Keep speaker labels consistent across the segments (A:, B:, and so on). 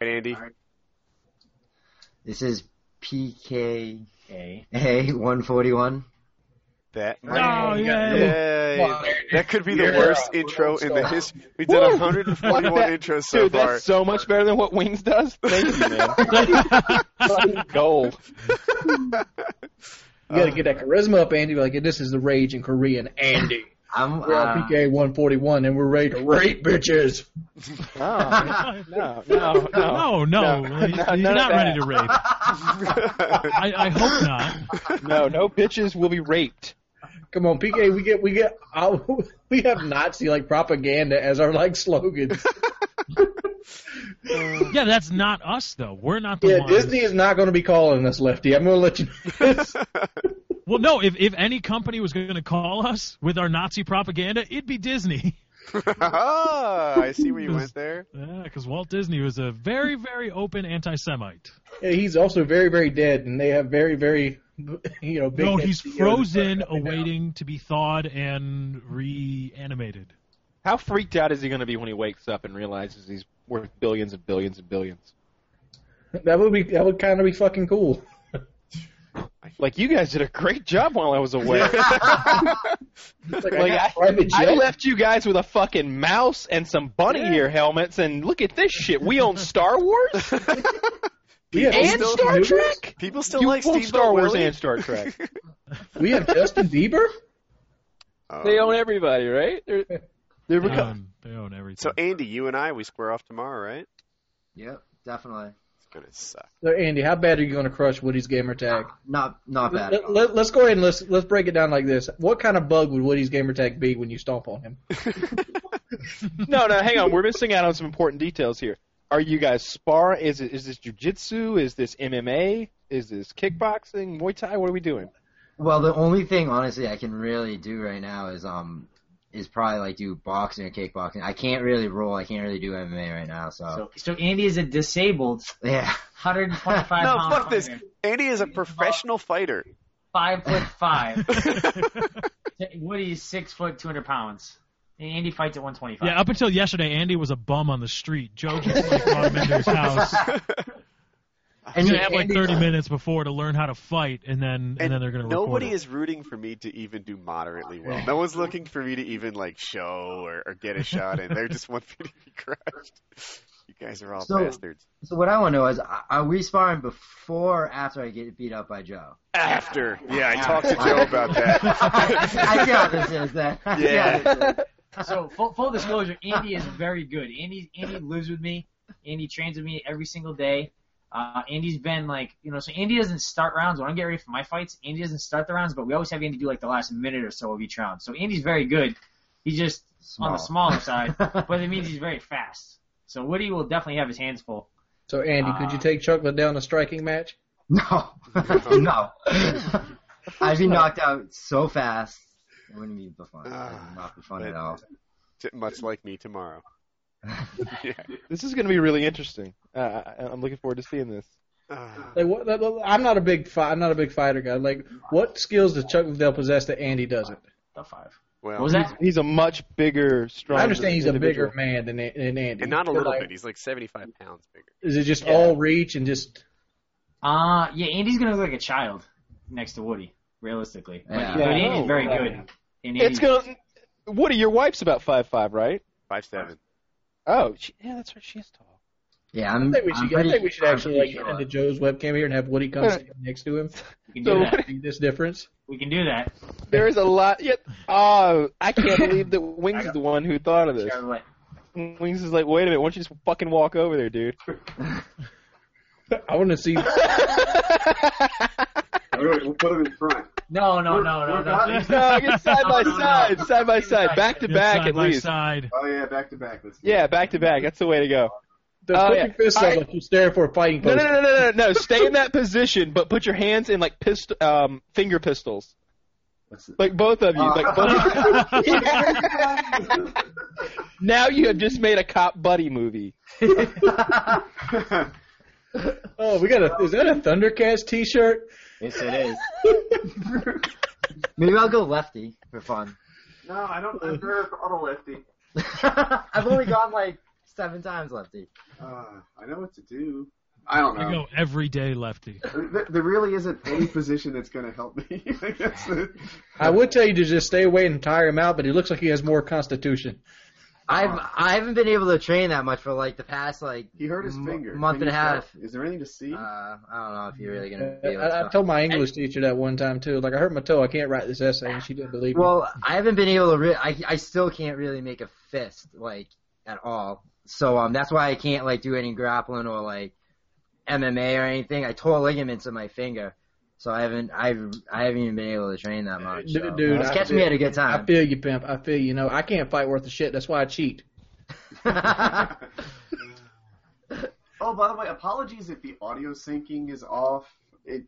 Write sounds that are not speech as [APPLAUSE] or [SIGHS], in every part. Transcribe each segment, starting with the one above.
A: right, Andy.
B: All right.
C: This is PKA
B: A.
C: 141.
A: That
B: No,
A: might-
B: yay.
A: Yay.
B: Come on,
A: That could be the
B: Yeah.
A: worst
B: We're
A: intro
B: going
A: in the
B: so-
A: history. We did
D: Woo.
A: 141
D: That-
A: intros so
D: Dude,
A: far.
D: that's so much better than what Wings does. Thank you, man. [LAUGHS] Gold.
B: You
E: Uh,
B: gotta get that charisma up, Andy. Be Like this is the rage in Korean, Andy.
C: I'm
B: We're
C: uh,
B: on PK 141, and we're ready to rape bitches.
D: No, no, no, no.
E: [LAUGHS] No, no,
D: No.
E: he's,
D: No,
E: he's
D: none of that.
E: not ready
D: [LAUGHS]
E: to rape. I, I hope not.
D: No, no bitches will be raped.
B: Come on, PK. We get we get [LAUGHS] I'll, we have Nazi like propaganda as our like
E: [LAUGHS]
B: slogans.
E: Yeah, that's not us though. We're not the
B: Yeah,
E: ones.
B: Disney is not going to be calling us lefty. I'm going to let you. know [LAUGHS] this.
E: Well, no. If if any company was going to call us with our Nazi propaganda, it'd be Disney.
A: [LAUGHS]
E: [LAUGHS]
A: Ah, I see where you went there.
E: Because Walt Disney was a very very open anti-Semite.
B: Yeah, he's also very very dead, and they have very very [LAUGHS] you know. Big
E: No, he's
B: heads.
E: frozen, awaiting to be thawed and reanimated.
D: How freaked out is he going to be when he wakes up and realizes he's worth billions and billions and billions?
B: That would be that would kind of be fucking cool.
D: Like you guys did a great job while I was [LAUGHS] away.
A: [LAUGHS]
B: It's like,
D: Like,
B: I,
D: I-
B: got private
D: I
B: jet.
D: left you guys with a fucking mouse and some bunny ear helmets, and look at this shit. We own Star [LAUGHS] Wars
B: We have
D: and
B: Justin
D: Star
B: Bieber?
D: Trek.
A: People still
D: You
A: like
D: own
A: Steve
D: Star Wars
A: Willie?
D: and
A: [LAUGHS]
D: Star Trek.
B: We have Justin Bieber.
A: Oh.
D: [LAUGHS] they own everybody, right? They're, they're
E: They
D: become,
E: own, Um, they own everything.
A: So Andy, you and I, we square off tomorrow, right?
C: Yep, definitely.
A: It's gonna
D: [LAUGHS]
A: suck.
B: So Andy, how bad are you going to crush Woody's gamer tag?
C: Not not bad. at all.
B: Let, us go ahead and let's let's break it down like this. What kind of bug would Woody's gamer tag be when you stomp on him?
D: no, no, hang on. We're missing out on some important details here. Are you guys spar? Is it is this jujitsu? Is this MMA? Is this kickboxing? Muay Thai? What are we doing?
C: Well, the only thing honestly I can really do right now is um is probably like do boxing or kickboxing. I can't really roll. I can't really do MMA right now. So,
F: So, so Andy is a disabled
C: [LAUGHS] yeah,
F: 125
A: No,
F: pound
A: fuck this.
F: fighter,
A: Andy is a professional
D: [LAUGHS]
A: fighter.
F: five foot five. [LAUGHS] Woody's six foot, 200 pounds. And Andy fights at 125.
E: Yeah, up until yesterday, Andy was a bum on the street. Joe just like brought him
A: [LAUGHS]
E: into his house.
C: [LAUGHS] and
E: He's
C: you
E: gonna have like 30 minutes before to learn how to fight, and then and, then they're gonna record
A: nobody
E: it.
A: is rooting for me to even do moderately well. No one's looking for me to even like show or, or get a shot in. They just [LAUGHS] want me to be crushed. You guys are all
C: So-
A: bastards.
C: So what I want to know is, are- are we sparring before or after I get beat up by Joe?
A: After, yeah, I talked to Joe about that.
C: [LAUGHS] I see how this is uh, [LAUGHS] then. I see how
A: Yeah.
C: this is.
F: So full, full disclosure, Andy is very good. Andy Andy lives with me. Andy trains with me every single day. Uh, Andy's been like, you know, so Andy doesn't start rounds. When I get ready for my fights, Andy doesn't start the rounds, but we always have Andy do like the last minute or so of each round. So Andy's very good. He's just on the
A: [LAUGHS]
F: smaller side, but it means he's very fast. So Woody will definitely have his hands full.
B: So Andy, could
D: Uh,
B: you
F: Ah.
B: take Chocolate down a striking match?
G: [LAUGHS]
C: No, no. I'd be knocked out so fast. It wouldn't be fun. It would not be fun at
G: Ah.
C: all.
A: T- Much like me tomorrow. [SIGHS]
D: This is going to be really interesting. Uh, I, I'm looking forward to seeing this.
A: Ah.
B: Like, what, that- that- I'm not a big fi- I'm not a big fighter guy. Like, what skills does Chuck Liddell possess that Andy doesn't?
F: The five. What
A: well,
F: was that?
D: He's a much bigger, stronger.
B: I understand he's
D: individual.
B: a bigger man than, A- than Andy.
A: and not a
B: But,
A: little
B: like,
A: bit. He's like 75 pounds bigger.
B: Is it just all reach and just?
F: Uh yeah, Andy's gonna look like a child next to Woody, realistically. But,
C: Yeah.
F: but
D: Yeah, I
F: Andy's
D: know.
F: very good. And
D: It's
F: Andy's-
D: going. to Woody, your wife's about five five, right?
A: Five seven.
D: Oh, she, yeah, that's right. She is tall.
C: Yeah,
B: I
C: I'm.
B: think we
C: I'm
B: should.
C: pretty,
B: I think we should
C: I'm
B: actually like
C: pretty
B: get
C: sure.
B: into Joe's webcam here and have Woody come
D: Yeah.
B: stand next to him.
F: we can
D: So
F: do that.
D: what-
B: See this difference?
F: We can do that.
D: There is a lot. Yet, oh, I
B: [LAUGHS]
D: can't believe that Wings is the one who thought of this.
F: Charlotte.
D: Wings is like, wait a minute, why don't you just fucking walk over there,
B: [LAUGHS]
D: dude?
B: I want
D: [LAUGHS]
B: to see.
G: We'll put him in front.
F: No, no,
G: We're-
F: no,
G: we're
F: no, no.
G: not- [LAUGHS]
F: please.
D: No, get side by
F: No, no, no.
D: side, side by side, back to
E: Get
D: back
E: side
D: at
E: by
D: least.
E: side.
G: Oh yeah, back to back. Let's do
D: Yeah,
G: it.
D: back to back. That's the way to go.
B: Put
D: Oh,
B: your
D: yeah.
B: fists
D: I-
B: up like you're staring for a fighting
D: No,
B: post.
D: no, no, no, no, no. no. Stay in that position, but put your hands in like pist- um, finger pistols.
G: What's
D: Like both of you. Like
C: [LAUGHS]
D: both. now you have just made a cop buddy movie.
C: [LAUGHS]
G: it?
B: Oh, we got a. Is that a Thundercats T-shirt?
C: Yes, it is. Maybe I'll go lefty for fun. [LAUGHS]
G: no, I don't. I'm very auto lefty.
C: I've only gone like seven times, Lefty.
G: Uh, I know what to do. I
A: Oh,
G: don't
E: I
G: know.
E: go every day, lefty.
G: There, there really isn't any position that's going to help me. Like, that's the-
B: I would tell you to just stay away and tire him out, but he looks like he has more constitution.
C: I've I haven't been able to train that much for like the past like
G: he hurt his
C: m-
G: finger.
C: month
G: Can
C: and a
G: you tell?
C: half.
G: Is there anything to see?
C: Uh, I don't know if you're really gonna be able
B: I, I
C: to.
B: told my English teacher that one time too. Like I hurt my toe, I can't write this essay, and she didn't believe me.
C: Well, I haven't been able to. Re- I I still can't really make a fist like at all. So um, that's why I can't like do any grappling or like MMA or anything. I tore ligaments in my finger, so I haven't I I haven't even been able to train that much.
B: Dude,
C: so.
B: dude,
C: It's
B: I
C: catching
B: feel-
C: me at a good
B: I
C: time. [LAUGHS]
B: feel you, pimp. I feel you. No, I can't fight worth a shit. That's why I cheat.
G: oh, by the way, apologies if the audio syncing is off. It,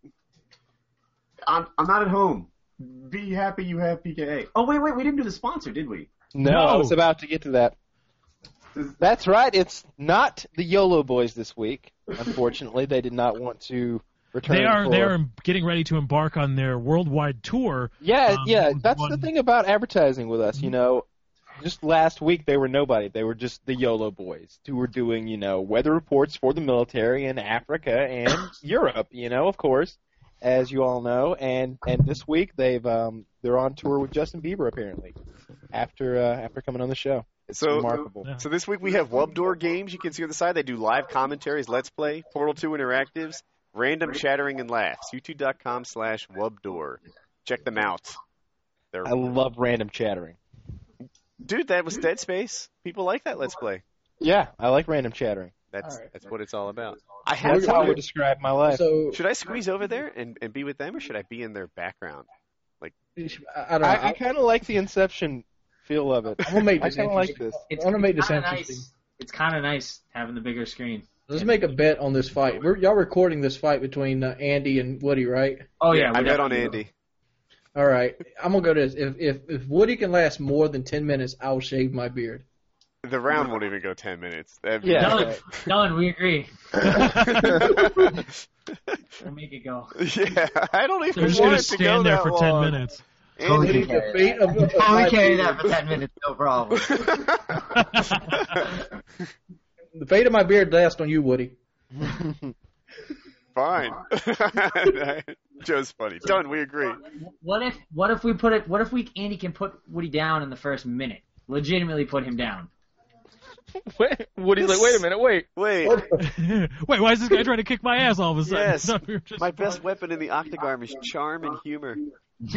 G: I'm, I'm not at home. Be happy you have PKA. Oh, wait, wait, we didn't do the sponsor, did we?
D: No, I was about to get to that.
G: Does-
D: That's right. It's not the YOLO boys this week. Unfortunately, they did not want to return.
E: They are
D: for-
E: they are getting ready to embark on their worldwide tour.
D: Yeah,
E: um,
D: yeah.
E: with
D: That's the
E: one- Mm-hmm.
D: thing about advertising with us. You know, just last week they were nobody. They were just the YOLO boys who were doing you know weather reports for the military in Africa
E: [COUGHS]
D: and Europe. You know, of course, as you all know. And and this week they've um they're on tour with Justin Bieber apparently after uh, after coming on the show. It's
A: So-
D: remarkable.
E: Yeah.
A: So this week we have Wubdoor games. You can see on the side they do live commentaries, Let's Play, Portal 2 interactives, random chattering and laughs. YouTube.com slash Wubdoor. Check them out. They're,
D: I love random chattering.
A: dude, that was Dead Space. People like that Let's Play.
D: Yeah, I like random chattering.
A: That's
B: All right.
A: that's what it's all about. I have
D: That's how I would
A: wondered,
D: describe my life.
B: So
A: should I squeeze over there and, and be with them, or should I be in their background?
B: I, I don't know.
D: I,
B: I,
D: I kind of like the Inception feel of it.
B: am gonna make
D: I
B: this
D: kind of like
B: interesting.
D: this.
B: I want to make this
F: kinda
B: interesting.
F: nice. It's kind of nice having the bigger screen.
B: Let's make a bet on this fight. We're, y'all recording this fight between uh, Andy and Woody, right?
F: Oh yeah,
A: I
F: we
A: bet on
F: definitely
A: Andy.
B: All right. I'm gonna go to this. If if if Woody can last more than ten minutes, I'll shave my beard.
A: The round won't even go ten minutes. That'd be
D: Yeah.
F: will. Done, done. We agree. We'll make it go.
A: [LAUGHS] yeah, I don't even
E: They're just
A: want
E: gonna
A: it to go
E: stand there
A: that
E: for
A: long.
E: ten minutes. [LAUGHS]
C: Totally
A: Andy,
C: can
B: The
C: carry
B: feet
C: that.
B: of, of
C: Totally
B: my
C: Oh, carry
B: beard-
C: that for ten minutes, no problem.
B: The fate of my beard lasts on you,
C: [LAUGHS]
B: Woody.
A: [LAUGHS] Fine. [LAUGHS] Joe's funny. Done. We agree.
F: What if what if we put it? What if we Andy can put Woody down in the first minute? Legitimately put him down.
D: [LAUGHS] Wait, Woody's like, wait a minute, wait.
A: Wait.
E: Wait, why is this guy trying to kick my ass all of a sudden?
A: Yes.
E: [LAUGHS] No, we were just-
A: My best weapon in the octagon is charm and [LAUGHS] humor.
B: I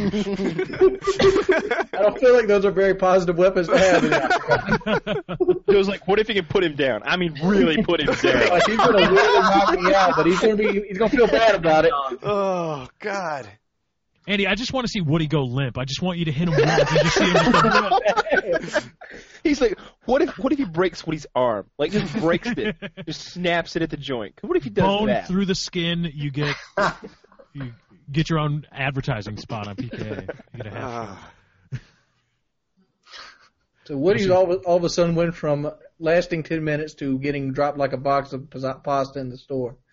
B: don't feel like those are very positive weapons to have. in that.
D: Joe's like, what if you can put him down? I mean, really put him down.
B: like, he's gonna really knock me out, but he's gonna be he's gonna feel bad about it.
A: oh God.
E: [LAUGHS] Andy, I just want to see Woody go limp. I just want you to hit him once and just see him. go
D: [LAUGHS] He's like, what if what if he breaks Woody's arm? Like, just breaks it, just snaps it at the joint. What if he does
E: Bone
D: that?
E: through the skin.
A: [LAUGHS]
E: You get you get your own advertising spot on PKA. You get a half shot.
A: Ah.
B: So Woody's all, of- all of a sudden went from lasting ten minutes to getting dropped like a box of pas- pasta in the store. [LAUGHS]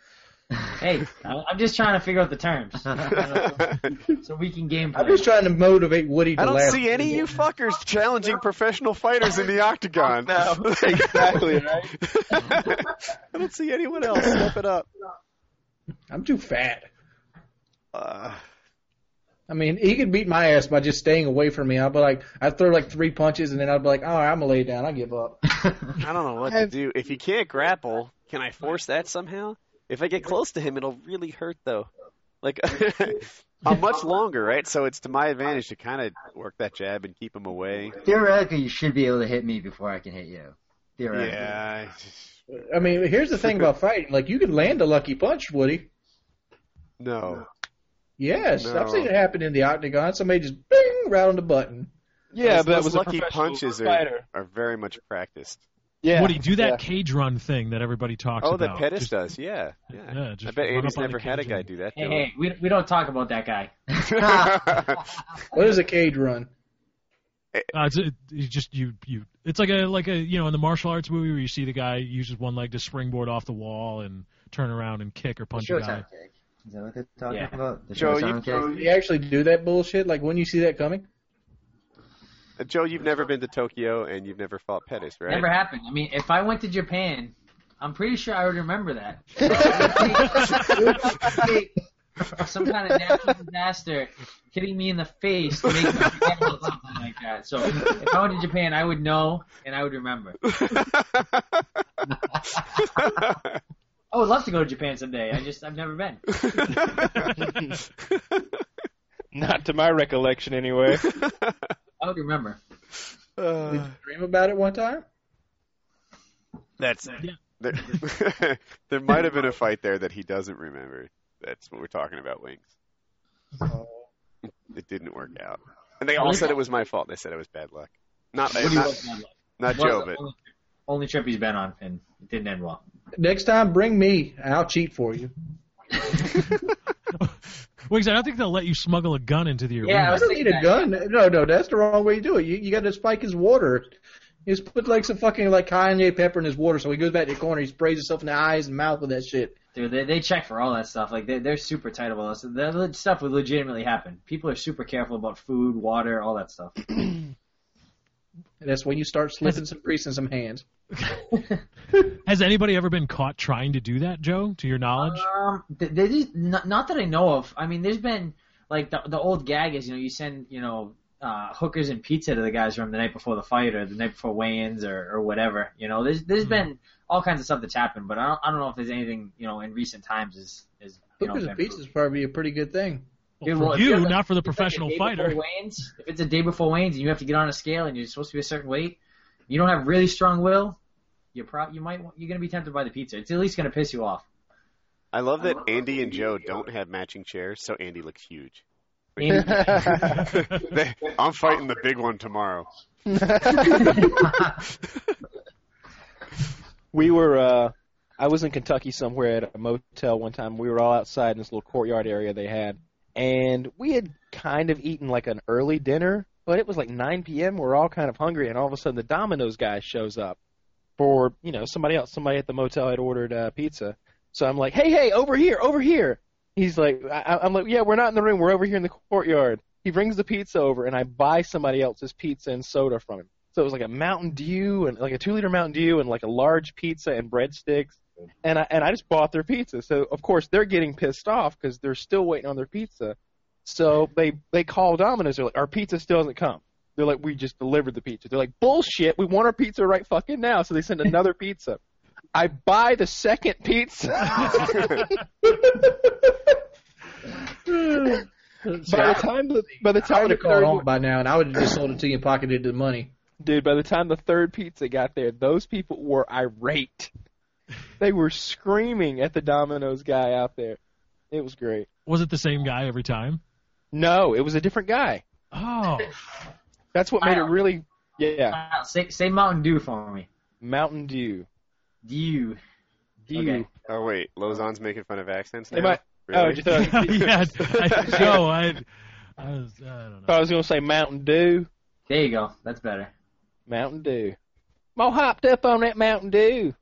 F: Hey, I- I'm just trying to figure out the terms so we can game
B: I'm
F: plan.
B: just trying to motivate Woody to
A: I don't
B: laugh.
A: see any of you fuckers challenging professional fighters in the
D: [LAUGHS]
A: octagon.
D: exactly, right?
A: [LAUGHS] I don't see anyone else. Step it up.
B: I'm too fat.
A: Uh,
B: I mean, he could beat my ass by just staying away from me. I'd be like, I'd throw like three punches, and then I'd be like, all right, I'm gonna lay down. I give up.
A: I don't know what to do. If he can't grapple, can I force that somehow? If I get close to him, it'll really hurt though. Like [LAUGHS] I'm much longer, right? So it's to my advantage to kind of work that jab and keep him away.
C: Theoretically, you should be able to hit me before I can hit you. Theoretically. [LAUGHS]
A: Yeah. I just-
B: I mean, here's the thing about fighting: like, you can land a lucky punch, Woody.
A: No.
B: Yes,
A: No.
B: I've seen it happen in the octagon. Somebody just bing right on the button.
A: Those-
D: Yeah, but that
A: those
D: was
A: lucky
D: a professional
A: punches are-
D: fighter.
A: Are very much practiced.
D: Yeah,
E: Woody, do that
D: yeah.
E: cage run thing that everybody talks
A: Oh, that
E: about.
A: Pettis
E: Just-
A: does. Yeah. Yeah.
E: yeah,
A: I
E: just
A: bet
E: run
A: Andy's
E: up on the
A: never had a
E: cage
A: guy
E: and-
A: do that.
F: Hey,
A: to
F: hey, we, we don't talk about that guy.
A: [LAUGHS] him.
B: What is a cage run?
E: Uh, it's, it, you just you you. It's like a like a you know in the martial arts movie where you see the guy uses one leg to springboard off the wall and turn around and kick or
C: The
E: punch a guy.
C: Showtime kick. Is that what they're talking
F: Yeah.
C: about? The
A: Joe,
C: Showtime
A: you-
C: kick.
F: [LAUGHS]
B: Do you actually do that bullshit? Like, when you see that coming?
A: [LAUGHS] Joe, you've never been to Tokyo and you've never fought Pettis, right? [LAUGHS]
F: Never happened. I mean, if I went to Japan, I'm pretty sure I would remember that.
C: [LAUGHS]
B: [LAUGHS]
F: Some kind
A: [LAUGHS]
F: of natural disaster hitting me in the face to make me forget about something like that. So if I went to Japan, I would know and I would remember. I would love to go to Japan someday. I just I've never been.
D: [LAUGHS] Not to my recollection, anyway.
F: I would remember.
B: Did you dream about it one time?
A: That's
E: Yeah.
A: there, [LAUGHS] there might have been a fight there that he doesn't remember. That's what we're talking about, Wings.
F: Uh,
B: Oh.
A: It didn't work out. And they all said it was my fault. They said it was bad luck. Not
F: What do you
A: not,
F: want, man?
A: not
F: Well,
A: Joe,
F: the
A: but
F: only, only trip he's been on, and it didn't end well.
B: Next time, bring me. and I'll cheat for you.
E: Wings, I don't think they'll let you smuggle a gun into the arena.
F: Yeah, I
B: I
F: was
B: don't need
F: thinking
B: a gun. No, no, that's the wrong way to do it. You, you got to spike his water. You just put like some fucking like Kanye Pepper in his water, so he goes back to the corner. He sprays himself in the eyes and mouth with that shit.
F: Dude, they, they check for all that stuff. Like they, they're super tight about this. That le- stuff would legitimately happen. People are super careful about food, water, all that stuff.
B: And that's when you start
F: [LAUGHS]
B: slipping some grease in some hands.
E: Has anybody ever been caught trying to do that, Joe? To your knowledge?
F: Um, they, they just, not, not that I know of. I mean, there's been like the the old gag is you know you send you know uh, hookers and pizza to the guys room the night before the fight or the night before weigh-ins or, or whatever. You know, there's
E: Hmm.
F: there's been all kinds of stuff that's happened, but I don't I don't know if there's anything you know in recent times is is you know
B: Hookers
F: been
B: and pizza's probably a pretty good thing.
E: Well,
F: Dude,
E: for
F: well, if
E: you,
F: you're-
E: not for the
F: if it's
E: professional
F: like a day
E: fighter.
F: before Weigh-ins, if it's a day before weigh-ins and you have to get on a scale and you're supposed to be a certain weight, you don't have really strong will. You prob you might want- you're gonna be tempted by the pizza. It's at least gonna piss you off.
A: I love that Andy and Joe don't have matching chairs, so Andy looks huge.
F: And
A: [LAUGHS] They- I'm fighting the big one tomorrow. [LAUGHS]
D: we were uh I was in Kentucky somewhere at a motel one time. We were all outside in this little courtyard area they had, and we had kind of eaten like an early dinner, but it was like 9 p.m. We're all kind of hungry, and all of a sudden the Domino's guy shows up for you know somebody else. Somebody at the motel had ordered uh, pizza, [LAUGHS] so I'm like, hey, hey, over here, over here. He's like, I, I'm like, yeah, we're not in the room. We're over here in the courtyard. He brings the pizza over, and I buy somebody else's pizza and soda from him. So it was like a Mountain Dew and like a two liter Mountain Dew and like a large pizza and breadsticks. And I and I just bought their pizza. So of course they're getting pissed off because they're still waiting on their pizza. So they they call Domino's. They're like, our pizza still hasn't come. They're like, we just delivered the pizza. They're like, bullshit. We want our pizza right fucking now. So they send another pizza. I buy the second pizza. [LAUGHS]
A: Oh,
D: by the time the by the
B: I
D: time
B: would
D: the
B: have called
D: third
B: home by now, and I would have just sold it to you and pocketed the money.
D: Dude, by the time the third pizza got there, those people were irate. They were screaming at the Domino's guy out there. It was great.
E: Was it the same guy every time?
D: No, it was a different guy.
A: [LAUGHS]
E: Oh, [LAUGHS]
D: That's what made it really yeah.
F: uh, say, say Mountain Dew for me.
D: Mountain Dew.
F: Dew.
D: Dew.
F: Okay.
A: Oh wait, Lozon's making fun of accents now.
D: Am I-
A: really?
D: Oh, just uh,
A: [LAUGHS]
E: yeah. I, Joe, I, I, was, I don't know.
D: thought I was gonna say Mountain Dew.
F: There you go. That's better.
D: Mountain Dew. I'm all hopped up on that Mountain Dew.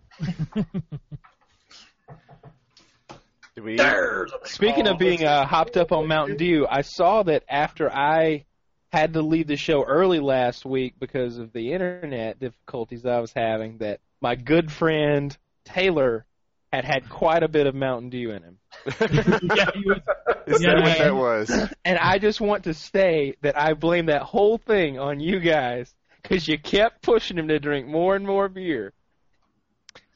A: Did we? [LAUGHS]
D: Speaking
E: Oh,
D: of being uh, hopped up on Mountain Dew, I saw that after I had to leave the show early last week because of the internet difficulties I was having, that my good friend Taylor had had quite a bit of Mountain Dew in him.
E: yeah, he was,
A: Is
E: Yeah,
A: that what
E: yeah.
A: that
D: [LAUGHS]
A: was?
D: And I just want to say that I blame that whole thing on you guys because you kept pushing him to drink more and more beer.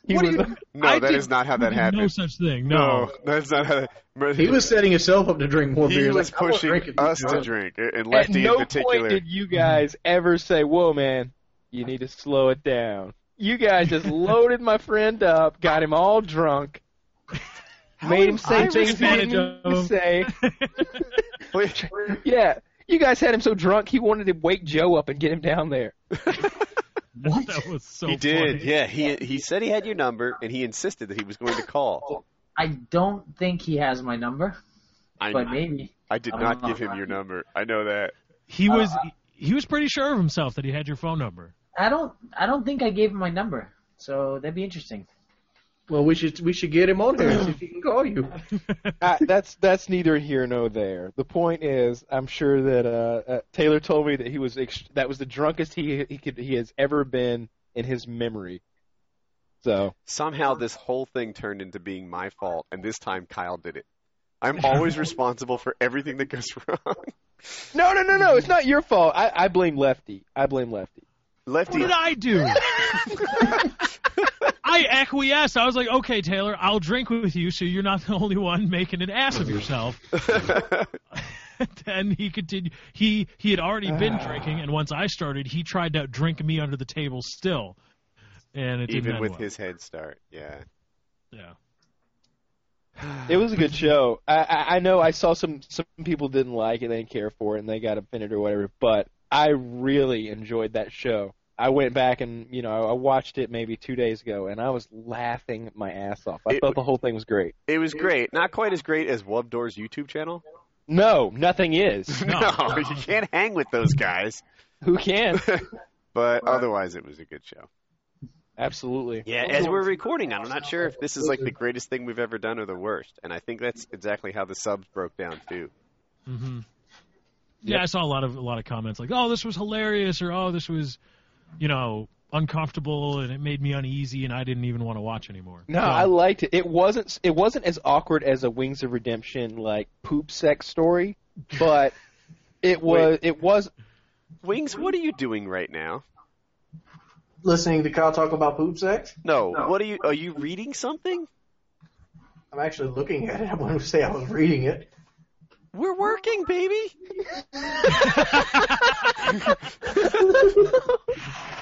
D: He
E: What do
D: was, [LAUGHS]
A: No,
D: I
A: that is
D: did-
A: not how [LAUGHS] that
E: no
A: happened.
E: such thing.
A: No,
E: No.
A: that's not how. That...
B: He was setting himself up to drink more
A: he
B: beer.
A: was pushing us to drink, uh, and Lefty
D: At no
A: in particular.
D: point did you guys ever say, "Whoa, man, you need to slow it down." You guys [LAUGHS] just loaded my friend up, got him all drunk, made him say
E: I
D: things he
E: responded
D: didn't
E: to
D: need to
E: him.
D: say.
A: [LAUGHS] Wait,
D: Yeah, you guys had him so drunk he wanted to wake Joe up and get him down there.
E: That was
A: [LAUGHS]
D: [LAUGHS]
E: so
A: he did.
E: funny.
A: Yeah, he he said he had your number, and he insisted that he was going to call.
F: I don't think he has my number,
A: I
F: but maybe.
A: I did not give him your number. I know that.
E: He was he was pretty sure of himself that he had your phone number.
F: I don't. I don't think I gave him my number. So that'd be interesting.
B: Well, we should we should get him on here and see if he can call you.
D: Uh, that's that's neither here nor there. The point is, I'm sure that uh, uh, Taylor told me that he was ex- that was the drunkest he he could he has ever been in his memory. So
A: Somehow this whole thing turned into being my fault, and this time Kyle did it. I'm [LAUGHS] always responsible for everything that goes wrong.
D: no, no, no, no. It's not your fault. I, I blame Lefty. I blame Lefty.
A: [LAUGHS]
E: What
A: Lefty,
E: did I do?
A: [LAUGHS]
E: I acquiesced. I was like, okay, Taylor, I'll drink with you so you're not the only one making an ass of yourself. [LAUGHS] and he continued. He he had already been
A: Ah.
E: drinking, and once I started, he tried to drink me under the table still. And it didn't
A: even
E: end
A: with
E: well.
A: his head start, yeah.
E: yeah.
D: It was a good show. I, I, I know I saw some some people didn't like it, they didn't care for it, and they got offended or whatever. But I really enjoyed that show. I went back and you know I, I watched it maybe two days ago, and I was laughing my ass off. I
A: It-
D: thought the whole thing was great.
A: It was great. Not quite as great as Wubdoor's YouTube channel.
D: No, nothing [LAUGHS] is.
A: [LAUGHS]
E: No, no.
A: you can't hang with those guys.
D: Who can?
A: But otherwise, it was a good show.
D: Absolutely.
A: Yeah, as we're recording, I'm not sure if this is like the greatest thing we've ever done or the worst. And I think that's exactly how the subs broke down too.
E: hmm Yeah, I saw a lot of a lot of comments like, "Oh, this was hilarious," or "Oh, this was, you know, uncomfortable and it made me uneasy and I didn't even want to watch anymore."
D: No,
E: So-
D: I liked it. It wasn't it wasn't as awkward as a Wings of Redemption like poop sex story, but it was it was
A: Wings, what are you doing right now?
B: Listening to Kyle talk about poop sex,
A: No,
G: No.
A: what are you? Are you reading something?
B: I'm actually looking at it. I wouldn't say I was reading it.
A: We're working,
B: [LAUGHS]
A: baby.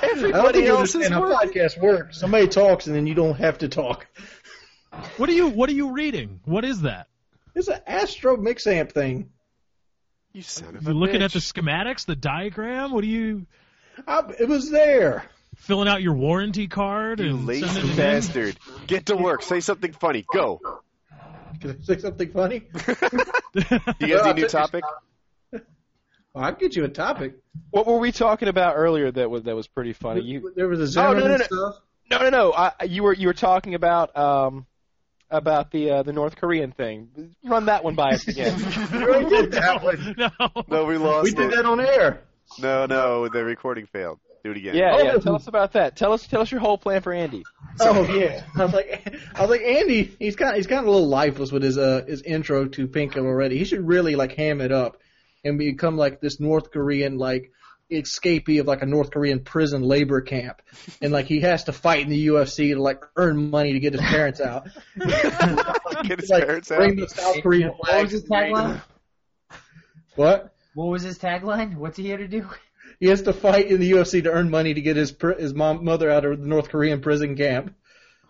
A: Everybody else is
B: how
A: working.
B: podcast works. Somebody talks and then you don't have to talk.
E: What are you What are you reading? What is that?
B: It's an Astro Mixamp thing.
A: You son of a
E: You're looking
A: bitch.
E: at the schematics, the diagram. What are you
B: I, it was there.
E: filling out your warranty card
A: You
E: and sending
A: lazy
E: it in?
A: bastard. Get to work. Say something funny. Go. [LAUGHS]
B: Can I say something
E: [LAUGHS]
B: funny?
A: Do you guys
B: Yeah,
A: need a new
B: I think-
A: topic?
B: Well, I'll get you a topic.
D: What were we talking about earlier that was that was pretty funny? You
B: there was a
A: Oh,
B: Zimmerman
D: no, no, no.
B: stuff.
A: [LAUGHS]
D: No, no, no. I, you were you were talking about um about the uh, the North Korean thing. Run that one by us again.
B: We already did that one.
E: No.
A: No, we lost
B: We did
A: it.
B: that on air.
A: No, no, the recording failed. Do it again.
D: yeah, yeah.
B: Oh.
D: Tell us about that. Tell us tell us your whole plan for Andy.
B: Oh yeah, I was like, I was like Andy. He's kind, he's kind of a little lifeless with his uh his intro to Pink already. He should really like ham it up and become like this North Korean like escapee of like a North Korean prison labor camp, and like he has to fight in the UFC to like earn money to get his parents out.
A: [LAUGHS]
B: [LAUGHS]
A: Get his
B: like
A: parents out.
B: bring the South Korean
F: What was
B: flag.
F: his tagline?
B: What?
F: What was his tagline? What's he here
B: [LAUGHS]
F: to do?
B: He has to fight in the UFC to earn money to get his pr- his mom mother out of the North Korean prison camp.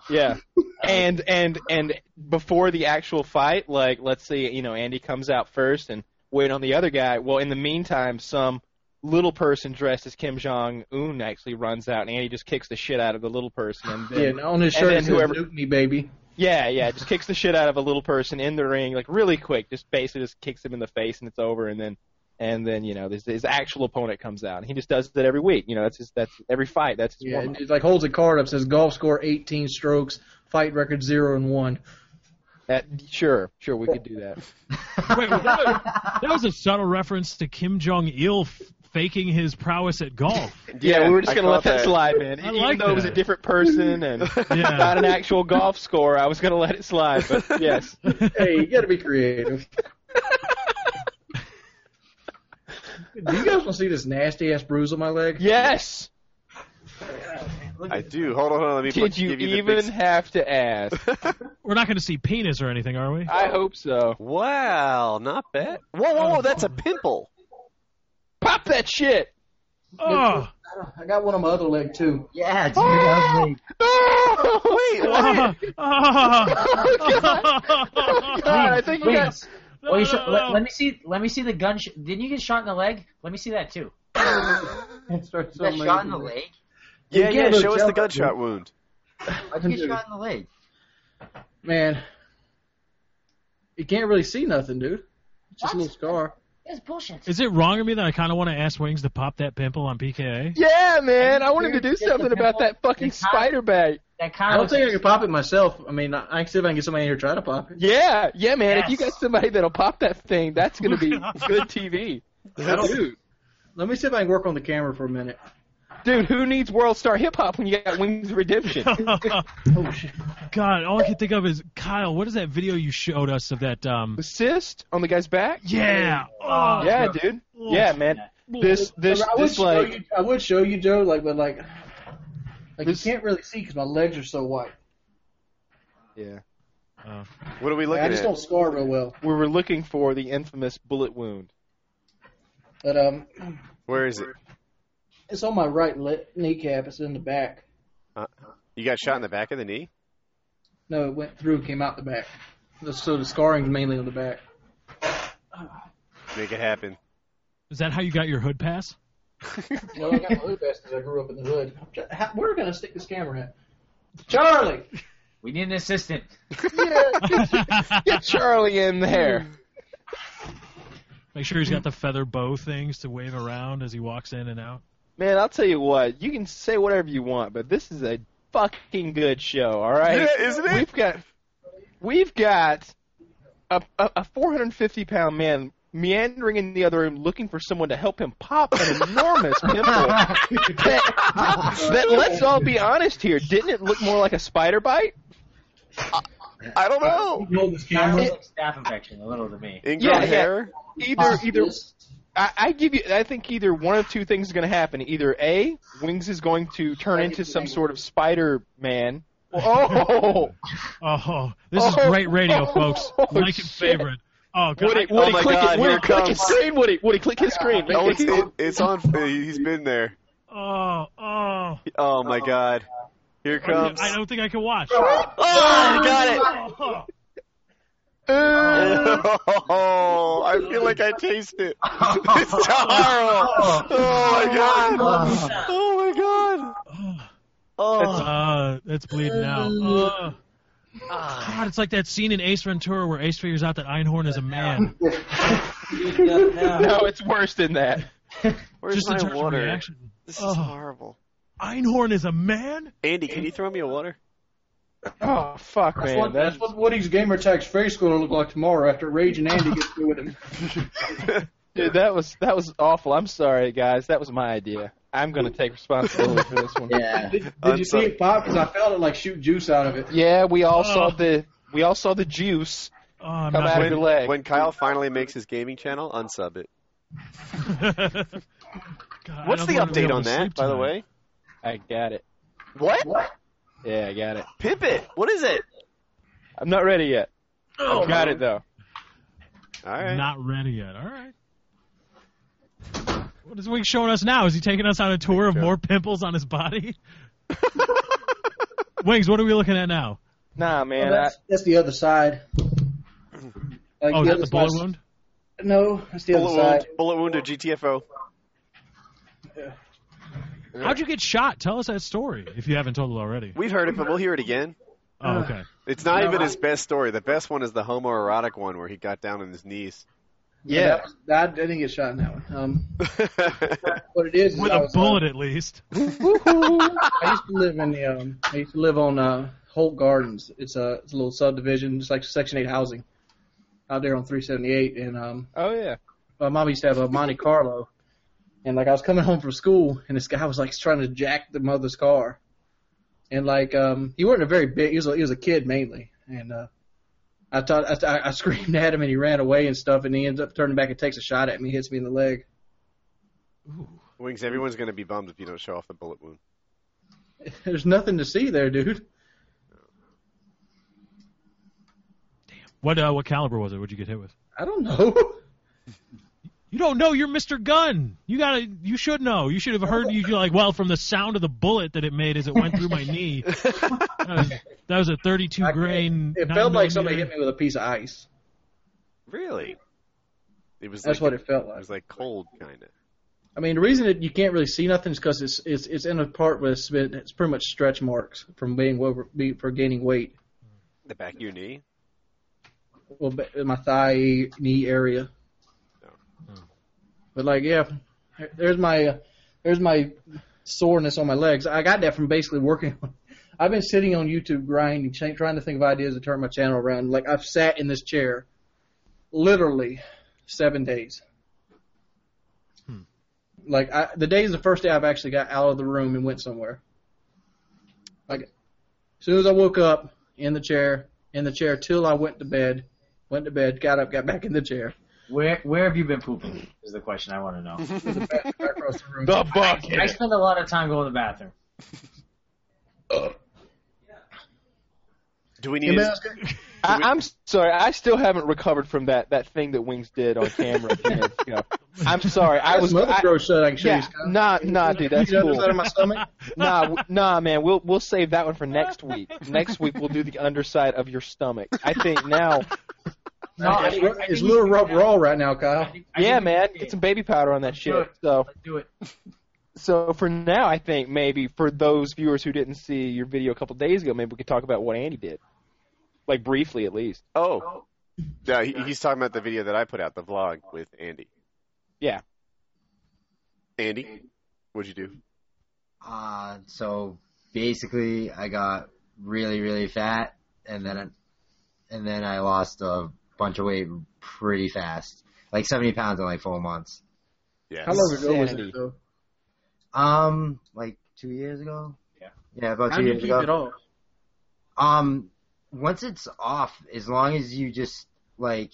D: Yeah. [LAUGHS] And and and before the actual fight, like let's say you know Andy comes out first and wait on the other guy. Well, in the meantime, some little person dressed as Kim Jong Un actually runs out, and Andy just kicks the shit out of the little person. And
B: Yeah,
D: then,
B: and on his
D: And
B: shirt
D: then
B: it says
D: whoever-
B: "Nuke me, baby."
D: yeah, yeah, just kicks the shit out of a little person in the ring, like really quick. Just basically just kicks him in the face, and it's over. And then and then you know his, his actual opponent comes out, and he just does that every week. You know that's his that's every fight. That's his
B: Yeah,
D: warm-up.
B: and it like holds a card up says golf score 18 strokes, fight record zero and one. [LAUGHS]
D: That, sure, sure, we could do that.
E: [LAUGHS] Wait, that, was, that was a subtle reference to Kim Jong Il f- faking his prowess at golf.
D: [LAUGHS]
A: [LAUGHS]
D: Yeah, we were just
A: I
D: gonna
A: caught
D: let that, slide, man.
E: I
D: Even
E: like
D: though it was a
E: that.
D: different person and not an actual golf score, I was gonna let it slide. But yes,
B: Hey, you got to be [LAUGHS] creative. Do you guys want to see this nasty ass bruise on my leg?
D: yes.
A: I do. Hold on, hold on. Let me put,
D: Did you
A: give you the
D: even
A: big-
D: have to ask?
E: We're not going to see penis or anything, are we?
D: I hope so.
A: Wow, not bad. Whoa, whoa, whoa! That's a pimple.
D: Pop that shit.
E: Oh,
B: I got one on my other leg too. [LAUGHS]
F: Yeah, dude.
D: Oh,
F: I
D: [LAUGHS]
F: was like,
A: Wait,
E: oh,
A: [LAUGHS] what?
E: oh, oh,
D: God,
E: [LAUGHS]
D: I think you guys.
F: oh, you shot, let, let me see. Let me see the gun. Sh- Didn't you get shot in the leg? Let me see that too.
B: Starts
C: Got shot in the leg.
A: Yeah,
B: You
A: yeah.
B: gotta
A: Show us the
B: jump,
A: gunshot wound.
C: How'd you get shot in the leg?
B: Man, you can't really see nothing, dude. It's just a
F: What?
B: little scar.
F: That's bullshit.
E: Is it wrong of me that I kind of want to ask Wings to pop that pimple on PKA?
D: Yeah, man. I wanted to
F: Dude,
D: do
F: get the
D: something about
F: pimple.
D: that fucking
F: It's hot.
D: spider bite.
F: that kind
B: I
F: of
B: don't think I can pop it myself. I mean, I I can see if I can get somebody in here to try to pop it.
D: Yeah, yeah, man. If you
F: Yes.
D: got somebody that'll pop that thing, that's gonna be good TV. Dude,
B: Let me see if I can work on the camera for a minute.
D: dude, who needs World Star Hip Hop when you got Wings of
E: [LAUGHS]
D: Redemption?
B: Oh shit!
E: God, all I can think of is Kyle. What is that video you showed us of that? Um,
D: the cyst on the guy's back.
E: yeah, oh,
D: Yeah, dude. Yeah, man. This, this,
B: I would
D: this,
B: show
D: like,
B: you, I would show you Joe, like, but like, like
D: This-
B: you can't really see because my legs are so white.
D: yeah.
A: What are we looking
B: I just
A: at?
B: don't scar real well.
D: We were looking for the infamous bullet wound.
B: But um,
A: Where is it?
B: it's on my right le- kneecap. It's in the back.
A: You got shot in the back of the knee?
B: No, it went through, came out the back. The- So the scarring's mainly on the back.
A: Make it happen.
E: Is that how you got your hood pass? [LAUGHS]
B: Well, I got my hood vest because I grew up in the hood. How, where are we gonna stick this camera at? Charlie.
F: We need an assistant.
D: [LAUGHS] Get Charlie in there.
E: Make sure he's got the feather bow things to wave around as he walks in and out.
D: Man, I'll tell you what, you can say whatever you want, but this is a fucking good show, alright?
A: Yeah, isn't it?
D: We've got we've got a a, a four hundred and fifty pound man meandering in the other room looking for someone to help him pop an enormous pimple. That, that let's all be honest here, didn't it look more like a spider bite?
A: I don't know.
B: Hold this
F: Kind
B: camera.
F: of like staph infection, a little to me.
A: Ingrown
D: Yeah, yeah. [LAUGHS]
A: hair?
D: Either [LAUGHS] either I, I give you. I think either one of two things is going to happen. Either A, Wings is going to turn into some sort of Spider Man. [LAUGHS] Oh,
E: Oh, this is
D: Oh,
E: great radio,
D: oh,
E: folks.
D: [LAUGHS] oh,
E: like
D: shit.
E: and favorite. Oh god,
D: Woody, Woody,
A: Oh my
D: click
A: God,
D: it. Woody,
A: here it
D: click
A: comes.
D: his screen. Woody, Woody, click his screen.
A: Oh, it's, it, it's on. uh, He's been there.
E: oh, oh.
A: Oh my god. Here it comes.
E: I don't think I can watch.
A: Oh, you got [LAUGHS] it.
E: Oh,
D: Uh,
A: Oh, I feel like I taste it. It's horrible. Oh my god. Oh my god.
E: oh.
A: Oh,
E: Uh, that's bleeding out. Uh, God, it's like that scene in Ace Ventura where Ace figures out that Einhorn is a man.
D: [LAUGHS]
B: [LAUGHS]
D: no, it's worse than that.
A: where's
E: just in
A: my
E: terms of
A: water?
E: reaction.
A: This is
E: Oh.
A: horrible.
E: Einhorn is a man?
A: Andy, can you throw me a water?
D: Oh fuck,
B: That's
D: man.
B: what,
D: That's
B: that's what Woody's gamer tag's face gonna look like tomorrow after Rage and Andy gets through with him.
D: [LAUGHS] dude. That was that was awful. I'm sorry, guys. That was my idea. I'm going to take responsibility for
A: [LAUGHS]
D: this one.
C: Yeah.
B: Did,
A: I'm
B: did you see
A: sorry.
B: it pop? Because I felt it like shoot juice out of it.
D: Yeah, we all saw
E: Oh.
D: the we all saw the juice
E: Oh, I'm
D: come out of
E: not
D: your leg.
A: When Kyle finally makes his gaming channel, unsub it.
E: [LAUGHS] God, I
A: What's the
E: don't think I'm gonna be
A: update
E: able
A: on
E: to
A: that,
E: sleep
A: by the
E: tonight.
A: way?
D: I got it.
A: What?
D: Yeah, I got it.
A: Pimp it. What is it?
D: I'm not ready yet.
A: Oh,
D: I got it though.
A: All right.
B: [LAUGHS]
E: Not ready yet. All right. What is Wink showing us now? Is he taking us on a tour of more pimples on his body? [LAUGHS] Wings, what are we looking at now?
D: Nah, man. I,
B: that's, that's the other side. Like
E: Oh, is that
B: the other
E: the bullet
B: side-
E: wound?
B: No, that's the
A: bullet
B: other side.
A: wound. Bullet wound to GTFO.
E: How'd you get shot? Tell us that story if you haven't told it already.
A: We've heard it, but we'll hear it again.
E: Oh,
B: Uh,
E: okay.
A: It's not
B: No,
A: even
B: I-
A: his best story. The best one is the homoerotic one where he got down on his knees.
B: Yeah, that was- that- I didn't get shot in that one. Um, what it is is
E: With
B: I
E: a
B: was, uh,
E: bullet, at least.
B: [LAUGHS] I used to live in the um, I used to live on uh, Holt Gardens. It's a it's a little subdivision, just like Section Eight housing, out there on 378. And um,
D: oh yeah.
B: my mom used to have a Monte Carlo, and like I was coming home from school, and this guy was like trying to jack the mother's car, and like um, he wasn't a very big. He was a, he was a kid mainly, and uh, I thought I, [LAUGHS] I screamed at him, and he ran away and stuff, and he ends up turning back and takes a shot at me, hits me in the leg. [LAUGHS]
A: Wings, everyone's going to be bummed if you don't show off the bullet wound.
B: There's nothing to see there, dude.
E: What uh, what caliber was it? What'd you get hit with?
B: I don't know. [LAUGHS]
E: You don't know. You're Mr. Gun. You gotta. You should know. You should have heard. You you're like, well, from the sound of the bullet that it made as it went through
B: [LAUGHS]
E: my knee. That was, that was a 32
B: I-
E: grain.
B: It
E: nine
B: felt like somebody
E: millimeter.
B: hit me with a piece of ice.
A: Really? It was
B: That's
A: like
B: what it felt
A: it
B: like.
A: was like cold kind of.
B: I mean, the reason that you can't really see nothing is because it's it's it's in a part where it's been it's pretty much stretch marks from being over be, for gaining weight.
A: The back of your knee.
B: Well, ba- in my thigh knee area. But like, yeah, there's my there's my soreness on my legs. I got that from basically working. I've been sitting on YouTube grinding, ch- trying to think of ideas to turn my channel around. Like I've sat in this chair, literally, seven days.
E: Hmm.
B: Like I, the day is the first day I've actually got out of the room and went somewhere. Like, as soon as I woke up in the chair, in the chair till I went to bed, went to bed, got up, got back in the chair.
F: Where where have you been pooping? Is the question I
B: [LAUGHS]
F: want to know.
B: back, back across the room.
D: The
F: I
D: bucket.
F: spend a lot of time going to the bathroom.
A: Do we
B: You
A: need?
B: know,
A: to-
D: I, I'm sorry. I still haven't recovered from that, that thing that Wings did on camera. a few minutes ago. I'm sorry. I was.
B: mother
D: I,
B: throw shut. I can show you.
D: yeah,
B: Scott.
D: nah, nah, dude. That's
B: You know,
D: cool.
B: Out of my stomach.
D: [LAUGHS] nah, w- nah, man. We'll we'll save that one for next week. Next week we'll do the underside of your stomach. I think now.
F: No, I- I
B: it's,
F: think
B: it's
F: you
B: little
F: should
B: rub
F: do
B: raw right now,
F: I
B: Kyle.
F: think- I
D: Yeah,
F: think you
D: man.
F: should do
D: Get
F: it.
D: some baby powder on that shit. So
F: Let's do it.
D: so for now, I think maybe for those viewers who didn't see your video a couple days ago, maybe we could talk about what Andy did, like briefly at least.
A: oh, no, he, he's talking about the video that I put out, the vlog with Andy.
D: Yeah.
A: Andy, what'd you do?
C: Uh, so basically, I got really, really fat, and then, and then I lost a bunch of weight pretty fast, like seventy pounds in like four months.
A: Yeah.
B: How long ago was
D: Sandy.
B: it though?
C: Um, like two years ago.
F: Yeah.
C: Yeah, about
B: How
C: two
B: do you
C: years
B: keep
C: ago.
B: it off?
C: Um, once it's off, as long as you just like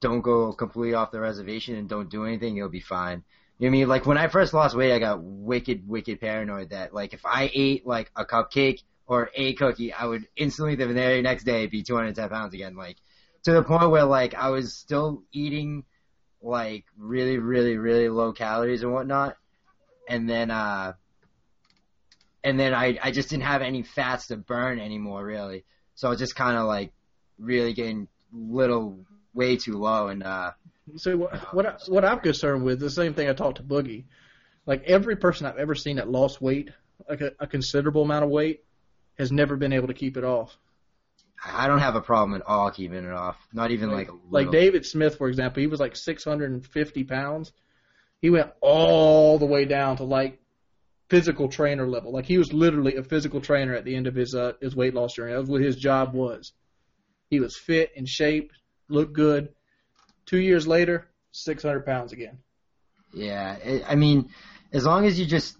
C: don't go completely off the reservation and don't do anything, you'll be fine. You know what I mean? Like when I first lost weight, I got wicked, wicked paranoid that like if I ate like a cupcake or a cookie, I would instantly the very next day be 210 pounds again. Like to the point where like I was still eating like really, really, really low calories and whatnot, and then uh and then I I just didn't have any fats to burn anymore really. So I was just kind of like really getting little way too low and uh
B: So what what, I, what I'm concerned with the same thing I talked to Boogie. Like every person I've ever seen that lost weight, like a, a considerable amount of weight, has never been able to keep it off.
C: I don't have a problem at all keeping it off. Not even like a little.
B: Like David Smith, for example, he was like 650 pounds. He went all the way down to like physical trainer level. Like he was literally a physical trainer at the end of his uh, his weight loss journey. That was what his job was. He was fit in shape, looked good. Two years later, 600 pounds again.
C: Yeah, it, I mean, as long as you just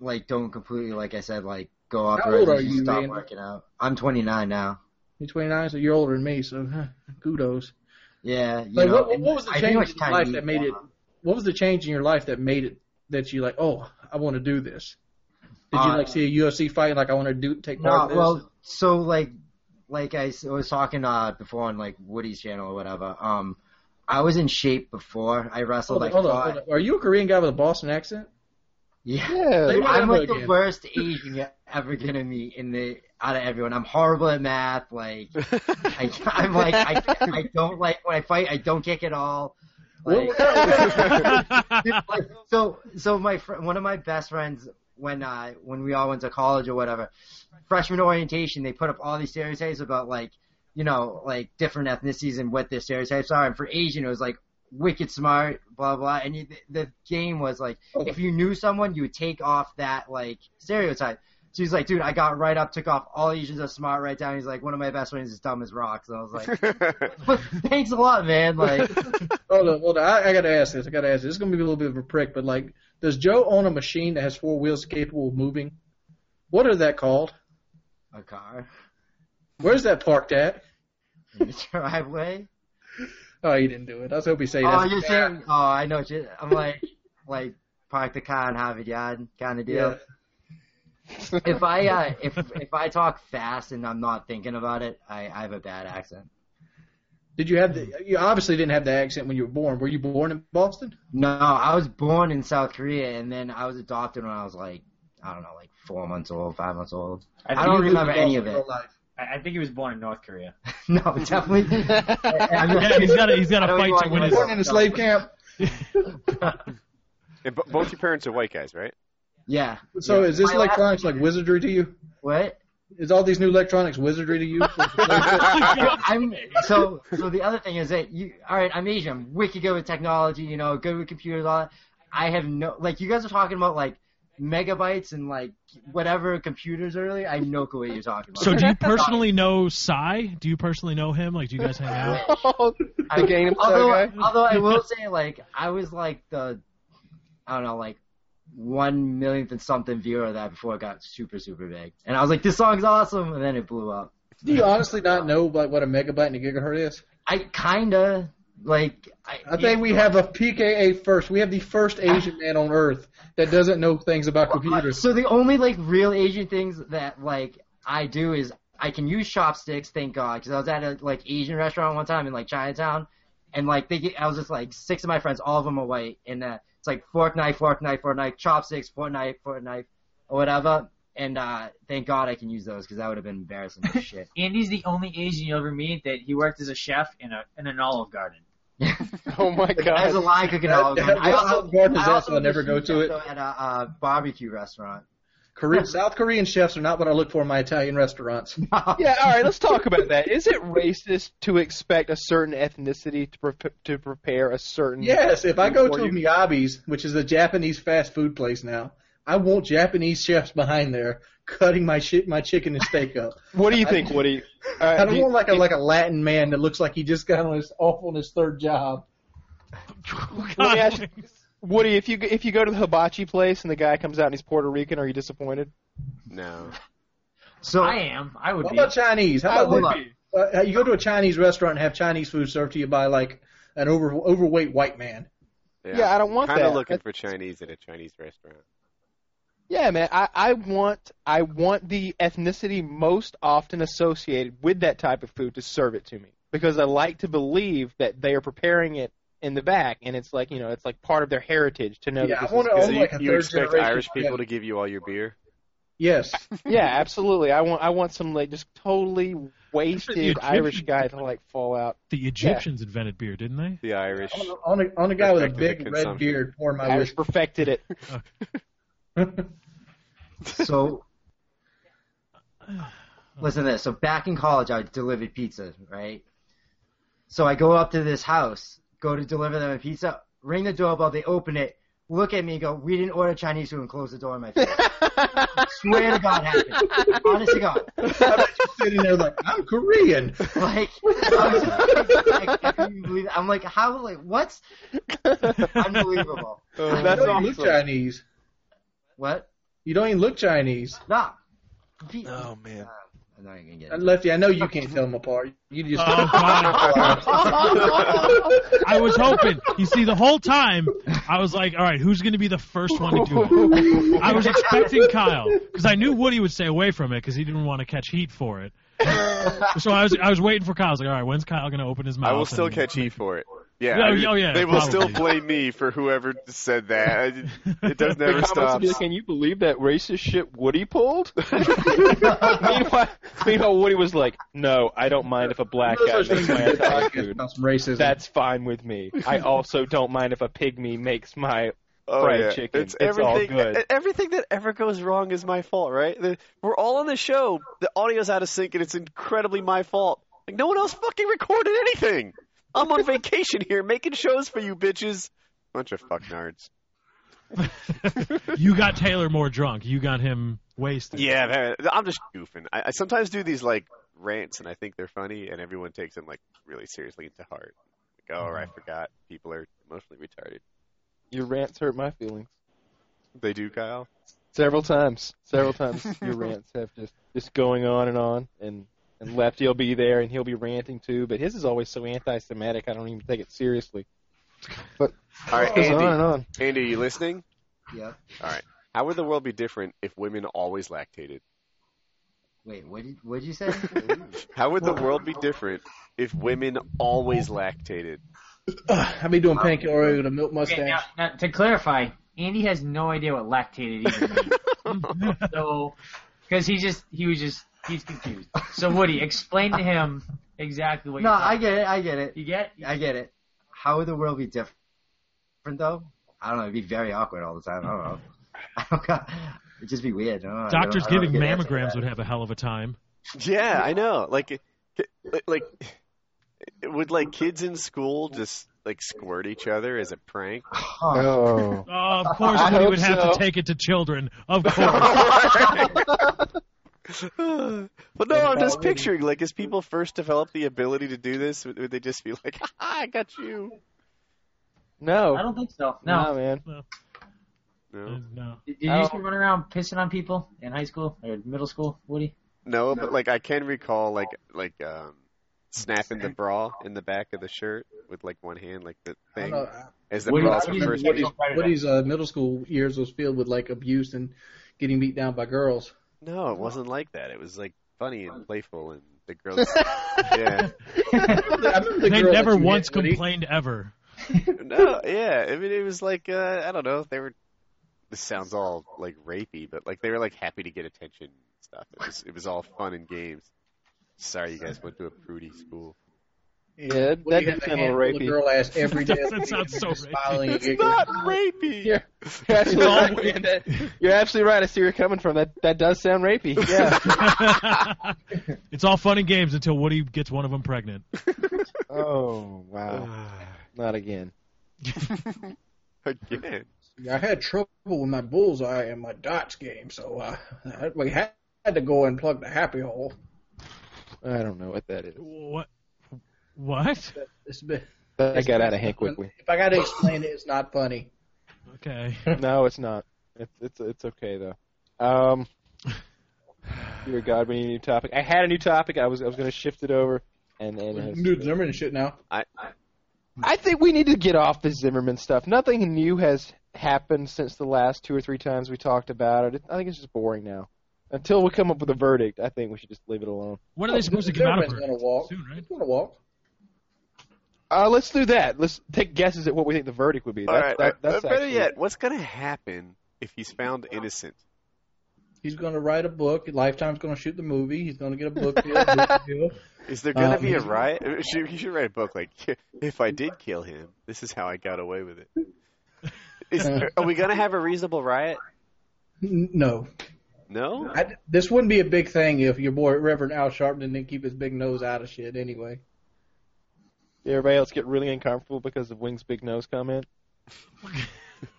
C: like don't completely, like I said, like go off
B: How
C: the
B: old
C: reservation,
B: are you,
C: stop
B: Ian?
C: working out. I'm 29 now.
B: You're 29, so you're older than me, so huh, kudos.
C: Yeah. You
B: Like,
C: know,
B: what- what
C: and
B: was the
C: I pretty
B: change
C: much
B: in
C: kinda
B: life
C: need
B: that made it-
C: one.
B: What was the change in your life that made it that you like, oh, I want to do this? Did you
C: Uh,
B: like see a UFC fight and like I want to do take part
C: No,
B: in this?
C: well, so like, like I s- was talking uh before on like Woody's channel or whatever. Um, I was in shape before I wrestled. I
B: Hold on, hold on,
C: fought.
B: hold on. Are you a Korean guy with a Boston accent?
C: Yeah.
D: Yeah.
C: [LAUGHS]
B: They were
C: I'm
B: never
C: like the
B: again.
C: worst Asian you're ever gonna meet in the out of everyone. I'm horrible at math. Like I, I'm like I, I don't like when I fight. I don't kick at all. Like, [LAUGHS] like [LAUGHS] so so my fr- one of my best friends when uh when we all went to college or whatever, freshman orientation they put up all these stereotypes about like you know like different ethnicities and what their stereotypes are. And for Asian it was like wicked smart, blah blah. And you, the, the game was like if you knew someone, you would take off that like stereotype. So he's like, dude, I got right up, took off all Asians are smart right down. He's like, one of my best friends is dumb as rocks. And I was like,
A: [LAUGHS]
C: thanks a lot, man. Like,
B: Hold on, hold on. I, I gotta ask this. I gotta ask this. It's gonna be a little bit of a prick, but like, does Joe own a machine that has four wheels capable of moving? What are that called?
C: a car [LAUGHS]
B: Where's that parked at?
C: in the driveway.
B: Oh, he didn't do it. I was hoping he say
C: Oh,
B: that.
C: you're saying? Oh, I know. What you I'm like, like park the car in Harvard Yard kind of deal. If I uh,
E: [LAUGHS]
C: if if I talk fast and I'm not thinking about it, I, I have a bad accent.
B: Did you have the? You obviously didn't have the accent when you were born. Were you born in Boston?
C: No, I was born in South Korea and then I was adopted when I was like I don't know, like four months old, five months old.
F: I,
C: I don't
F: think, he was-
C: remember any of it.
F: I I think he was born in North Korea.
C: [LAUGHS] No,
F: [LAUGHS]
C: definitely. I mean,
E: yeah, he's got to he's got
C: I
E: to
C: don't
E: fight
C: even
E: to
C: wanna
E: win his.
C: get
B: Born in a slave camp.
A: And b- both your parents are white guys, [LAUGHS] right?
C: yeah.
B: So
C: yeah.
B: is this
C: My last-
B: electronics like wizardry to you?
C: What?
B: Is all these new electronics wizardry
C: [LAUGHS]
B: to you?
A: Oh
C: I'm so so. The other thing is that you. All right, I'm Asian. I'm wicked good with technology. You know, good with computers. All that. I have no like. You guys are talking about like megabytes and like whatever computers earlier. I have no clue what you're talking about.
E: [LAUGHS] So do you personally know Psy? Do you personally know him? Like, do you guys hang out?
B: [LAUGHS]
C: I-
D: the game
C: although,
D: guy?
C: although I will say, like, I was like the, I don't know, like one millionth and something viewer of that before it got super super big, and I was like, this song's awesome, and then it blew up.
B: Do you honestly not know like what a megabyte and a gigahertz is?
C: I kinda like. I,
B: I think we have a PKA first. We have the first Asian man on Earth that doesn't know things about computers.
C: So the only like real Asian things that like I do is I can use chopsticks, thank God, because I was at a like Asian restaurant one time in like Chinatown, and like they, get- I was just like six of my friends, all of them are white, and uh, it's like fork knife, fork knife, fork knife, chopsticks, fork knife, fork knife, or whatever. And uh, thank God I can use those because that would have been embarrassing as shit. [LAUGHS]
F: Andy's the only Asian you'll ever meet that he worked as a chef in a in an Olive Garden.
D: [LAUGHS] Oh my
C: As a
D: god.
C: line cooking
B: [LAUGHS]
C: all
B: That- that-
C: I also,
B: Olive Garden is
C: I
B: also
C: also
B: I never go
C: was a
B: to it.
C: chef, though, at a uh, barbecue restaurant. [LAUGHS]
B: Korean, South Korean chefs are not what I look for in my Italian
C: [LAUGHS]
B: restaurants.
D: Yeah, all right. Let's talk about that. Is it racist to expect a certain ethnicity to pre- to prepare a certain?
B: Yes, if I go
D: for
B: to
D: you?
B: Miyabi's, which is a Japanese fast food place now, I want Japanese chefs behind there cutting my shit, my chicken and steak up.
D: What do you think, Woody? Uh,
B: [LAUGHS] I
D: do
B: don't
D: you-
B: want like a like a Latin man that looks like he just got on his off on his third job.
D: Let me ask you- Woody, if you if you go to the hibachi place and the guy comes out and he's Puerto Rican, are you disappointed?
A: No.
C: So
F: I am. I would
B: What
F: be.
B: about Chinese? How about
C: would
B: like, uh, you go to a Chinese restaurant and have Chinese food served to you by like an over overweight white man?
A: Yeah,
D: Yeah, I don't want
A: Kinda
D: that.
A: looking
D: That's-
A: for Chinese at a Chinese restaurant.
D: Yeah, man. I, I want I want the ethnicity most often associated with that type of food to serve it to me because I like to believe that they are preparing it in the back and it's like you know it's like part of their heritage to know.
B: Yeah,
D: that this
B: I wanna
D: is good.
B: own
A: So you,
B: like a
A: you
B: third
A: expect
B: generation
A: Irish people
B: Italian.
A: to give you all your beer?
B: Yes.
D: Yeah, absolutely. I want I want some like just totally wasted
B: [LAUGHS]
E: Egyptian
D: Irish guy to like fall out.
E: the Egyptians invented beer, didn't they?
B: [LAUGHS]
A: The Irish.
B: On a- on a, on a guy with a
A: Perfected
B: big
A: consumption.
B: red beard pouring my
D: Irish
B: whiskey.
D: perfected
B: [LAUGHS]
D: it.
C: So, listen to this. So back in college, I delivered pizza, right? So I go up to this house, go to deliver them a pizza, ring the doorbell, they open it, look at me, go, we didn't order Chinese food, and close the door in my face. Swear to God, happened. Honest to God.
B: sitting there like I'm Korean.
C: Like, I was- like, I couldn't believe it. I'm like, how, like, what? Unbelievable.
B: Oh, you
D: That's
B: don't even
D: awesome.
B: look Chinese.
C: What?
B: You don't even look Chinese.
C: Nah. Pe-
D: Oh man.
C: I'm not even gonna get
B: Uh,
C: it.
B: Lefty, I know you can't tell them apart. You just
E: Oh
B: [LAUGHS]
E: God! I was hoping. You see, the whole time I was like, "All right, who's going to be the first one to do it?" I was expecting Kyle because I knew Woody would stay away from it because he didn't want to catch heat for it. so I was I was waiting for Kyle. I was like, "All right, when's Kyle going to open his mouth?"
A: I will still
E: and-
A: catch E for it. Yeah,
E: No,
A: I mean,
E: oh, yeah,
A: they will still
E: probably.
A: blame me for whoever said
E: [LAUGHS]
A: that. I- It does
D: The
A: never
D: comments will
A: stop.
D: be like, Can you believe that racist shit Woody [LAUGHS] pulled? meanwhile, meanwhile, Woody was like, "No, I don't mind if a black
B: No
D: guy
B: such
D: makes
B: thing
D: my
B: as a
D: Italian
B: podcast
D: food.
B: about some racism.
D: uh, That's fine with me. I also don't mind if a pygmy makes my."
A: Oh,
D: fried
A: yeah.
D: chicken.
A: It's,
D: It's all
A: everything.
D: good.
A: e- Everything that ever goes wrong is my fault, right? The- We're all on the show. The audio's out of sync, and it's incredibly my fault. Like no one else fucking recorded anything. I'm on vacation here, making shows for you bitches. Bunch of fuck nerds.
E: You got Taylor more drunk. You got him wasted.
A: Yeah, that- I'm just goofing. I, I sometimes do these like rants, and I think they're funny, and everyone takes them like really seriously into heart. Like, oh,
D: Mm-hmm.
A: I forgot. People are emotionally retarded.
D: Your rants hurt my feelings
A: They do, Kyle.
D: several times. Several times [LAUGHS] your rants have just just going on and on, and and Lefty'll be there and he'll be ranting too. But his is always so anti-Semitic. I don't even take it seriously.
A: All right,
D: It goes on and
A: Andy.
D: on.
A: Andy, are you listening?
C: [LAUGHS] Yeah.
A: How would the world be different if women always lactated?
C: Wait, what did, what did you
F: [LAUGHS]
C: say?
A: How would the world be different if women always lactated? [LAUGHS]
B: I've been doing pancake Oreo with a milk
F: Okay, now,
B: mustache.
F: now, to clarify, Andy has no idea what lactated
C: [LAUGHS]
F: even means. so, because he just he was just he's confused. So Woody, explain to him exactly what.
C: no,
F: you're
C: I
F: talking-
C: get it. I get it.
F: You get?
C: I get it. How would the world be different though? I don't know. It'd be very awkward all the time. I don't know. [LAUGHS] I don't got, it'd just be weird. I don't know. I don't-
E: Doctors
C: I don't
E: giving
C: get an answer to
E: mammograms
C: that.
E: would have a hell of a time.
A: Yeah, I know. Like, it- like, would like kids in school just like squirt each other as a prank? [SIGHS]
D: Oh.
E: Oh, of course,
D: I
E: we
D: hope
E: would have
D: so.
E: to take it to children.
D: [LAUGHS]
E: Of course.
A: well, no, I'm just picturing like as people first develop the ability to do this, would, would they just be like, [LAUGHS] "Ha, ha, "I got you"?
D: No.
F: I don't think so. No.
D: Nah, man.
A: No,
E: no.
F: Did you used to run around pissing on people in high school or middle school, Woody?
A: no, but like I can recall like like um snapping the bra in the back of the shirt with like one hand, like the
B: I don't
A: thing
B: know, I-
A: as the
F: What do
A: bra's
F: you- what
A: were
F: do you-
A: first.
F: what do
A: being-
F: you- Friday night.
B: Woody's uh, middle school years was filled with like abuse and getting beat down by girls.
A: No, it wasn't like that. It was like funny and playful, and the
D: [LAUGHS]
A: girls. yeah.
B: [LAUGHS] I remember the
E: They
B: girl
E: never
B: that you
E: once
B: hit, Woody.
E: complained ever.
A: No, yeah. I mean, it was like uh, I don't know. They were. This sounds all like rapey, but like they were like happy to get attention and stuff. It was it was all fun and games. Sorry, you guys went to a prudy school.
D: Yeah, that, that
B: Woody had
D: did
B: to
D: sound a little
B: handle the
D: rapey.
B: girl ass every day.
E: [LAUGHS] That sounds
B: [LAUGHS]
E: so
B: Just
D: [LAUGHS]
B: smiling and
A: It's
B: giggling.
A: not rapey.
D: Yeah. You're absolutely right. man. That- You're absolutely right. I see where you're coming from. That that does sound rapey. [LAUGHS] Yeah.
E: [LAUGHS] it's all fun and games until Woody gets one of them pregnant.
D: oh wow. Not again.
A: Again.
B: Yeah, I had trouble with my bullseye and my dots game, so uh, I- we had to go and plug the happy hole.
D: I don't know what that is.
E: What? What?
B: It's been,
D: That got out of hand quickly.
B: If I got to explain it, it's not funny.
E: Okay.
D: No, it's not. It's it's it's okay though. Um, [SIGHS] dear God, we need a new topic. I had a new topic. I was I was gonna shift it over, and and
B: Dude, Zimmerman and shit now.
A: I,
D: I think we need to get off the Zimmerman stuff. Nothing new has happened since the last two or three times we talked about it. I think it's just boring now. Until we come up with a verdict, I think we should just leave it alone.
E: When are they supposed to get out of
B: Zimmerman's
E: her?
B: gonna walk.
E: Soon, right?
B: He's gonna walk.
D: Uh, let's do that. Let's take guesses at what we think the verdict would be.
A: all
D: That's-
A: right.
D: that-
A: all right.
D: that's
A: Better
D: actually-
A: yet, what's gonna happen if he's found innocent?
B: He's gonna write a book. Lifetime's gonna shoot the movie. He's gonna get a book
E: [LAUGHS]
B: deal. a book deal.
A: Is there gonna
B: Um,
A: be a riot? [LAUGHS] You should, you should write a book like, if I did kill him, this is how I got away with it. Is, are we gonna have a reasonable riot?
B: N- No,
A: No.
B: I, this wouldn't be a big thing if your boy Reverend Al Sharpton didn't keep his big nose out of shit. Anyway,
D: Everybody else get really uncomfortable because of Wing's big nose comment.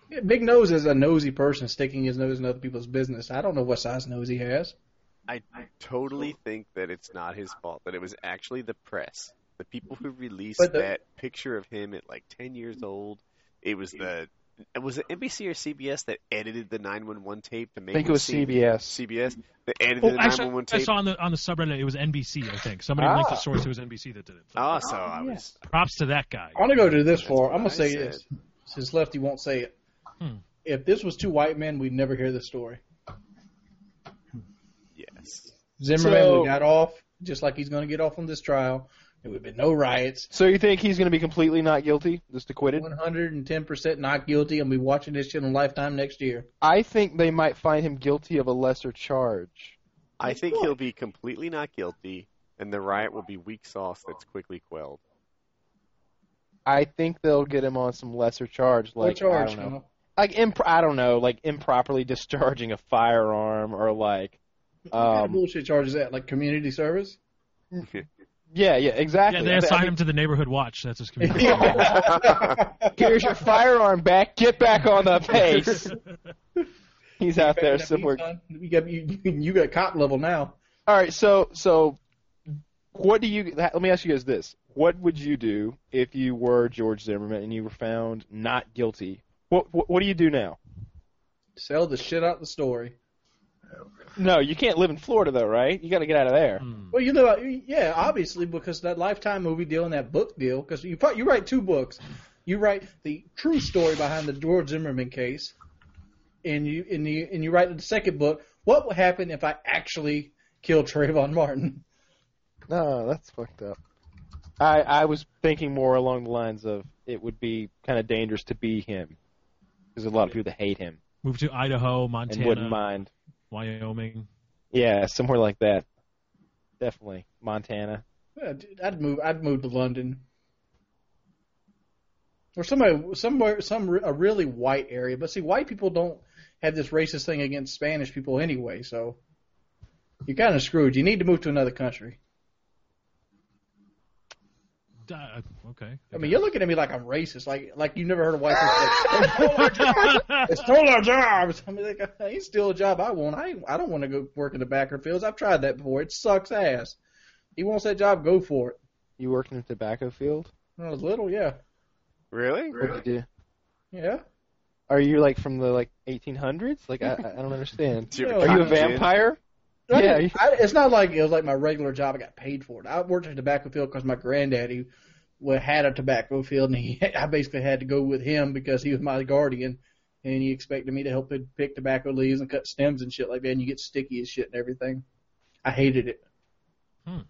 B: Yeah, big nose is a nosy person sticking his nose in other people's business. I don't know what size nose he has.
A: I totally think that it's not his fault. That it was actually the press, the people who released
B: But the-
A: that picture of him at like ten years old. It was the it was it NBC or CBS that edited the nine one one tape to
D: I
A: make.
D: think it was
A: seem-
D: CBS.
A: CBS that edited
E: Well,
A: the nine one
E: actually,
A: one
E: Oh, I
A: tape.
E: saw on the on the subreddit it was NBC. I think somebody linked the
D: Ah.
E: source. It was NBC that did it. So
A: Oh, so I was
E: props to that guy.
B: I'm gonna go to this far.
A: what
B: I'm gonna
A: I
B: say
A: said.
B: this since Lefty won't say it.
E: Hmm.
B: If this was two white men, we'd never hear this story.
A: yes.
B: Zimmerman
D: So-
B: would have got off just like he's gonna get off on this trial. There would have been no riots.
D: So you think he's going to be completely not guilty, just acquitted?
B: 110% not guilty, and be watching this shit on Lifetime next year.
D: I think they might find him guilty of a lesser charge.
A: I think he'll be completely not guilty, and the riot will be weak sauce that's quickly quelled.
D: I think they'll get him on some lesser charge, like
B: what charge?
D: I don't
B: you
D: know,
B: know?
D: like imp- I don't know, like improperly [LAUGHS] discharging a firearm or like,
B: what kind of
D: um,
B: bullshit charge is that? Like community service?
D: yeah, yeah, exactly.
E: Yeah, they
D: I thi- I
E: assigned
D: think,
E: him to the neighborhood watch. That's his community.
D: [LAUGHS] Here's
B: [LAUGHS]
D: your firearm back. Get back on the
E: [LAUGHS]
D: pace. He's out there somewhere.
B: You got, you, [LAUGHS] you got cop level now.
D: All right, so so what do you? Let me ask you guys this: What would you do if you were George Zimmerman and you were found not guilty? What what, what do you do now?
B: Sell the shit out the story.
D: No, you can't live in Florida though, right? You got to get out of there.
E: Hmm.
B: Well, you know, yeah, obviously because that Lifetime movie deal and that book deal, because you pro- you write two books, you write the true story behind the George Zimmerman case, and you and you and you write the second book. What would happen if I actually killed [LAUGHS] Trayvon Martin?
D: No, that's fucked up. I I was thinking more along the lines of it would be kind of dangerous to be him. There's a lot of people that hate him
E: Moved to Idaho,
D: and wouldn't
E: Montana,
D: mind.
E: Wyoming.
D: Yeah, somewhere like that. Definitely Montana.
B: Yeah, dude, I'd move. I'd move to London, or somebody, somewhere, some re- a really white area. But see, white people don't have this racist thing against Spanish people anyway, so you're kind of screwed. You need to move to another country.
E: uh, okay.
B: I mean, you're looking at me like I'm racist, like like you've never heard of white people. It's
E: [LAUGHS]
B: stole our jobs. [LAUGHS] It's stole our jobs. I mean, like, I ain't steal a job I want. I ain't, I don't want to go work in the backer fields. I've tried that before. It sucks ass. He wants that job. Go for it.
D: You worked in the tobacco field?
B: When I was little, yeah,
A: Really?
D: What do you do?
B: yeah.
D: Are you like from the like 1800s? Like I, I don't understand.
A: Do you have
D: [LAUGHS] Are you a
A: cotton gin?
D: vampire?
B: I
D: Yeah,
B: didn't- I, it's not like it was like my regular job. I got paid for it. I worked in a tobacco field because my granddaddy wa- had a tobacco field, and he [LAUGHS] I basically had to go with him because he was my guardian, and he expected me to help him pick tobacco leaves and cut stems and shit like that. And you get sticky as shit and everything. I hated it.
E: Hmm.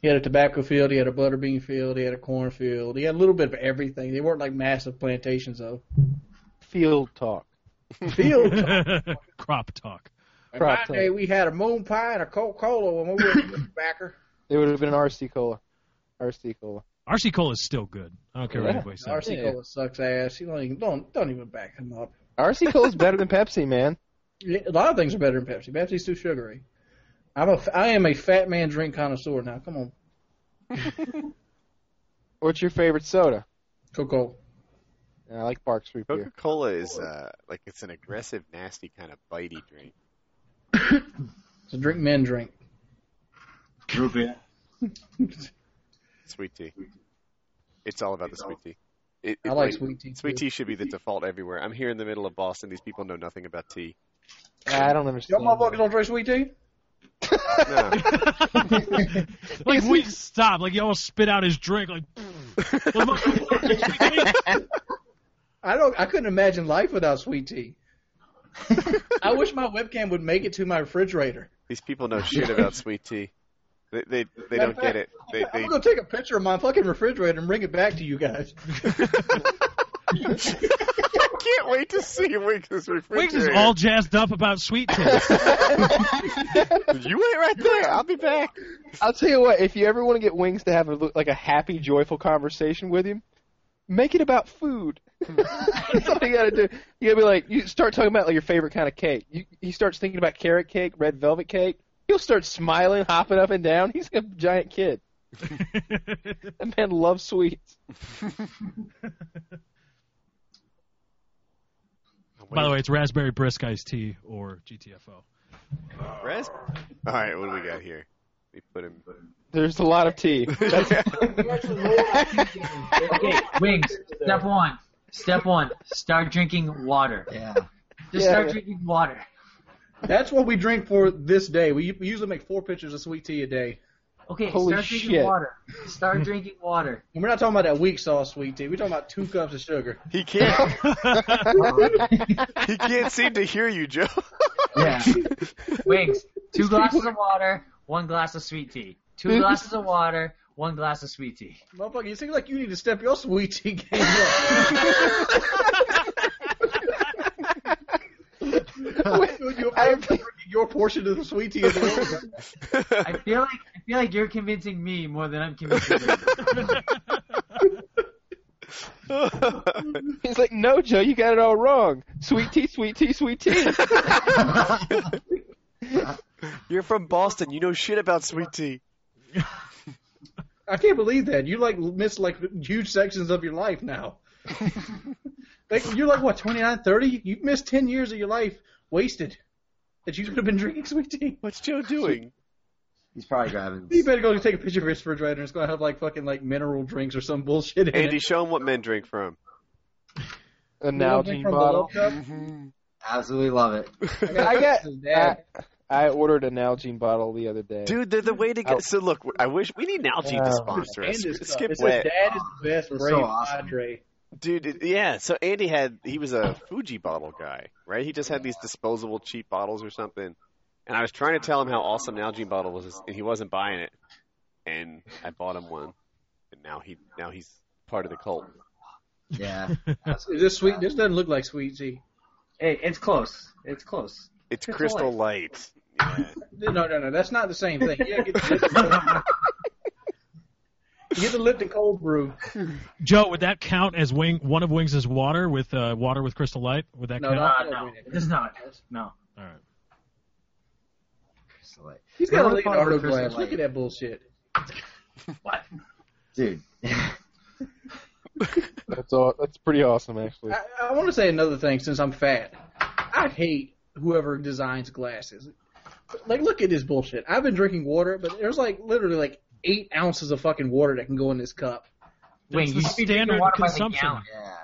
B: He had a tobacco field. He had a butterbean field. He had a corn field. He had a little bit of everything. They weren't like massive plantations though.
D: Field talk.
B: Field.
E: [LAUGHS]
D: [LAUGHS]
E: Crop talk.
B: In
D: Crop
B: my
D: top.
B: day, we had a moon pie and a Coca Cola when we were a tobacco.
D: It would have been an RC cola. RC cola.
E: RC Cola is still good. I don't care what
D: Yeah.
E: anybody says.
B: RC
D: Yeah.
B: Cola sucks ass. You don't even don't don't even back him up.
D: [LAUGHS] RC cola is better than Pepsi, man.
B: A lot of things are better than Pepsi. Pepsi's too sugary. I'm a I am a fat man drink connoisseur now. Come on,
D: What's your favorite soda?
B: Coca.
D: And I like Bark Street
A: Coca
D: beer.
A: Cola is uh, like it's an aggressive, nasty kind of bitey drink.
B: It's a drink men drink.
G: Root beer.
A: Sweet tea. It's all about the sweet tea. It,
B: I
A: it,
B: like sweet tea.
A: Sweet
B: too.
A: tea should be the default everywhere. I'm here in the middle of Boston. These people know nothing about [LAUGHS] tea.
D: I don't
B: Y'all
D: understand.
B: motherfuckers don't drink sweet tea.
A: No.
E: [LAUGHS] like we stop. Like he almost spit out his drink. Like [LAUGHS]
B: I don't. I couldn't imagine life without sweet tea. [LAUGHS] I wish my webcam would make it to my refrigerator.
A: These people know shit about sweet tea. They they, they don't get it. They
B: I'm
A: they
B: gonna take a picture of my fucking refrigerator and bring it back to you guys.
A: [LAUGHS]
B: [LAUGHS]
A: I can't wait to see Wiggs' refrigerator.
E: Wiggs is all jazzed up about sweet tea.
A: You wait right there. I'll be back.
D: I'll tell you what. If you ever want to get Wings to have a, like a happy, joyful conversation with him, make it about food. [LAUGHS] That's all you gotta do. You gotta be like, you start talking about like your favorite kind of cake. You, he starts thinking about carrot cake, red velvet cake. He'll start smiling, hopping up and down. He's a giant kid. That man loves sweets.
E: By the way, it's raspberry brisk iced tea or GTFO.
A: Res- all right, what do we got here? We put him.
D: There's a lot of tea.
F: [LAUGHS] Okay, wings. Step one. Step one. Start drinking water.
C: [LAUGHS] Yeah. [LAUGHS]
F: Just
D: Yeah,
F: start
D: yeah.
F: drinking water.
B: That's what we drink for this day. We we usually make four pitchers of sweet tea a day.
F: Okay,
D: Holy
F: start drinking
D: shit.
F: water. [LAUGHS] Start drinking water.
B: And we're not talking about that weak sauce sweet tea. We're talking about two cups of sugar.
A: [LAUGHS] He can't. he can't seem to hear you, Joe.
F: Yeah. Wings. [LAUGHS] Two glasses of water, one glass of sweet tea. Two glasses of water, one glass of sweet tea.
B: Motherfucker, you seem like you need to step your sweet tea game up. you
D: I-
B: I'm drinking your portion of the sweet tea. Of the
F: I feel like I feel like you're convincing me more than I'm convincing you.
D: He's like, no, Joe, you got it all wrong. Sweet tea, sweet tea, sweet tea.
A: [LAUGHS] You're from Boston. You know shit about sweet tea.
B: I can't believe that you like miss like huge sections of your life now. like you're like what 29, 30? You missed ten years of your life wasted that you could have been drinking sweet tea.
A: What's Joe doing?
C: He's probably grabbing.
B: You better go take a picture of his refrigerator. and It's gonna have like fucking like mineral drinks or some bullshit in
A: Andy,
B: it.
A: show him what men drink from.
D: An
B: Mineral
D: Nalgene
B: drink from
D: bottle.
B: the Love Cup.
C: Absolutely love it.
D: I got. I,
B: Dad.
D: I ordered an Nalgene bottle the other day.
A: Dude, they're the way to go.
D: Oh.
A: So look, I wish we need Nalgene
D: Oh.
A: to sponsor us.
B: Andy's cup.
A: Skip
B: It says,
A: wet,
B: Dad is the best
C: That's
B: brave
C: so awesome.
B: Padre.
A: dude. it- Yeah, so Andy had he was a Fuji bottle guy, right? He just had these disposable cheap bottles or something. And I was trying to tell him how awesome Nalgene bottle was, and he wasn't buying it. And I bought him one, and now he now he's part of the cult.
C: Yeah.
B: Is this sweet? This doesn't look like sweet tea.
F: [LAUGHS] Hey, it's close. It's close.
A: It's
F: It's
A: Crystal Light. Yeah.
B: No, no, no. That's not the same thing. Yeah, get the,
C: [LAUGHS]
B: [LAUGHS] get the Lipton cold brew.
E: Joe, would that count as wing one of Wings' is water with uh, water with crystal light? Would that
B: No,
E: count?
F: Uh, no, it does not. No.
E: All right.
C: Crystal Light.
B: He's got a
C: We're
B: Leonardo
C: following Crystal
B: glass.
C: Light.
B: Look at that bullshit.
F: What?
C: dude. [LAUGHS]
D: That's all. That's pretty awesome, actually.
B: I, I want to say another thing since I'm fat. I hate whoever designs glasses. Like, look at this bullshit. I've been drinking water, but there's like literally like eight ounces of fucking water that can go in this cup.
F: Wait,
E: That's
F: you
E: the
F: should be drinking
E: standard
F: water by the
E: consumption.
F: gallon.
C: Yeah.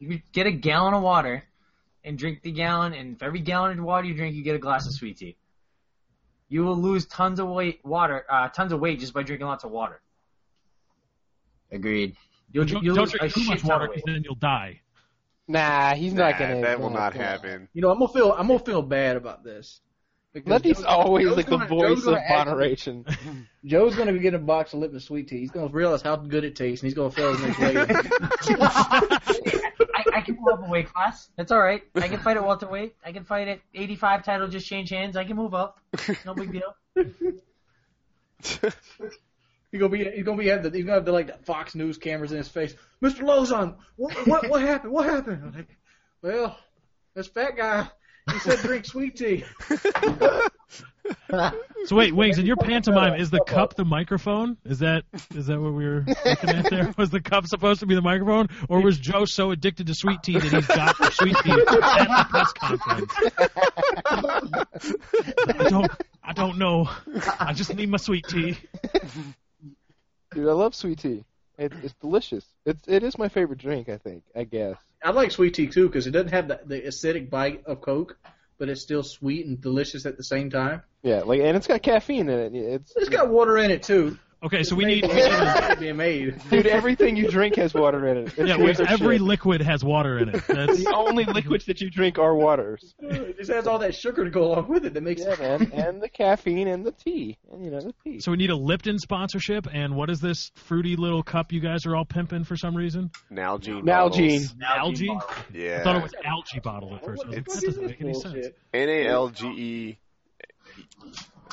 F: You could get a gallon of water and drink the gallon, and for every gallon of water you drink, you get a glass of sweet tea. You will lose tons of weight, water, uh, tons of weight just by drinking lots of water.
C: Agreed.
F: You'll,
E: Don't,
F: you'll
E: don't
F: lose a
E: drink too
F: shit
E: much
F: ton
E: water
F: of weight.
E: because then you'll die.
D: Nah, he's
A: Nah,
D: [LAUGHS] not gonna.
A: that will
D: nah,
A: not
D: nah.
A: happen.
B: You know, I'm gonna feel I'm gonna feel bad about this. Because
D: Letty's
B: Joe's-
D: always
B: Joe's
D: like the
B: gonna-
D: voice
B: Joe's gonna
D: of
B: act-
D: moderation.
B: Joe's gonna get a box of Lipton sweet tea. He's gonna realize how good it tastes, and he's gonna fail his
D: [LAUGHS]
B: next lady.
F: [LAUGHS] I, I can move up a weight class. That's all right. I can fight at welterweight. I can fight at 85. Title just change hands. I can move up. No big deal.
B: He's gonna be he's gonna be have the he's gonna have the like the Fox News cameras in his face. Mr. Lozon, what what, what happened? What happened? I'm like, well, this fat guy he said drink sweet tea.
E: So wait, Wings, in your pantomime, is the cup the microphone? Is that is that what we were looking at there? Was the cup supposed to be the microphone, or was Joe so addicted to sweet tea that he's got the sweet tea at the press conference? I don't, I don't know. I just need my sweet tea.
D: [LAUGHS] Dude, I love sweet tea. It, it's delicious. It's it is my favorite drink. I think. I guess.
B: I like sweet tea too because it doesn't have the, the acidic bite of Coke, but it's still sweet and delicious at the same time.
D: Yeah, like and it's got caffeine in it. It's
B: It's got water in it too.
E: Okay, so we need,
B: being made.
D: [LAUGHS] dude. Everything you drink has water in it. It's
E: yeah, Wings,
D: weird as
E: every
D: shit.
E: liquid has water in it. That's,
D: the only liquids that you drink are waters.
B: It just has all that sugar to go along with it that makes
D: Yeah,
B: it.
D: man, and the caffeine and the tea, and you know the tea.
E: so we need a Lipton sponsorship, and what is this fruity little cup you guys are all pimping for some reason?
A: Nalgene.
D: Nalgene.
A: bottles.
E: Algae? I thought it
A: Yeah.
E: was algae bottle at first. I was like,
A: It's-
E: that doesn't make any sense.
B: Bullshit.
A: N a l g e.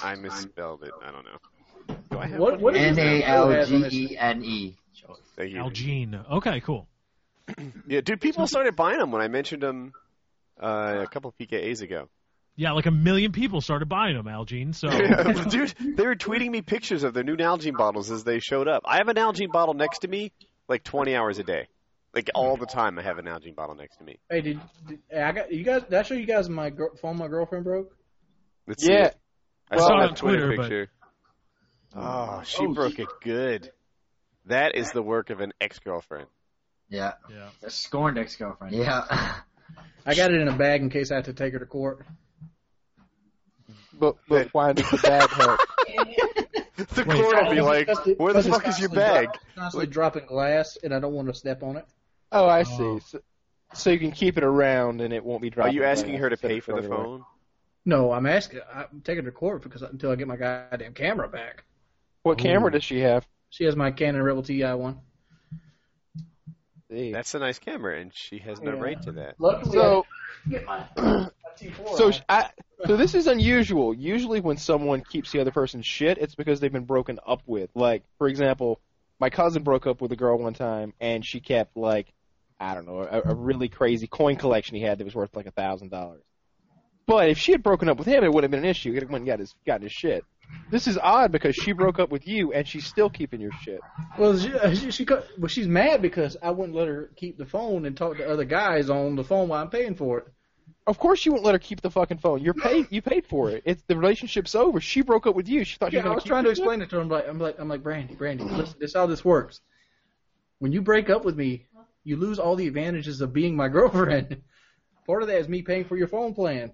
A: I misspelled it. I don't know. Do I have
B: What-
A: one?
B: what is-
C: N A L G E N E.
A: Thank you.
E: Algene. Okay, cool.
A: Yeah, dude, people started buying them when I mentioned them uh, a couple of PKAs ago.
E: Yeah, like a million people started buying them, Algene. So
A: [LAUGHS] dude, they were tweeting me pictures of their new Nalgene bottles as they showed up. I have an Nalgene bottle next to me like 20 hours a day. Like all the time I have an Nalgene bottle next to me.
B: Hey, did, did hey, I got you guys? Did I show you guys my gr- phone my girlfriend broke?
A: Let's see
D: Yeah,
A: it. I
D: Well,
A: saw
D: on
A: that Twitter,
E: Twitter, but-
A: picture. Oh, she broke it good. That is the work of an ex-girlfriend.
C: Yeah.
E: yeah.
F: A scorned ex-girlfriend.
C: Yeah.
B: I got it in a bag in case I had to take her to court.
D: but but why does the
A: [LAUGHS]
D: bag help?
A: [LAUGHS] The
E: Wait.
A: court will be like,
B: Because it-
A: where the
B: because it's
A: fuck is your
B: constantly
A: bag?
B: dro- Constantly dropping glass, and I don't want to step on it.
D: Oh, I
E: Oh.
D: see. So, so you can keep it around and it won't be
A: Are
D: dropped.
A: you asking her to pay for the phone?
B: No, I'm asking. I'm taking her to court because until I get my goddamn camera back,
D: What
E: Ooh.
D: camera does she have?
B: she has my Canon Rebel Ti one.
D: See.
A: That's a nice camera, and she has no
B: Yeah.
A: right to that.
B: Luckily,
D: So
B: get my, my T4.
D: so sh- I, so this is unusual. Usually when someone keeps the other person's shit, it's because they've been broken up with. Like for example, my cousin broke up with a girl one time and she kept like I don't know a, a really crazy coin collection he had that was worth like a thousand dollars. But if she had broken up with him, it would have been an issue. He would have went and got his gotten his shit. This is odd because she broke up with you and she's still keeping your shit.
B: well, she, uh, she, she cut- well, she's mad because I wouldn't let her keep the phone and talk to other guys on the phone while I'm paying for it.
D: Of course you won't let her keep the fucking phone. You're paid. You paid for it. It's the relationship's over. She broke up with you. She thought you
B: Yeah,
D: were
B: I
D: gonna
B: was
D: keep
B: trying to
D: your shit.
B: explain it to him. Like, I'm like, I'm like, Brandy, Brandy, listen, this is how this works. When you break up with me, you lose all the advantages of being my [LAUGHS] girlfriend. Part of that is me paying for your phone plan.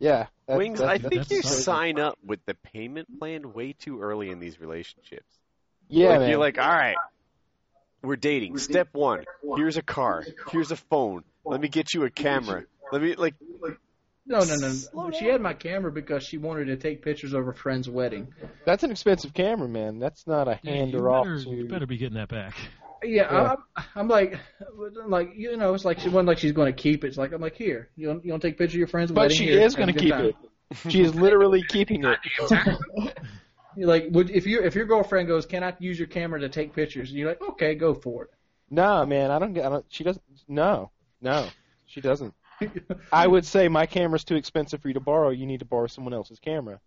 D: Yeah. that's-
A: Wings,
D: that's-
A: I
D: that's-
A: think you
E: that's-
A: sign up with the payment plan way too early in these relationships.
D: Yeah,
A: like,
D: man.
A: You're like, all right, we're dating. Step one: here's a car, here's a phone. Let me get you a camera. Let me [LAUGHS] like,
B: No, no, no.
A: Slow
B: she
A: down.
B: had my camera because she wanted to take pictures of her friend's wedding.
D: that's an expensive camera, man. That's not a
E: Yeah,
D: hand
E: you
D: or off
E: better,
D: to.
E: you better be getting that back. [LAUGHS]
B: Yeah,
D: Yeah.
B: I'm, I'm like, I'm like you know, it's like she wasn't like she's going to keep it. It's like I'm like, here, you don't, you don't take pictures of your friend's
D: [LAUGHS] but
B: wedding.
D: she
B: Here,
D: is
B: have a
D: going to
B: good
D: keep
B: time.
D: it. She is
E: [LAUGHS]
D: literally keeping it.
B: [LAUGHS] You're like, would, if your if your girlfriend goes, can I use your camera to take pictures? And you're like, okay, go for it.
D: No, man. I don't. get- I don't. She doesn't. No, no. She doesn't. I would say my camera's too expensive for you to borrow. You need to borrow someone else's camera.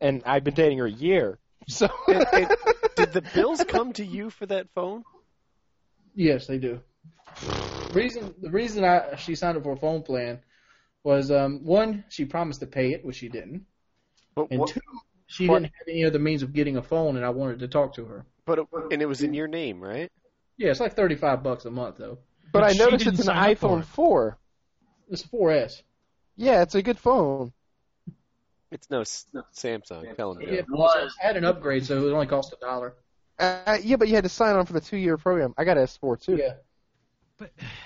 D: And I've been dating her a year. [LAUGHS] So
A: And- and did the bills come to you for that phone?
B: Yes, they do. Reason the reason I she signed up for a phone plan was um one she promised to pay it, which she didn't,
A: But
B: and
A: what,
B: two she
A: what-
B: didn't have any other means of getting a phone, and I wanted to talk to her.
A: but it, and it was in your name, right?
B: Yeah, it's like thirty five bucks a month though.
E: But
D: but I
E: she
D: noticed
E: didn't
D: it's an
E: sign up for
D: iPhone
E: it.
D: 4.
B: It's a 4S.
D: Yeah, it's a good phone.
A: It's no s- Samsung. Tell him.
B: Yeah,
A: [LAUGHS] Joe.
B: it was. I had an upgrade, so it only cost a dollar.
D: Uh, yeah, but you had to sign on for the two-year program. I got S4 too.
B: Yeah.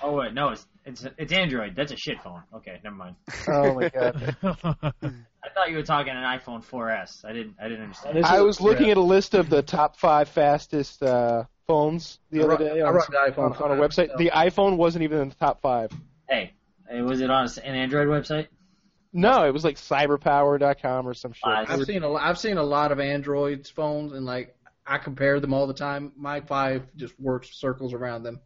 F: Oh wait, no, it's it's it's Android. That's a shit phone. Okay, never mind.
D: Oh my god.
F: I thought you were talking an iPhone 4S. I didn't I didn't understand.
B: This
D: I
B: is-
D: was looking at a list of the top five fastest uh, phones the
B: I
D: other
B: run-
D: day
B: I
D: on,
B: run the iPhone
D: on, on a
B: five
D: website.
B: myself.
D: The iPhone wasn't even in the top five.
F: Hey, hey, was it on an Android website?
D: No, it was like cyberpower.com or some shit.
F: Five.
B: I've seen a I've seen a lot of Android phones, and like I compare them all the time. My five just works circles around them.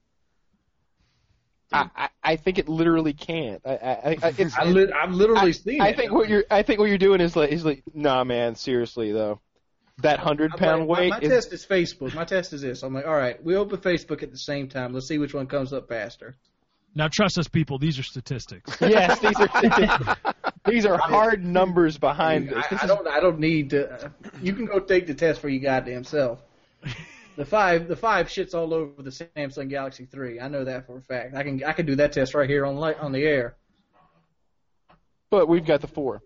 D: I, I, I think it literally can't. I, I,
B: [LAUGHS]
D: I, it's,
B: I lit I'm literally
D: I-
B: seeing
D: I
B: it.
D: think what you're I think what you're doing is like is like nah man seriously though that hundred
B: I'm
D: pound
B: like,
D: weight
B: My, my
D: is
B: test is Facebook. My test is this. I'm like, all right, we open Facebook at the same time. Let's see which one comes up faster.
E: now trust us, people. These are statistics.
D: [LAUGHS] yes these are
B: [LAUGHS]
D: these are hard numbers behind
B: I,
D: this. This
B: I
D: is-
B: don't. I don't need to. You can go take the test for your
D: [LAUGHS]
B: goddamn self. The five, the five shits all over the Samsung Galaxy Three. I know that for a fact. I can, I can do that test right here on light on the air.
D: but we've got the four.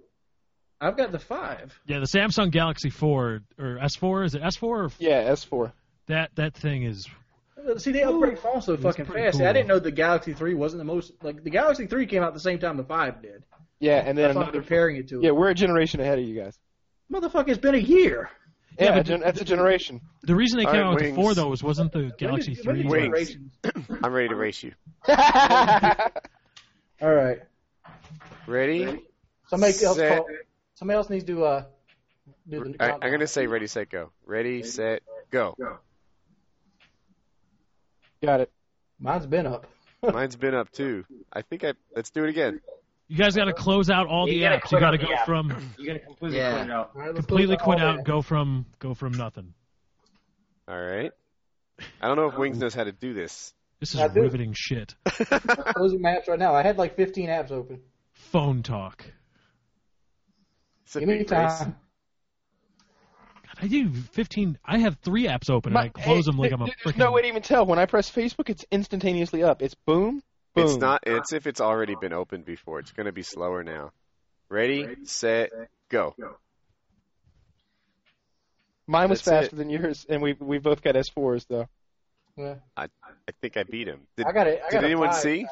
B: I've got the five.
E: yeah, the Samsung Galaxy 4 or S4 is it S4 or
D: Yeah, S four.
E: that that thing is
B: See, they upgrade phones so fucking
E: pretty
B: fast. See, I
E: cool.
B: didn't know the Galaxy Three wasn't the most like the Galaxy Three came out the same time the Five did.
D: Yeah, and then
B: That's why I'm
D: another.
B: comparing it to.
D: Yeah,
B: it.
D: we're a generation ahead of you guys.
B: motherfucker, it's been a year.
D: Yeah,
E: Yeah, but
D: a gen- that's a generation.
E: the reason they
A: All
E: came
A: right,
E: out with
A: wings.
E: the 4 though was wasn't the
B: When
E: Galaxy
B: did- when did
E: 3
A: Wings.
B: generations-
A: I'm ready to race you.
B: All right,
A: Ready?
B: somebody else.
A: Set.
B: Call, somebody else needs to uh. Do the,
A: I, I'm gonna say ready, set, go. Ready, set, go.
D: got it.
B: Mine's been up.
A: Mine's been up too. I think I. Let's do it again.
E: You guys got to close out all
F: You
E: the apps.
F: gotta
E: You
F: clear
E: got to
F: out
E: go
F: the app.
E: from
F: You're gonna completely
C: Yeah.
F: put it out.
B: All right, let's
E: completely
B: close
E: quit
B: all
E: out,
B: that.
E: go from go from nothing.
A: All right. I don't know if Wings knows how to do this. [LAUGHS]
E: This is
B: I do.
E: riveting shit.
B: Closing my apps right now. I had like 15 apps open.
E: Phone talk.
A: It's a
B: Give me
A: big race.
B: time.
E: God, I do 15. I have three apps open and I close them like I'm a
D: There's
E: freaking.
D: no way to even tell. When I press Facebook, it's instantaneously up. It's boom, boom.
A: It's not. It's if it's already been opened before. It's gonna be slower now. Ready, set, go.
D: Mine was
A: That's it.
D: faster than yours, and we we both got S fours though.
B: [LAUGHS] Yeah.
A: I think I beat him. Did, [LAUGHS]
B: I got it. I got
A: did
B: a
A: anyone
B: five
A: see?
B: now.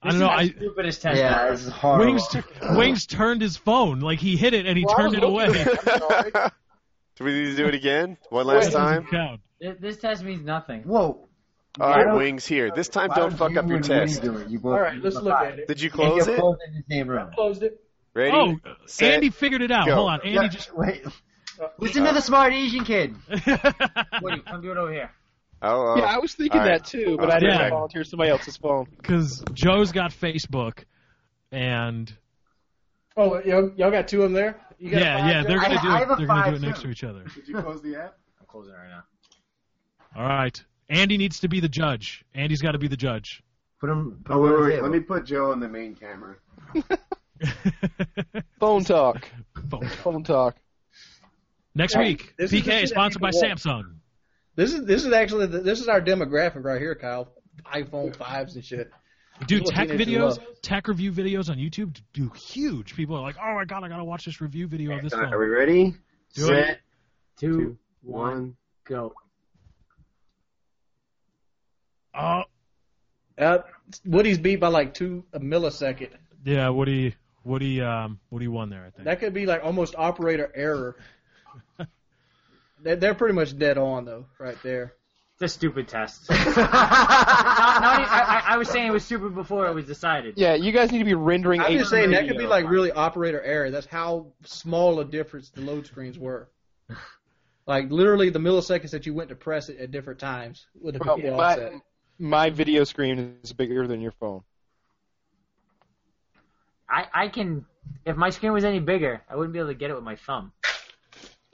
E: I don't know. I,
F: Stupidest test.
C: Yeah,
F: ever.
C: this is horrible.
E: Wings Wings turned his phone like he hit it and he
B: Well, I
E: turned
B: was
E: it away.
B: looking at it. I'm sorry.
A: do we need to do it again? One last
E: That
A: time.
E: doesn't count.
F: This, this test means nothing.
C: Whoa.
A: All
C: Why
A: right,
C: don't-
A: Wings here. This time,
C: Why
A: don't fuck
C: you
A: up your
C: and Woody
A: test.
C: do it? You both,
B: All right, let's look at it.
A: Did you
C: And
A: close
C: you're
A: it?
C: both in the same room.
B: Closed it.
A: Ready?
E: Oh,
A: set,
E: Andy figured it out.
A: go.
E: Hold on, Andy
C: Yeah,
E: just. [LAUGHS]
C: wait. [LAUGHS] Listen to the smart Asian kid.
F: Woody, come do it
A: [LAUGHS]
F: over here.
A: Oh, oh.
D: Yeah, I was thinking
A: All right.
D: that too,
A: Uh,
D: but I didn't
E: Yeah.
D: volunteer somebody else's phone.
E: Because Joe's got Facebook, and
B: Oh, y'all, y'all got two of them there. You got a
E: yeah,
B: five
E: yeah,
B: there?
E: they're gonna
C: I-
E: do
C: I
E: it.
C: have a
E: They're gonna do
C: five,
E: it next
C: too.
E: to each other.
G: Did you close the app?
F: I'm closing it right now.
E: All right, Andy needs to be the judge. Andy's got to be the judge. [LAUGHS]
C: Put him. Put
G: Oh
C: him on
G: wait,
C: the
G: wait, wait.
C: table.
G: Let me put Joe on the main camera.
D: Phone talk.
E: Phone.
D: Phone talk.
E: Next
B: Hey,
E: week,
B: this is the shit
E: PK
B: that
E: is sponsored by
B: people want.
E: Samsung.
B: This is this is actually the, this is our demographic right here, Kyle. iPhone fives and shit.
E: We do
B: People
E: tech
B: teenage
E: videos,
B: love.
E: tech review videos on YouTube do huge. People are like, oh my god, I gotta watch this review video of this
G: Uh, Are we
E: phone.
G: ready?
E: Do
G: set,
E: it.
F: Two,
G: one.
C: [LAUGHS]
F: go.
E: Oh,
B: Uh, Woody's beat by like two a millisecond.
E: yeah. Woody, Woody, um, Woody won there. I think.
B: That could be like almost operator error. they're, they're pretty much dead on though, right there.
F: This stupid
A: [LAUGHS]
F: test. Not- not even- I, I- I was saying it was stupid before it was decided.
D: Yeah, you guys need to be rendering.
B: I'm just
D: 8K
B: saying that could be
D: video.
B: like really operator error. That's how small a difference the load screens [LAUGHS] were. Like literally the milliseconds that you went to press it at different times would have
D: Well,
B: been
D: [LAUGHS]
B: the
D: but-
B: offset.
D: My video screen is bigger than your phone.
F: I, I can. If my screen was any bigger, I wouldn't be able to get it with my thumb.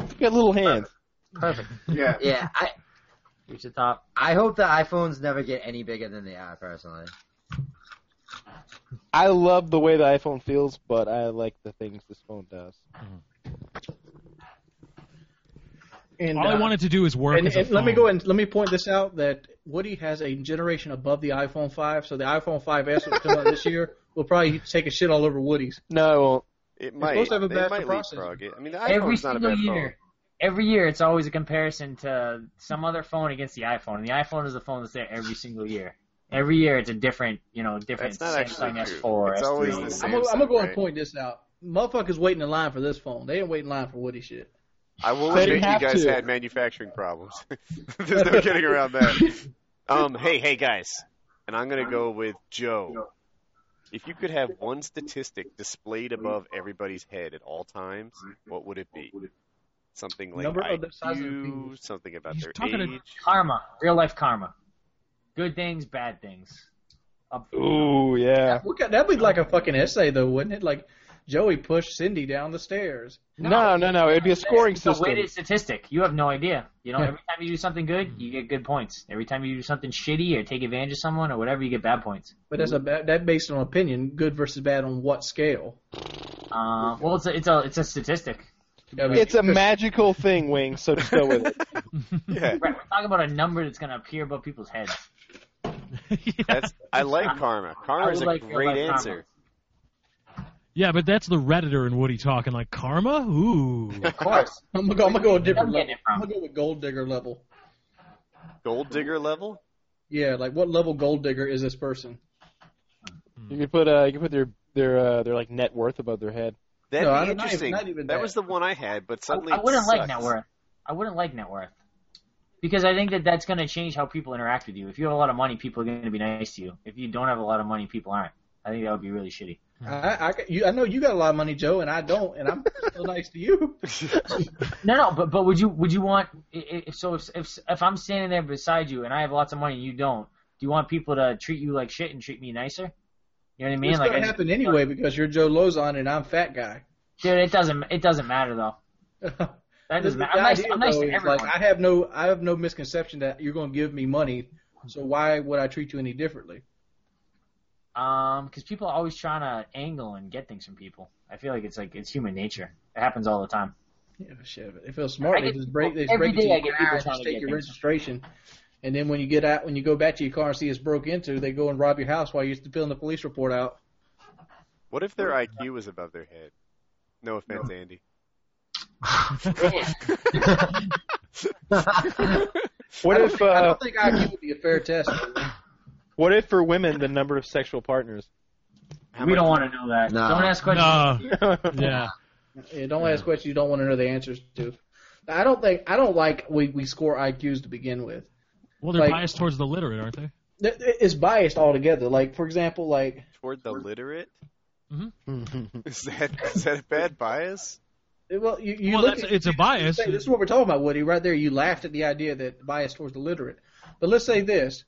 D: You got little hands.
C: Perfect.
G: Yeah.
C: Yeah, I
F: Reach the top.
C: I hope the iPhones never get any bigger than they
G: [LAUGHS]
C: are. Personally, [LAUGHS]
D: I love the way the iPhone feels, but I like the things this phone does.
B: And,
E: All I
B: uh,
E: wanted to do is work.
B: And,
E: as a
B: and let me
E: phone.
B: go and let me point this out that Woody has a generation above the iPhone 5, so the iPhone 5s which comes out this year will probably take a shit all over Woody's.
D: No, it won't.
A: It
B: supposed
A: might.
B: to have a
A: they
B: faster
A: might
B: processor.
A: leapfrog it. I mean, the
F: every
A: iPhone's not a
F: single
A: bad
F: year, every year, it's always a comparison to some other phone against the iPhone, and the iPhone is the phone that's there every single year. Every year, it's a different, you know, different
A: That's not actually
F: Samsung
A: true.
F: S4.
A: It's
F: S3.
A: always the
B: I'm
A: same.
B: gonna I'm gonna
A: Samsung,
B: go and
A: right?
B: point this out. Motherfuckers waiting in line for this phone. They didn't wait in line for Woody shit.
A: phone. I will
D: They
A: admit you
D: have
A: guys
D: to.
A: had manufacturing problems. [LAUGHS] There's no getting around that. Um, hey, hey guys, and I'm gonna go with Joe. If you could have one statistic displayed above everybody's head at all times, what would it be? Something like
B: Number of the size of the
A: IQ,
B: fingers.
A: something about
E: He's
A: their
E: talking to-
A: age.
F: Karma, real life karma. Good things, bad things. Up-
D: Ooh, yeah.
B: Look at- that'd be like a fucking essay though, wouldn't it? Like Joey pushed Cindy down the stairs.
D: No, no, no. It'd be a scoring
F: It's a
D: system.
F: weighted statistic. You have no idea. You know, every time you do something good, you get good points. Every time you do something shitty or take advantage of someone or whatever, you get bad points.
B: But that's a bad, that based on opinion, good versus bad on what scale?
F: Uh, well, it's a, it's a it's a statistic.
B: I mean,
D: It's a magical thing, Wing. So just go with it.
A: Yeah,
F: Right, we're talking about a number that's gonna appear above people's heads.
E: [LAUGHS] yeah.
A: that's. I like karma. Karma is
F: would
A: a
F: like- I
A: great
F: like karma.
A: answer.
E: yeah, but that's the redditor and Woody talking like karma.
A: [LAUGHS]
E: Ooh,
F: Of course.
B: I'm gonna go, I'm gonna go a different
F: I'm
B: level.
F: getting it
B: I'm
F: from.
B: gonna go with gold digger level.
A: Gold digger level.
B: Yeah, like what level gold digger is this person?
D: [LAUGHS] You could put uh, you could put their their uh, their like net worth above their head.
A: That'd
B: No,
A: be
B: I don't- not even-
A: interesting.
B: not even
A: that
B: that.
A: was the one I had, but
F: I,
A: suddenly
F: I
A: it
F: wouldn't like
A: sucks.
F: net worth. I wouldn't like net worth because I think that that's gonna change how people interact with you. If you have a lot of money, people are gonna be nice to you. If you don't have a lot of money, people aren't. I think that would be really shitty.
B: I, I, got- you, I know you got a lot of money, Joe, and I don't, and I'm [LAUGHS] still nice to you.
A: [LAUGHS]
F: No, no, but but would you would you want i- i- if so if if, if I'm standing there beside you and I have lots of money and you don't, do you want people to treat you like shit and treat me nicer? You know what I mean?
B: it's
F: like
B: gonna
F: I-
B: happen anyway because you're Joe Lozon and I'm fat guy.
F: dude, it doesn't it doesn't
B: [LAUGHS]
F: matter though. That
B: The- the
F: doesn't matter. I'm nice,
B: idea,
F: I'm nice
B: though,
F: to
B: is,
F: everyone.
B: Like, I have no, I have no misconception that you're gonna give me money, so why would I treat you any differently?
F: Um, because people are always trying to angle and get things from people. I feel like it's like it's human nature. It happens all the time.
B: Yeah, shit. If it was smart,
F: I
B: they
F: get
B: just break, they just
F: every
B: break it to
F: day I
B: your
F: get
B: car
F: people
B: and
F: trying
B: just
F: to
B: take
F: get
B: your
F: things.
B: registration. And then when you get out, when you go back to your car and see it's broke into, they go and rob your house while you're still filling the police report out.
A: What if their IQ was above their head? No offense,
F: [LAUGHS]
A: Andy.
D: What if
B: I
D: uh,
B: don't think IQ would be a fair test.
D: what if for women the number of sexual [LAUGHS] partners?
A: How
F: we
A: much-
F: don't want to know that.
C: No.
F: Don't ask questions.
E: no, yeah.
B: Yeah, don't ask questions you don't want to know the answers to. I don't think I don't like we we score IQs to begin with.
E: Well, they're
B: Like-
E: biased towards the literate, aren't they?
B: It- It's biased altogether. Like for example, like
A: toward the literate?
D: yeah,
A: Is that is that a bad bias?
B: well, you, you
E: well,
B: look
E: that's,
B: at-
E: it's a bias.
B: Say, this is what we're talking about, Woody. Right there, you laughed at the idea that bias towards the literate. But let's say this.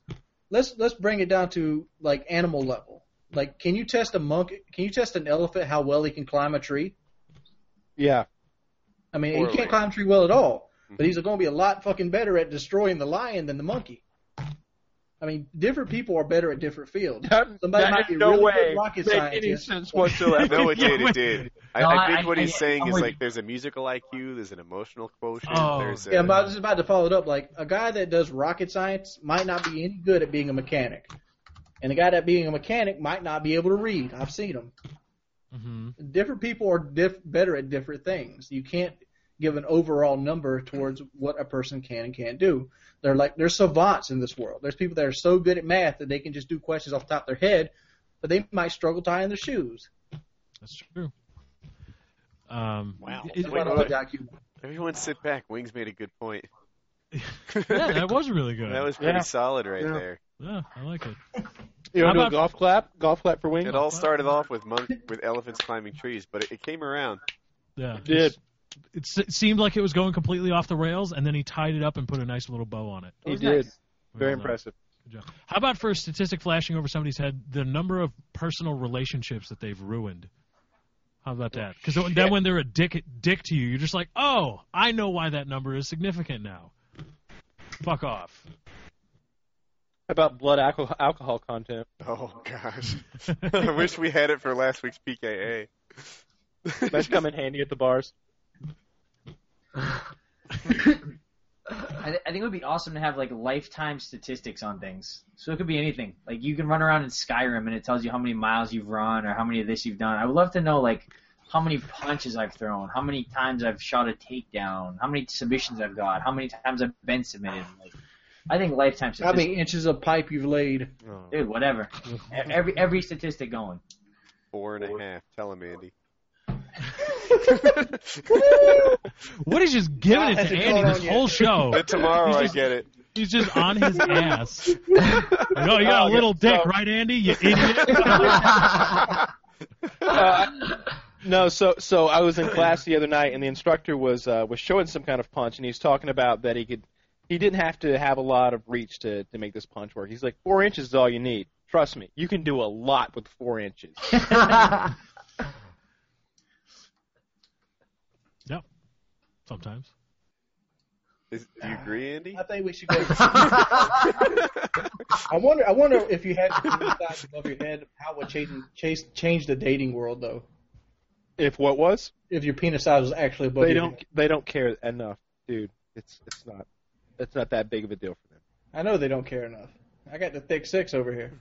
B: Let's let's bring it down to like animal level. Like, can you test a monkey? Can you test an elephant how well he can climb a tree? I mean, he
A: Poorly.
B: can't climb a tree well at all. But he's going to be a lot fucking better at destroying the lion than the monkey. I mean, different people are better at different fields. Somebody
D: that
B: might be
D: in no
B: really
D: way
B: good rocket
D: make any
B: scientist.
D: sense whatsoever.
A: No, it
E: Yeah,
A: did. It
E: wait.
A: did. I,
F: No,
A: I
F: I-
A: think what
F: I-
A: he's
F: I-
A: saying
F: I'm
A: is
F: with
A: like
F: you.
A: there's a musical IQ, there's an emotional quotient,
E: Oh.
A: there's a,
B: Yeah, I'm about- just about to follow it up. Like a guy that does rocket science might not be any good at being a mechanic, and a guy that being a mechanic might not be able to read. I've seen them.
E: hmm
B: Different people are diff- better at different things. You can't give an overall number towards what a person can and can't do. They're like they're savants in this world. There's people that are so good at math that they can just do questions off the top of their head, but they might struggle tying their shoes.
E: That's true. Um,
A: Wow.
E: it-
A: Wait,
B: That's why I
A: wait,
B: love IQ.
A: everyone sit back. Wings made a good
F: [LAUGHS]
A: point.
E: [LAUGHS] yeah, that was really
A: [LAUGHS]
E: good.
A: That was pretty
D: Yeah.
A: solid right
D: Yeah.
A: there.
E: yeah, I like it.
D: [LAUGHS] You want to do
E: How
D: a
E: about-
D: golf clap? Golf clap for Wing?
A: It all started off with monk with elephants climbing trees, but it, it came around.
E: Yeah,
D: It did.
E: It, s- it seemed like it was going completely off the rails, and then he tied it up and put a nice little bow on it.
D: He
F: was
D: did.
F: nice.
D: Very
E: Well done.
D: impressive.
E: Good job. How about for a statistic flashing over somebody's head, the number of personal relationships that they've ruined? How about that? Because then when they're a dick dick to you, you're just like, oh, I know why that number is significant now. Fuck off.
D: about blood alcohol, alcohol content?
A: Oh
E: [LAUGHS]
A: gosh, I wish we had it for last week's PKA.
D: That should come in handy at the bars.
F: I, th- I think it would be awesome to have like lifetime statistics on things. So it could be anything. Like you can run around in Skyrim and it tells you how many miles you've run or how many of this you've done. I would love to know like how many punches I've thrown, how many times I've shot a takedown, how many submissions I've got, how many times I've been submitted. Like, I think lifetime
B: How
F: statistics.
B: many inches of pipe you've laid?
F: dude, whatever. E- every every statistic going.
A: [LAUGHS] Four and a half. Tell him, [LAUGHS] Andy.
E: What is just giving it
B: Hasn't
E: to
B: caught
E: Andy
B: on
E: this
B: yet.
E: whole show?
A: [LAUGHS] But tomorrow
E: He's
A: I
E: just-
A: get
E: [LAUGHS]
A: it.
E: He's just on his ass. Like, oh, you got a little dick, right, Andy? You idiot. [LAUGHS]
D: Uh, No, so so I was in class the other night, and the instructor was uh, was showing some kind of punch, and he's talking about that he could he didn't have to have a lot of reach to to make this punch work. He's like, four inches is all you need. Trust me, you can do a lot with four inches.
E: Yep. Sometimes.
A: [LAUGHS] Is, do you agree, Andy?
B: I think we [LAUGHS] should go. I wonder. I wonder if you had
D: [LAUGHS]
B: inside above your head, how would change, change change the dating world though?
D: If what was,
B: If your penis size was actually above
D: they
B: your
D: don't
B: head.
D: they don't care enough, dude. It's it's not it's not that big of a deal for them.
B: I know they don't care enough. I got the thick six over here.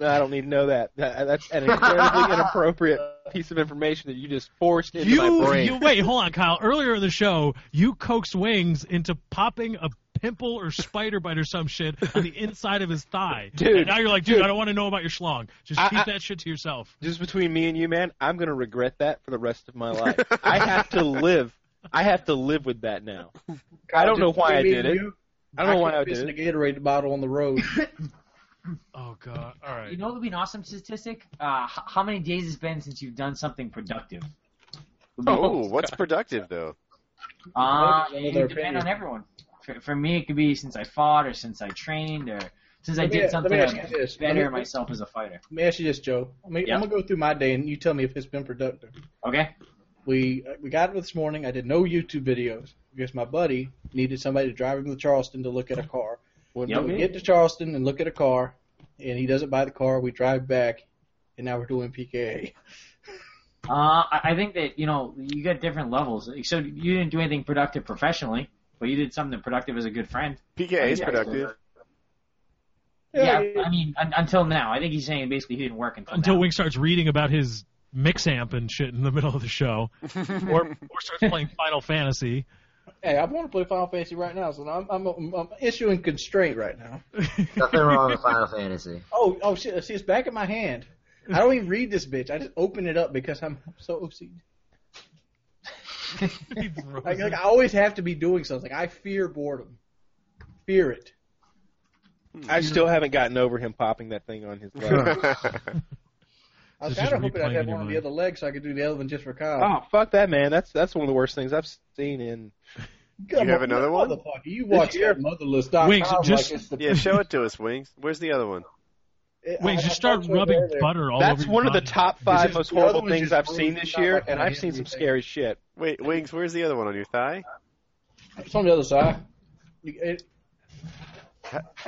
D: No, I don't need to know that. That- That's an incredibly inappropriate piece of information that you just forced into my
E: You,
D: brain.
E: you wait, hold on, Kyle. Earlier in the show, you coaxed Wings into popping a pimple or spider bite or some shit on the inside of his thigh.
D: Dude,
E: and now you're like, dude,
D: dude.
E: I don't want to know about your schlong. Just
D: I-
E: keep
D: I-
E: that shit to yourself.
D: just between me and you, man, I'm gonna regret that for the rest of
B: [LAUGHS]
D: my life. I have to live. I have to live with that now. I don't know why I did it. I don't know why I
B: It's
D: did
B: a
D: it.
B: Gatorade bottle on
D: [LAUGHS]
B: the road.
E: Oh god. All right.
F: You know, it'd be an awesome statistic. Uh, h- how many days it's been since you've done something productive?
A: Oh, what's productive though?
F: Uh,
B: Vote for
F: it
B: their
F: would depend
B: opinion.
F: on everyone. For, for me, it could be since I fought or since I trained or since I
B: Let me-
F: did something
B: let me ask
F: to
B: you this.
F: better
B: Let me-
F: myself as a fighter.
B: Let me ask you this, Joe. I mean,
F: Yeah.
B: I'm gonna go through my day, and you tell me if it's been productive.
F: Okay?
B: We uh, we got up this morning. I did no YouTube videos because my buddy needed somebody to drive him to Charleston to look at a car.
D: What
F: Yep.
D: do
B: We
D: you
B: get
D: mean?
B: to Charleston and look at a car, and he doesn't buy the car. We drive back, and now we're doing PKA.
F: Uh, I I think that, you know, you got different levels. So you didn't do anything productive professionally, but you did something productive as a good friend.
A: PKA is
F: Yeah.
A: productive.
F: Yeah,
B: yeah.
F: I mean, un- until now. I think he's saying basically he didn't work until,
E: Until
F: now.
E: Wing starts reading about his mix amp and shit in the middle of
D: [LAUGHS]
E: the show. or or starts playing Final [LAUGHS] Fantasy.
B: Hey, I want to play Final Fantasy right now, so I'm I'm, I'm, I'm issuing constraint right now.
C: Nothing wrong with Final Fantasy.
B: Oh, oh shit! See, it's back in my hand. I don't even read this bitch. I just open it up because I'm so OCD. Like, like I always have to be doing something. I fear boredom. Fear it.
D: I still haven't gotten over him popping that thing on his leg.
B: I was
E: This is
B: kind of hoping
E: replaying
B: I'd have
E: in your
B: one on the
E: mind.
B: other leg so I could do the other one just for Kyle.
D: oh, fuck that, man. That's that's one of the worst things I've seen in.
B: Come
A: you have
B: on,
A: another one?
B: motherfucker. You watch
D: year?
B: that motherless dot
E: Wings,
B: com
E: just-
B: like it's the
A: [LAUGHS] yeah,
B: [LAUGHS]
A: show it to us, Wings. Where's the other one?
B: it-
E: Wings,
B: I-
E: just
B: I
E: start
B: thought you were
E: rubbing
B: there.
E: butter all over
D: That's
E: your
D: one of the
E: body.
D: top
B: This
D: five
B: is-
D: most
B: the other
D: horrible
B: one's
D: things
B: just
D: I've
B: bruised
D: seen
B: and
D: this
B: not
D: year,
B: like
D: and
B: I
D: I've
B: hit
D: seen some
B: anything.
D: scary shit.
A: Wait, Wings. Where's the other one on your thigh?
B: It's on the other side. You- It,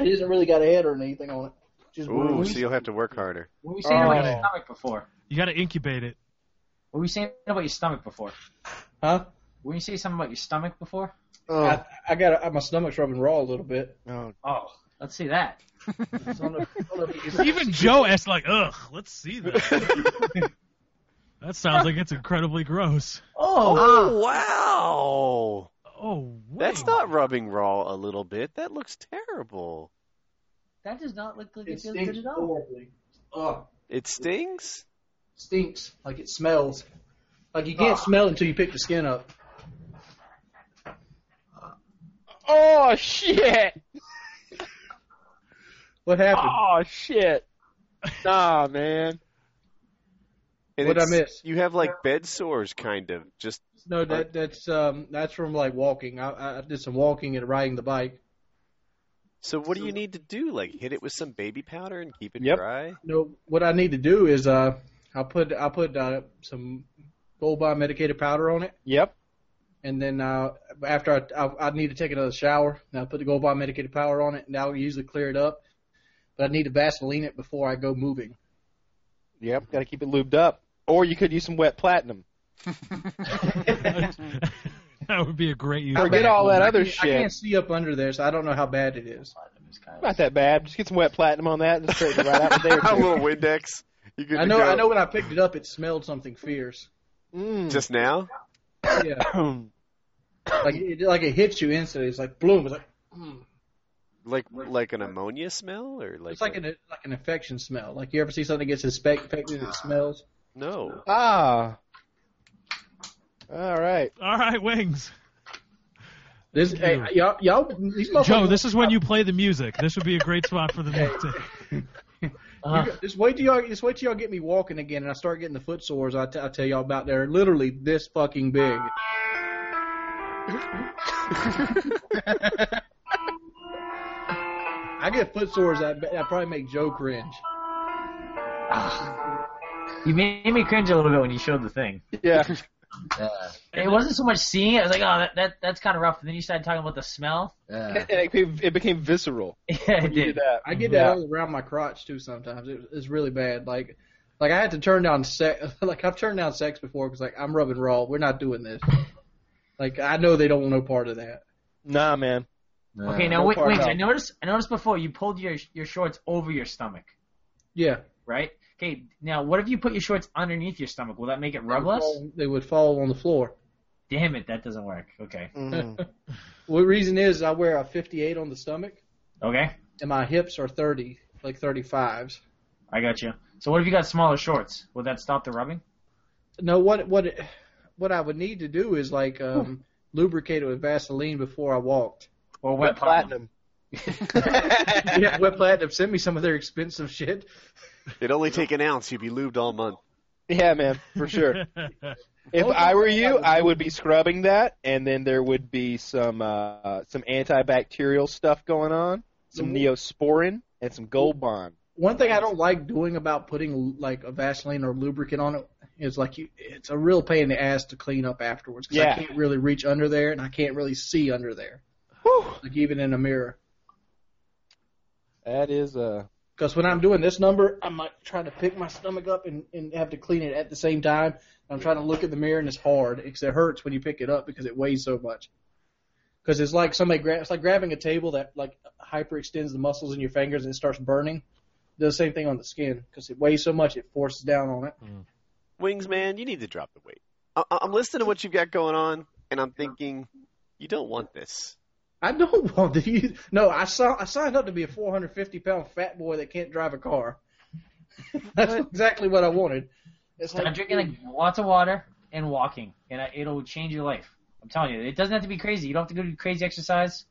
B: it isn't really got a head or anything on it. Just
A: Ooh,
B: bruised.
A: so you'll have to work harder.
F: What were you saying about your
B: Oh.
F: stomach before?
E: You gotta incubate it.
F: What were you saying about your stomach before?
B: huh?
F: Were you saying something about your stomach before?
A: oh.
B: I, I got a, my stomach's rubbing raw a little [LAUGHS] bit.
D: Oh,
F: Oh, let's see that.
B: So I don't know- I don't know if you can- [LAUGHS]
E: Even Joe asked, like, ugh, let's see that. that sounds like it's incredibly gross.
B: Oh,
A: Oh, Ah. wow!
E: Oh, wait.
A: That's
E: [LAUGHS]
A: not rubbing raw a little bit. That looks terrible.
F: That does not look like it,
B: It
F: feels
B: stinks
F: good at all.
B: horribly. Ugh,
A: It stings.
B: stinks like it smells. Like you can't smell until you pick the skin up.
D: oh shit!
B: What happened?
D: Oh [LAUGHS] shit! Nah, man.
A: And
B: What'd I
A: it's-
B: miss?
A: You have like bed sores, kind of. Just
B: No, that that's um that's from like walking. I, I did some walking and riding the bike.
A: so. What do you need to do? Like hit it with some baby powder and keep it
B: [LAUGHS]
D: Yep.
A: dry.
B: No, what I need to do is uh I put I put uh, some Bulba medicated powder on it,
D: Yep.
B: and then uh, after I, I I need to take another shower, and I put the Goldbond medicated powder on it, and that'll usually clear it up. But I need to Vaseline it before I go moving.
D: Yep. Got to keep it lubed up. Or you could use some wet platinum.
E: that would be a great use.
D: Forget all that other
B: I can't- I
D: shit.
B: can't see up under there, so I don't know how bad it is.
D: Not that bad. Just get some wet platinum on that and straighten it right out [LAUGHS]
A: [LAUGHS]
D: there.
A: a little Windex. You good
B: I
A: to
B: know.
A: go.
B: I know when I picked it up, it smelled something fierce.
D: Mm.
A: Just now?
D: [COUGHS]
B: Yeah, like it, like it hits you instantly. It's like bloom. It's like
A: Like like an ammonia smell or like
B: it's like an like an infection smell. Like you ever see something gets inspect- infected, it smells.
A: no.
D: ah. All right.
E: All right, wings.
B: This hey, y'all, y'all these motherfuckers-
E: Joe, this is when you play the music. This would be a great spot for the music. [LAUGHS] uh.
B: You, just wait till y'all just wait till y'all get me walking again, and I start getting the foot sores. I, t- I tell y'all about they're literally this fucking big. I get foot sores. I, bet- I probably make Joe cringe.
F: You made me cringe a little bit when you showed the thing.
D: [LAUGHS] Yeah.
C: Yeah,
F: It wasn't so much seeing it. I was like, oh, that, that that's kind of rough. And then you started talking about the smell. [LAUGHS]
C: yeah.
D: And it became, it became visceral.
F: Yeah, it
D: You did
F: did.
D: that.
B: I get that
D: Yeah.
B: all around my crotch too. Sometimes it, it's really bad. Like, like I had to turn down sex. [LAUGHS] Like I've turned down sex before because like I'm rubbing raw. We're not doing this. Like I know they don't want no part of that.
D: Nah, man.
F: Okay,
C: Uh,
F: now
B: no
F: wait,
B: part
F: wait.
B: out.
F: I noticed. I noticed before you pulled your your shorts over your stomach,
B: Yeah,
F: right? Okay, now what if you put your shorts underneath your stomach? Will that make it rub less?
B: they would fall on the floor.
F: Damn it, that doesn't work. Okay,
B: Well, the reason is I wear a 58 on the stomach,
F: okay,
B: and my hips are 30, like 35s.
F: I got you. So what if you got smaller shorts? Will that stop the rubbing?
B: No, what what it- what I would need to do is like um, lubricate it with Vaseline before I walked.
F: Or wet,
D: Wet platinum.
B: yeah, Wet Platinum sent me some of their expensive shit.
A: It'd only take an ounce. You'd be lubed all month.
D: Yeah, man, for sure. If
B: Those
D: I
B: are
D: were
B: the
D: you,
B: ones
D: I would be scrubbing that, and then there would be some uh, some antibacterial stuff going on, some neosporin, and some Gold Bond.
B: One thing I don't like doing about putting like a Vaseline or lubricant on it is like you, it's a real pain in the ass to clean up afterwards because
D: Yeah.
B: I can't really reach under there and I can't really see under there, like even in a mirror.
D: That is uh
B: Because when I'm doing this number, I'm like trying to pick my stomach up and, and have to clean it at the same time. I'm trying to look in the mirror and it's hard because it hurts when you pick it up because it weighs so much. Because it's like somebody gra- it's like grabbing a table that like hyperextends the muscles in your fingers and it starts burning. Does the same thing on the skin because it weighs so much it forces down on it.
A: Wings, man, you need to drop the weight. I- I- I'm listening to what you've got going on, and I'm thinking, you don't want this.
B: I [LAUGHS] don't want to. Use, no, I saw I signed up to be a 450 pound fat boy that can't drive a car. [LAUGHS] That's exactly what I wanted. It's
F: I'm
B: like
F: drinking like lots of water and walking, and I, it'll change your life. I'm telling you, it doesn't have to be crazy. You don't have to go do crazy exercise.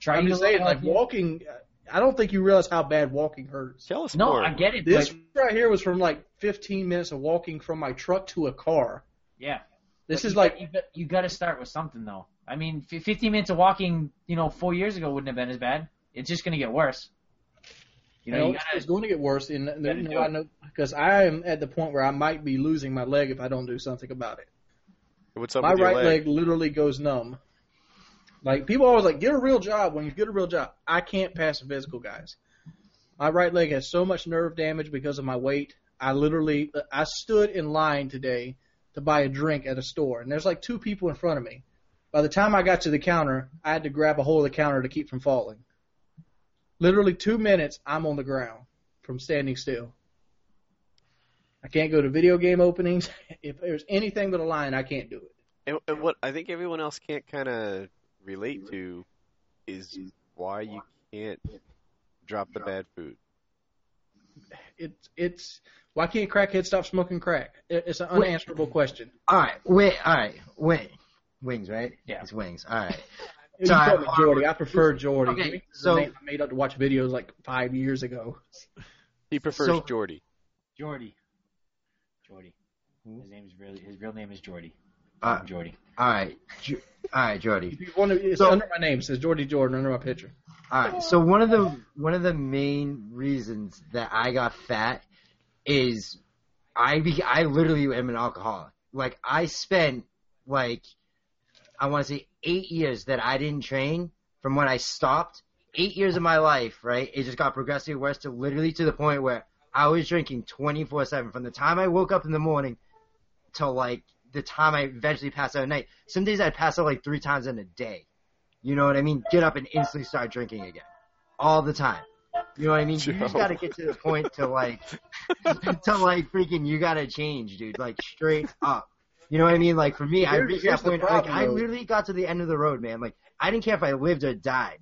F: Try
B: I'm
F: to
B: just
F: do a
B: saying,
F: lot
B: like
F: of-
B: walking. I don't think you realize how bad walking hurts.
A: Tell us
F: No,
A: more.
F: I get it.
B: This
F: but-
B: right here was from like 15 minutes of walking from my truck to a car.
F: yeah.
B: This
F: But
B: is
F: you
B: like,
F: got- you got, you got to start with something though. I mean, f- 15 minutes of walking, you know, four years ago wouldn't have been as bad. It's just gonna get worse.
B: you
F: You know,
B: know,
F: you
B: it's
F: gotta,
B: going to get worse. And and,
F: gotta
B: you know,
F: do
B: I
F: it.
B: know because I am at the point where I might be losing my leg if I don't do something about it.
A: What's up
B: My
A: with your
B: right leg. literally goes numb. Like people always like, get a real job. When you get a real job, I can't pass a physical, guys. My right leg has so much nerve damage because of my weight. I literally, I stood in line today to buy a drink at a store, and there's like two people in front of me. By the time I got to the counter, I had to grab a hold of the counter to keep from falling. Literally two minutes, I'm on the ground from standing still. I can't go to video game openings. [LAUGHS] If there's anything but a line, I can't do it.
A: And, and what I think everyone else can't kind of relate to is why you can't drop the bad food.
B: it's it's why can't crackheads stop smoking crack? It- It's an unanswerable question.
C: All right, wait, all right, wait. Wings, right?
F: Yeah.
C: It's wings. All right.
B: You
C: Sorry,
B: call me
C: I'm-
B: Jordy. I prefer Jordy.
C: Okay,
B: It's a
C: so-
B: name I made up to watch videos like five years ago.
A: He prefers
C: So-
A: Geordie.
F: Jordy. Jordy. His name is really his real name is Jordy.
C: Uh,
F: Jordy.
C: all right. Ju- all right, Jordy.
B: If you want to, it's
C: So-
B: under my name. It says Jordy Jordan under my picture.
C: All right. So one of the one of the main reasons that I got fat is I be, I literally am an alcoholic. like I spent like I want to say eight years that I didn't train from when I stopped. Eight years of my life, right? It just got progressively worse to literally to the point where I was drinking 24 7 from the time I woke up in the morning till like the time I eventually passed out at night. Some days I'd pass out like three times in a day. You know what I mean? Get up and instantly start drinking again. All the time. You know what I mean? You just
A: Joe.
C: gotta get to the point to like, [LAUGHS] to like freaking, you gotta change, dude. Like straight up. You know what I mean? Like for me, I
B: Here's-
C: reached
B: here's
C: that
B: the
C: point. Like
B: problem,
C: I
B: though.
C: literally got to the end of the road, man. Like I didn't care if I lived or died.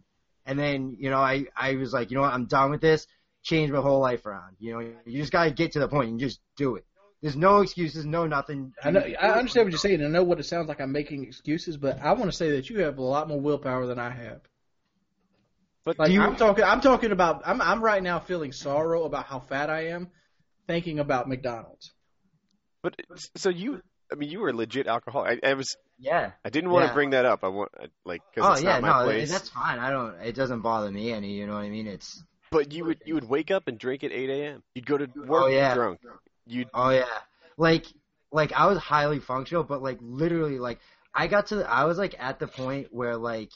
C: And then, you know, I, I was like, you know what? I'm done with this. Change my whole life around. You know, you just gotta get to the point and just do it. There's no excuses, no nothing.
B: I know. I understand what you're saying. and I know what it sounds like. I'm making excuses, but I want to say that you have a lot more willpower than I have.
A: But
B: Like
A: do you,
B: I'm talking, I'm talking about. I'm I'm right now feeling sorrow about how fat I am, thinking about McDonald's.
A: but so you, I mean, you were a legit alcoholic. I, I was,
C: Yeah.
A: I didn't want to
C: Yeah.
A: bring that up. I want, I- like, because
C: Oh
A: it's
C: yeah,
A: not my
C: no,
A: place.
C: that's fine. I don't. It doesn't bother me any. You know what I mean? It's.
A: But you would, you would wake up and drink at 8 a.m. You'd go to work
C: Oh, yeah.
A: drunk. You'd
C: Oh yeah. Like, like I was highly functional, but like literally, like I got to. The, I was like at the point where like,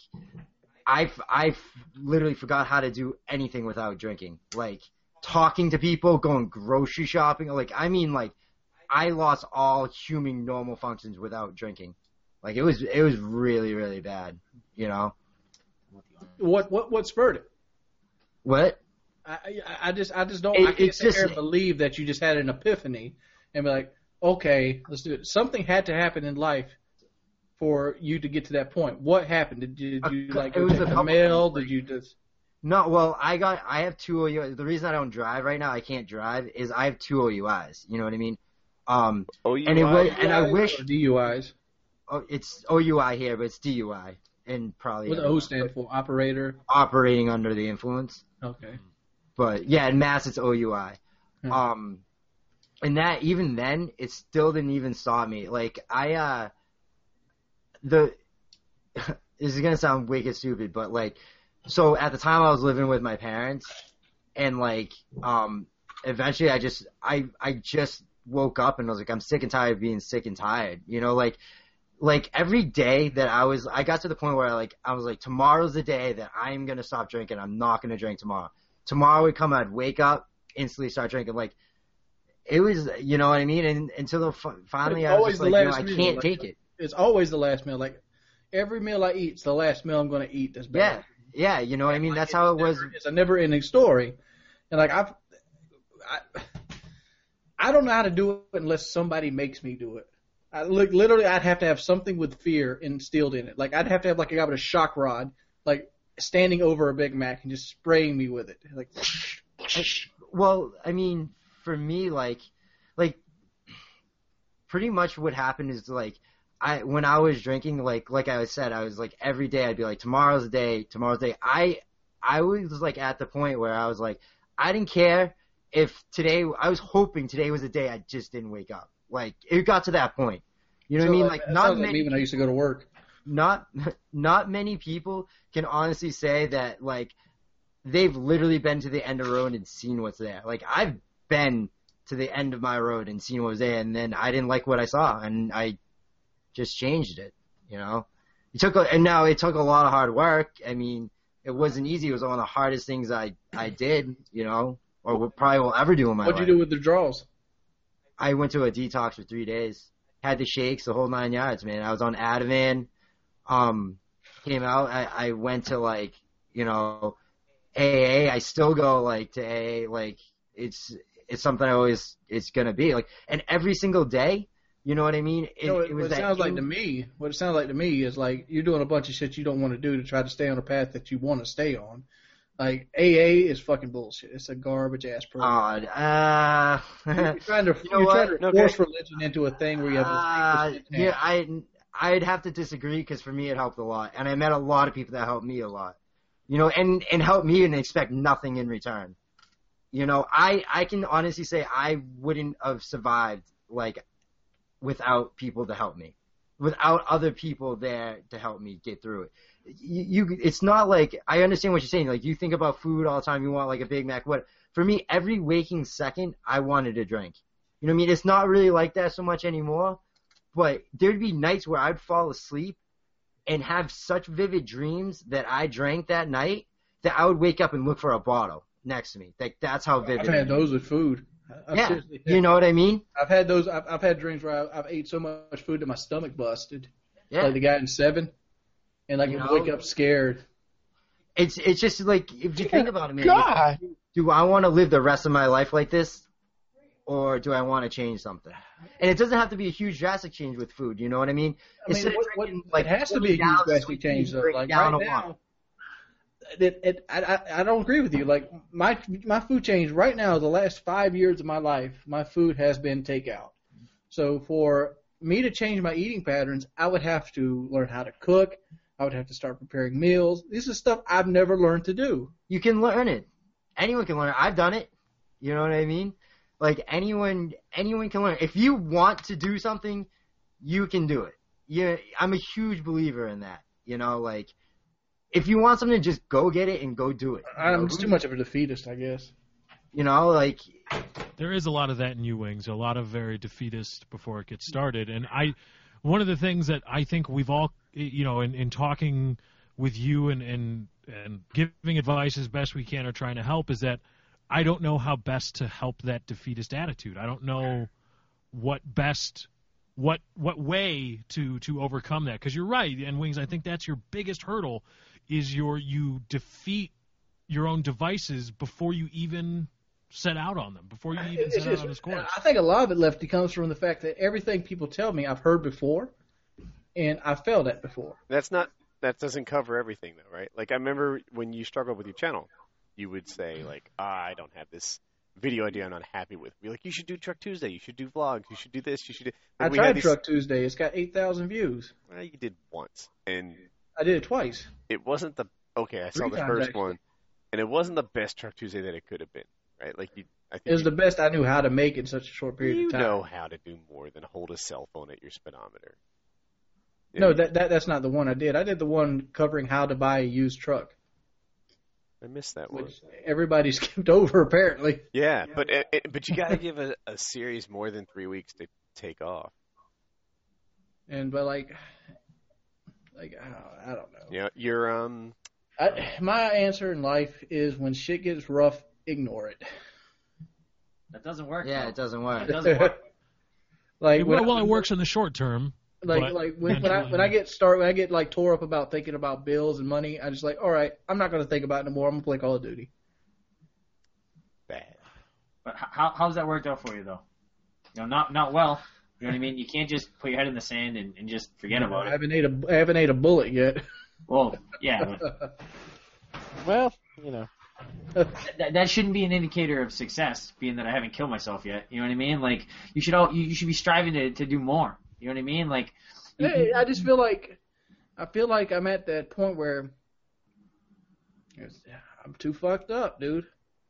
C: I f- I f- literally forgot how to do anything without drinking. Like talking to people, going grocery shopping. Like I mean, like I lost all human normal functions without drinking. Like it was, it was really, really bad. You know
B: What what what spurred it?
C: what?
B: I I- I just I just don't.
C: It-
B: I can't
C: it's
B: sit there
C: just-
B: and believe that you just had an epiphany and be like, okay, let's do it. Something had to happen in life for you to get to that point. What happened? Did you, did you
C: Okay,
B: like
C: it was
B: check
C: a
B: the
C: couple
B: mail?
C: things.
B: Did you just?
C: No, well, I got I have two OUIs. The reason I don't drive right now, I can't drive, is I have two OUIs. You know what I mean? Um,
A: oh, you
C: and it
A: lied.
C: was, and I wish
B: or DUIs.
C: oh, it's OUI here, but it's DUI and probably uh,
B: What the O stand for? Operator.
C: operating under the influence. Mm.
B: Okay.
C: But yeah, in Mass it's OUI.
B: Hmm.
C: Um, and that even then it still didn't even stop me. Like I uh, the [LAUGHS] this is gonna sound wicked stupid, but like so at the time I was living with my parents, and like um, eventually I just I I just woke up and I was like I'm sick and tired of being sick and tired. You know like. Like every day that I was, I got to the point where I like, I was like, tomorrow's the day that I'm gonna stop drinking. I'm not gonna drink tomorrow tomorrow would come, I'd wake up, instantly start drinking. Like, it was, you know what I mean? And until the, fi- finally,
B: It's
C: I was
B: always
C: just
B: the
C: like, no,
B: last
C: I
B: meal,
C: can't
B: like-
C: take it.
B: It's always the last meal. Like every meal I eat's the last meal I'm going to eat. That's bad.
C: Yeah, yeah, you know what I mean? That's how it was.
B: It's a never ending story, and like I've, I, I don't know how to do it unless somebody makes me do it. I look literally, I'd have to have something with fear instilled in it. Like I'd have to have like a guy with a shock rod, like standing over a Big Mac and just spraying me with it. Like
C: Well, I mean, for me, like, like, pretty much what happened is like, I when I was drinking, like, like I said, I was like every day I'd be like, tomorrow's the day, tomorrow's the day. I, I was like at the point where I was like, I didn't care if today. I was hoping today was the day I just didn't wake up. Like, it got to that point. You know what uh, I mean? Like,
B: that
C: not
B: sounds like
C: many
B: me when I used to go to work.
C: not not many people can honestly say that like they've literally been to the end of the road and seen what's there. Like I've been to the end of my road and seen what was there, and then I didn't like what I saw, and I just changed it. You know, it took a, and now it took a lot of hard work. I mean, it wasn't easy. It was one of the hardest things I I did. You know, or will- probably will ever do in my
B: What'd you
C: life.
B: do with the draws?
C: I went to a detox for three days. Had the shakes, the whole nine yards, man. I was on Ativan. Um, came out. I, I went to like, you know, AA. I still go like to AA. Like it's it's something I always it's gonna be like. And every single day, you know what I mean? It,
B: You know,
C: it was
B: what it
C: that.
B: sounds like to
C: in-
B: me, what it sounds like to me is like you're doing a bunch of shit you don't want to do to try to stay on a path that you want to stay on. Like AA is fucking bullshit. It's a garbage ass
C: odd.
B: program.
C: Uh, [LAUGHS]
B: [LAUGHS] you're trying to,
C: you know
B: you are
C: what?
B: trying to
A: No,
B: force religion into a thing where you have to
C: uh,
B: think
C: yeah, I I'd have to disagree because for me it helped a lot, and I met a lot of people that helped me a lot, you know, and and helped me and expect nothing in return. You know, I I can honestly say I wouldn't have survived like without people to help me, without other people there to help me get through it. You, you it's not like I understand what you're saying. Like you think about food all the time, you want like a Big Mac. What for me, every waking second, I wanted a drink. You know what I mean? It's not really like that so much anymore but there'd be nights where I'd fall asleep and have such vivid dreams that I drank that night that I would wake up and look for a bottle next to me. Like that's how vivid.
B: I've
C: it
B: had
C: is.
B: those with food. I've
C: yeah,
B: seriously had-
C: you know what I mean?
B: I've had those. I've, I've had dreams where I, I've ate so much food that my stomach busted,
C: Yeah.
B: like the guy in Seven, and like
C: You
B: you
C: know?
B: wake up scared.
C: It's it's just like if you think about it, man.
D: God.
C: Do I want to live the rest of my life like this, or do I want to change something? And it doesn't have to be a huge drastic change with food. You know what I mean?
B: I mean,
C: Instead of
B: what, what,
C: drinking,
B: it has to be
C: 20
B: a huge
C: gallons of
B: drastic
C: sweet
B: change
C: tea,
B: though.
C: drink
B: Like
C: down
B: right
C: a lot.
B: now, it, it, I, I I don't agree with you. Like my my food change right now. The last five years of my life, my food has been takeout. So for me to change my eating patterns, I would have to learn how to cook. I would have to start preparing meals. This is stuff I've never learned to do.
C: you can learn it. Anyone can learn it. I've done it. You know what I mean? Like anyone, anyone can learn. If you want to do something, you can do it. Yeah, I'm a huge believer in that. You know, like if you want something, just go get it and go do it. You know?
B: I'm just too much of a defeatist, I guess.
C: You know, like
E: there is a lot of that in U Wings, a lot of very defeatist before it gets started. And I, one of the things that I think we've all, you know, in, in talking with you and, and, and giving advice as best we can or trying to help is that I don't know how best to help that defeatist attitude. I don't know what best what what way to to overcome that because you're right and wings i think that's your biggest hurdle is your you defeat your own devices before you even set out on them before you even
B: It's
E: set out
B: just-
E: on this course.
B: I think a lot of it, Lefty, comes from the fact that everything people tell me I've heard before, and I failed at before.
A: That's not that doesn't cover everything though, right? Like I remember when you struggled with your channel, you would say like, ah, "I don't have this video idea. I'm not happy with." We're like, "You should do Truck Tuesday. You should do vlogs. You should do this. You should." Do...
B: I
A: Like, we had
B: tried
A: these-
B: Truck Tuesday. It's got eight thousand views.
A: Well, you did once, and
B: I did it twice.
A: it wasn't the okay. I saw
B: Three
A: the
B: times,
A: first
B: actually.
A: one, and it wasn't the best Truck Tuesday that it could have been, right? Like you, I
B: It
A: think
B: was the best I knew how to make in such a short
A: you,
B: period
A: you
B: of time.
A: know how to do more than hold a cell phone at your speedometer. You
B: No,
A: know,
B: that, that that's not the one I did. I did the one covering how to buy a used truck,
A: I missed that one.
B: which everybody [LAUGHS] skipped over apparently.
A: Yeah, but it, it, but you got to give a, a series more than three weeks to take off.
B: And but like, like I don't- I don't know.
A: You know, you're um.
B: I, my answer in life is when shit gets rough, ignore it.
F: That doesn't work.
C: yeah,
F: though.
C: it doesn't
F: It
C: work.
F: doesn't work.
B: Like when
E: well,
B: I-
E: well, it works in the short term.
B: like
E: But-
B: like when, when I when I get start when I get like tore up about thinking about bills and money, I just like, all right, I'm not gonna think about it no more. I'm gonna play Call of Duty.
A: bad.
F: But h- how how's that worked out for you though? You know, not not well. You know what I mean? You can't just put your head in the sand and, and just forget about
B: I [LAUGHS]
F: it.
B: haven't ate a I haven't ate a bullet yet.
F: Well, yeah, but
D: Well, you know.
F: that, that shouldn't be an indicator of success, being that I haven't killed myself yet. You know what I mean? Like you should all you, you should be striving to to do more. You know what I mean? Like
B: [LAUGHS] Hey, I just feel like I feel like I'm at that point where it's- I'm too fucked up, dude.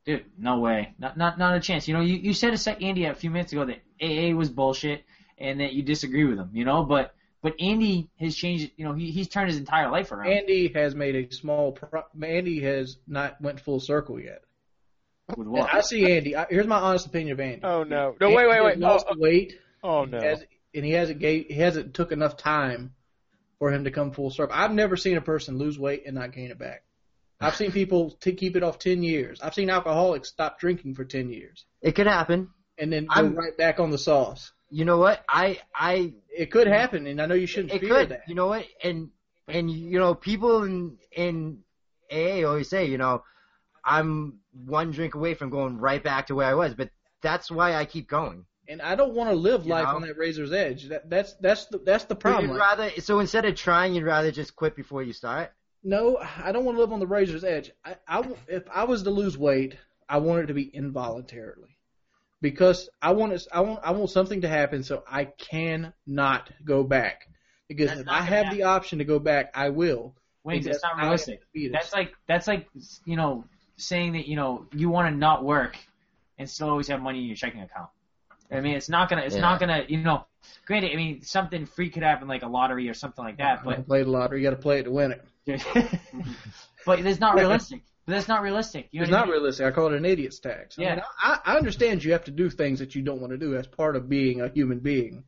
F: Dude, no way. Not not not a chance. You know, you, you said a sec Andy a few minutes ago that AA was bullshit and that you disagree with him, you know, but but Andy has changed you know, he he's turned his entire life around.
B: Andy has made a small. Pro- Andy has not went full circle yet.
F: with
B: And
F: what?
B: I see Andy. I, here's my honest opinion of Andy.
D: Oh no. No, wait, wait,
B: Andy
D: wait.
B: has
D: Oh,
B: Lost weight.
D: oh no.
B: has, and he hasn't gave, he hasn't took enough time for him to come full circle. I've never seen a person lose weight and not gain it back. I've seen people t- keep it off ten years. I've seen alcoholics stop drinking for ten years
C: It could happen.
B: and then go
C: I'm-
B: right back on the sauce.
C: You know what? I I
B: It could happen, and I know you shouldn't
C: it
B: fear
C: could.
B: that.
C: You know what? And and you know, people in in AA always say, you know, I'm one drink away from going right back to where I was, but that's why I keep going.
B: and I don't want to live
C: You
B: life
C: know?
B: on that razor's edge. That, that's that's the that's the
C: So
B: problem.
C: You'd rather so instead of trying, you'd rather just quit before you start.
B: No, I don't want to live on the razor's edge. I, I w- if I was to lose weight, I want it to be involuntarily, because I want it, I want I want something to happen so I cannot go back. Because
F: That's
B: if
F: not
B: I
F: gonna
B: have
F: happen.
B: the option to go back, I will.
F: Wings,
B: Because
F: it's not
B: I am
F: realistic.
B: a fetus.
F: That's like that's like you know, saying that, you know, you wanna not work and still always have money in your checking account. I mean it's not gonna it's
C: Yeah.
F: not gonna you know granted, I mean something free could happen like a lottery or something like that,
B: [LAUGHS]
F: but
B: Don't play the lottery. You got to play it to win it.
F: but that's not realistic. But that's not realistic. You know
B: It's
F: what I
B: not
F: mean?
B: realistic. I call it an idiot's tax. I,
F: Yeah.
B: mean, I, I understand you have to do things that you don't want to do. That's part of being a human being.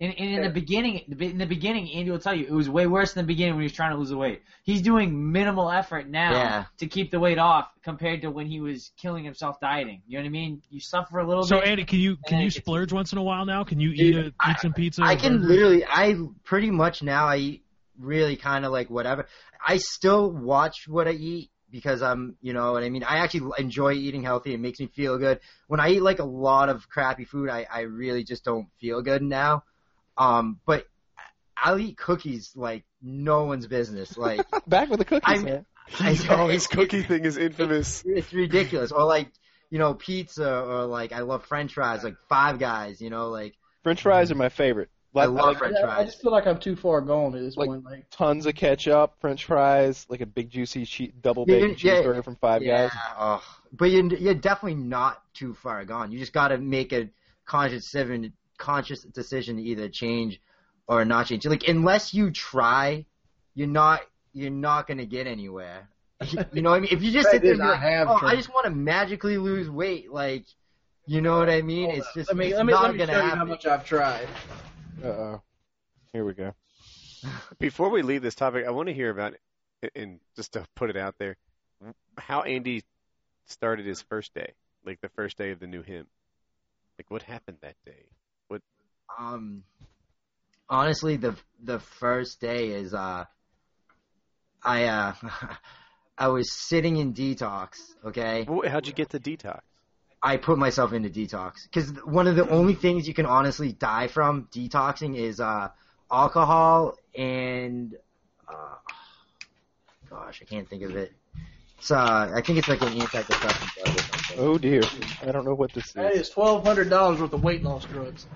F: In, in, in the beginning, in the beginning, Andy will tell you it was way worse in the beginning when he was trying to lose the weight. He's doing minimal effort now
C: Yeah.
F: to keep the weight off compared to when he was killing himself dieting. You know what I mean? You suffer a little
E: So
F: bit.
E: Andy, can you can
F: And
E: you
F: it's-
E: splurge once in a while now? Can you eat
C: Dude,
E: a,
C: I-
E: eat some pizza?
C: I
E: or
C: can
E: burger?
C: literally, I pretty much now I eat really kind of like whatever. I still watch what I eat because I'm, you know what I mean? I actually enjoy eating healthy. It makes me feel good. When I eat like a lot of crappy food, I, I really just don't feel good now. Um, but I'll eat cookies like no one's business. Like [LAUGHS]
D: Back with the cookies,
C: I'm-
D: man.
A: He's,
C: I-
A: oh,
C: [LAUGHS]
A: his cookie thing is infamous.
C: it's ridiculous. Or like, you know, pizza or like I love french fries, like five guys, you know, like
D: French fries are my favorite.
C: I
D: Like,
C: love
D: like
C: french
B: Yeah, I
C: fries.
B: just feel like I'm too far gone at this
D: Like-
B: point. Like,
D: tons of ketchup, French fries, like a big juicy che- double
C: Yeah,
D: bacon
C: yeah,
D: cheeseburger from Five
C: yeah.
D: Guys.
C: ugh. But you're, you're definitely not too far gone. You just got to make a conscious decision, conscious decision to either change or not change. Like unless you try, you're not you're not gonna get anywhere. You know what I mean? If you
B: [LAUGHS]
C: just
B: That
C: sit there
B: is,
C: and be
B: I
C: like,
B: have
C: oh, I
B: tried."
C: just want to magically lose weight, like, you know what I mean?
B: hold
C: It's
B: up.
C: just
B: let me
C: it's
B: let me
C: not
B: let me
C: gonna
B: show you how
C: happen.
B: much I've tried.
D: Uh oh. Here we go.
A: Before we leave this topic, I want to hear about, and just to put it out there, how Andy started his first day, like the first day of the new hymn. Like what happened that day?
C: um honestly the the first day is uh i uh [LAUGHS] i was sitting in detox okay
A: Wh- How'd you get the detox?
C: i put myself into detox because one of the only things you can honestly die from detoxing is uh alcohol and uh gosh i can't think of it it's uh i think it's like an antidepressant drug or something
D: Oh dear. I don't know what this is.
B: That is twelve hundred dollars worth of weight loss drugs.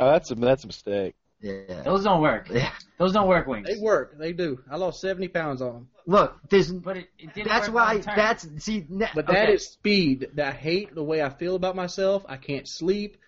D: Oh, that's a that's a mistake.
C: yeah
F: Those don't work.
C: yeah
F: Those don't work, wings.
B: They work. They do. I lost seventy pounds on them.
C: look there's
F: But it, it didn't
C: that's
F: work
C: why
F: long term.
C: that's see na-
B: But that is
C: okay.
B: speed. That I hate the way I feel about myself. I can't sleep.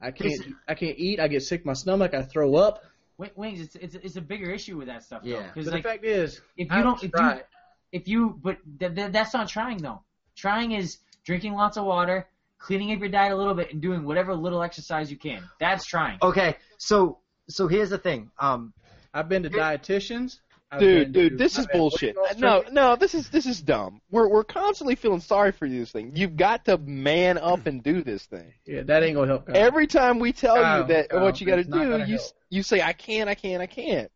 B: I can't.
C: This-
B: I can't eat. I get sick in my stomach. I throw up.
F: Wi- wings. It's, it's it's a bigger issue with that stuff.
C: Yeah.
F: Because
B: But
F: like
B: the fact is,
F: if
B: I
F: you don't if you,
B: try it.
F: if you but th- th- that's not trying though. Trying is drinking lots of water, cleaning up your diet a little bit, and doing whatever little exercise you can. That's trying.
B: Oh,
C: Okay, so so here's the thing. Um,
B: I've been to dietitians. I've
D: Dude,
B: been to-
D: dude, this
B: I've
D: is
B: had weight
D: bullshit.
B: loss
D: No,
B: training.
D: no, this is this is dumb. We're we're constantly feeling sorry for you, this thing. You've got to man up and do this thing.
B: Yeah, that ain't gonna help. Guys.
D: Every time we tell
B: Kyle,
D: you that
B: Kyle,
D: what you got to
B: it's not
D: do,
B: gonna
D: you
B: help.
D: s- you say I can't, I can't, I can't.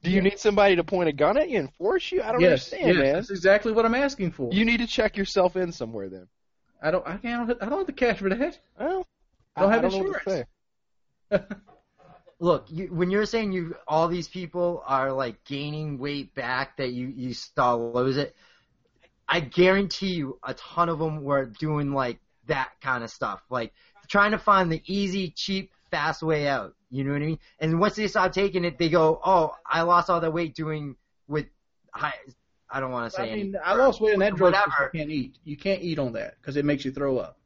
D: Do you need somebody to point a gun at you and force you? I don't
B: yes,
D: understand,
B: yes,
D: man.
B: That's exactly what I'm asking for.
D: You need to check yourself in somewhere then.
B: I don't. I can't. I don't have the cash for that.
D: Well,
B: Don't
D: I,
B: have
D: I don't know what to
B: insurance.
D: say.
C: look, you, when you're saying you all these people are like gaining weight back that you you start to lose it, I guarantee you a ton of them were doing like that kind of stuff, like trying to find the easy, cheap, fast way out. You know what I mean? And once they stop taking it, they go, "Oh, I lost all that weight doing with high." I don't want to say. [LAUGHS]
B: I mean,
C: anything.
B: I lost weight on that drug. 'cause
C: Whatever.
B: You can't eat. You can't eat on that because it makes you throw up.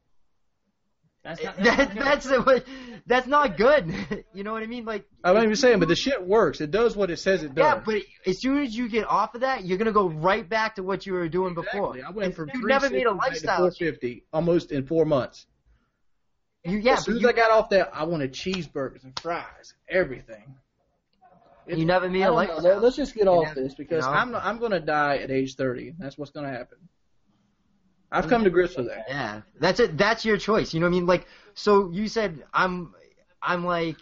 F: That's
B: eh,
F: not, that's,
C: that,
F: not good.
C: that's the- that's not good. [LAUGHS] you know what I mean? Like
B: I'm not even saying, but the shit works. It does what it says it does.
C: Yeah, but as soon as you get off of that, you're gonna go right back to what you were doing
B: Exactly.
C: before.
B: I went from
C: you never made a
B: 360
C: lifestyle.
B: to 450 almost in four months.
C: You, yeah,
B: as soon
C: but
B: as
C: you,
B: I got off that, I wanted cheeseburgers and fries, everything.
C: you never made a
B: I don't know,
C: lifestyle.
B: Let's just get
C: You
B: off
C: know,
B: this because
C: you know?
B: I'm not, I'm gonna die at age 30. That's what's gonna happen.
C: Mm.
B: I've come to grips with that.
C: Yeah, that's it. That's your choice. You know what I mean? Like, so you said I'm, I'm like,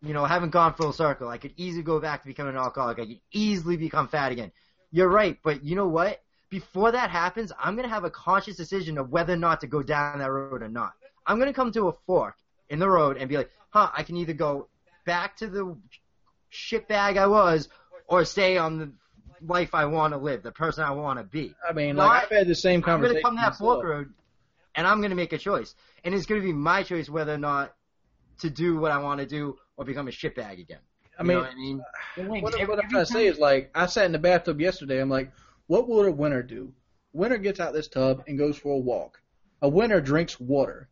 C: you know, haven't gone full circle. I could easily go back to becoming an alcoholic. I could easily become fat again. You're right, but you know what? Before that happens, I'm gonna have a conscious decision of whether or not to go down that road or not. I'm gonna come to a fork in the road and be like, huh, I can either go back to the shitbag I was, or stay on the life I want to live, the person I want to be.
B: I mean,
C: No,
B: like
C: I-
B: I've had the same
C: I'm going
B: conversation.
C: to come that
B: myself.
C: fork road, and I'm going to make a choice, and it's going to be my choice whether or not to do what I want to do or become a shitbag again.
B: I mean,
C: you know what I mean?
F: But Wings,
B: what,
F: every-
B: what I'm
F: every
B: trying to
F: time-
B: say is like I sat in the bathtub yesterday. I'm like, what would a winner do? Winner gets out this tub and goes for a walk. A winner drinks water.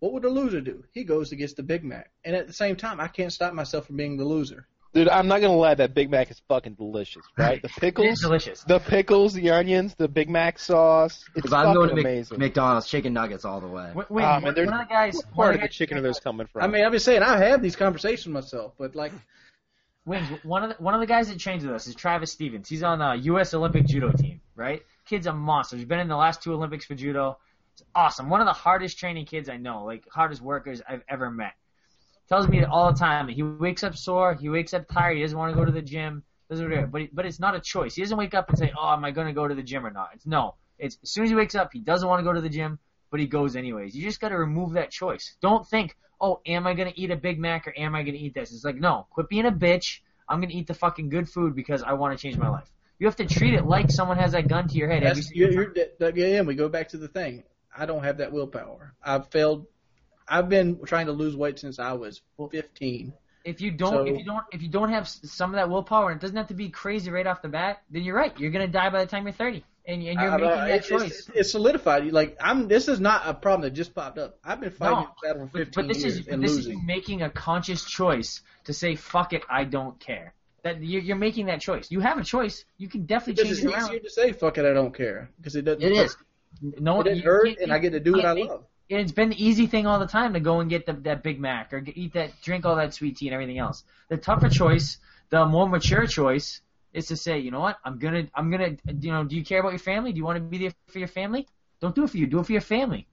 B: What would a loser do? He goes and gets the Big Mac. And at the same time, I can't stop myself from being the loser.
D: Dude, I'm not gonna lie, that Big Mac is fucking delicious, right? The [LAUGHS]
F: It's
D: pickles,
F: delicious.
D: the pickles, the onions, the Big Mac sauce. It's
C: Because
D: fucking
C: I'm going to Mc-
D: amazing.
C: McDonald's chicken nuggets all the way.
F: Wait, wait
D: Ah,
F: one
D: man,
F: of
D: they're-
F: the guys.
D: what
F: one
D: part of
F: of the
D: the
F: guys-
D: chicken are those coming from?
B: I mean, I've been saying I have these conversations myself,
C: [LAUGHS]
B: but like
F: Wings, one of the, one of the guys that trains with us is Travis Stevens. He's on the U.S. Olympic judo team, right? Kid's a monster. He's been in the last two Olympics for judo. It's awesome. One of the hardest training kids I know, like hardest workers I've ever met. Tells me all the time that he wakes up sore, he wakes up tired, he doesn't want to go to the gym, doesn't whatever. But but it's not a choice. He doesn't wake up and say, "Oh, am I going to go to the gym or not?" It's no. It's as soon as he wakes up, he doesn't want to go to the gym, but he goes anyways. You just got to remove that choice. Don't think, "Oh, am I going to eat a Big Mac or am I going to eat this?" It's like, no, quit being a bitch. I'm gonna eat the fucking good food because I want to change my life. You have to treat it like someone has that gun to your head. every
B: that's
F: single
B: you're,
F: time.
B: you're, that- that- again, we go back to the thing. I don't have that willpower. I've failed. I've been trying to lose weight since I was 15.
F: if you don't,
B: so-
F: if you don't, if you don't have s- some of that willpower, and it doesn't have to be crazy right off the bat, then you're right. You're gonna die by the time you're 30, and, and you're
B: I- I-
F: making that
B: it's,
F: choice.
B: It's, it's solidified. Like I'm. This is not a problem that just popped up. I've been fighting
F: No,
B: this battle for 15
F: but, but this
B: years
F: is
B: and
F: this is
B: losing.
F: you making a conscious choice to say fuck it, I don't care. That you're, you're making that choice. You have a choice. You can definitely
B: because
F: change
B: it's
F: it around.
B: easier to say "fuck it," I don't care because it doesn't.
C: It is.
F: No,
B: It doesn't
F: you
B: hurt,
F: can't-
B: and I get to do what I
F: can't-
B: love.
F: and it's been the easy thing all the time to go and get the, that Big Mac or get, eat that, drink all that sweet tea and everything else. The tougher choice, the more mature choice, is to say, you know what, I'm gonna, I'm gonna, you know, do you care about your family? Do you want to be there for your family? Don't do it for you. Do it for your family.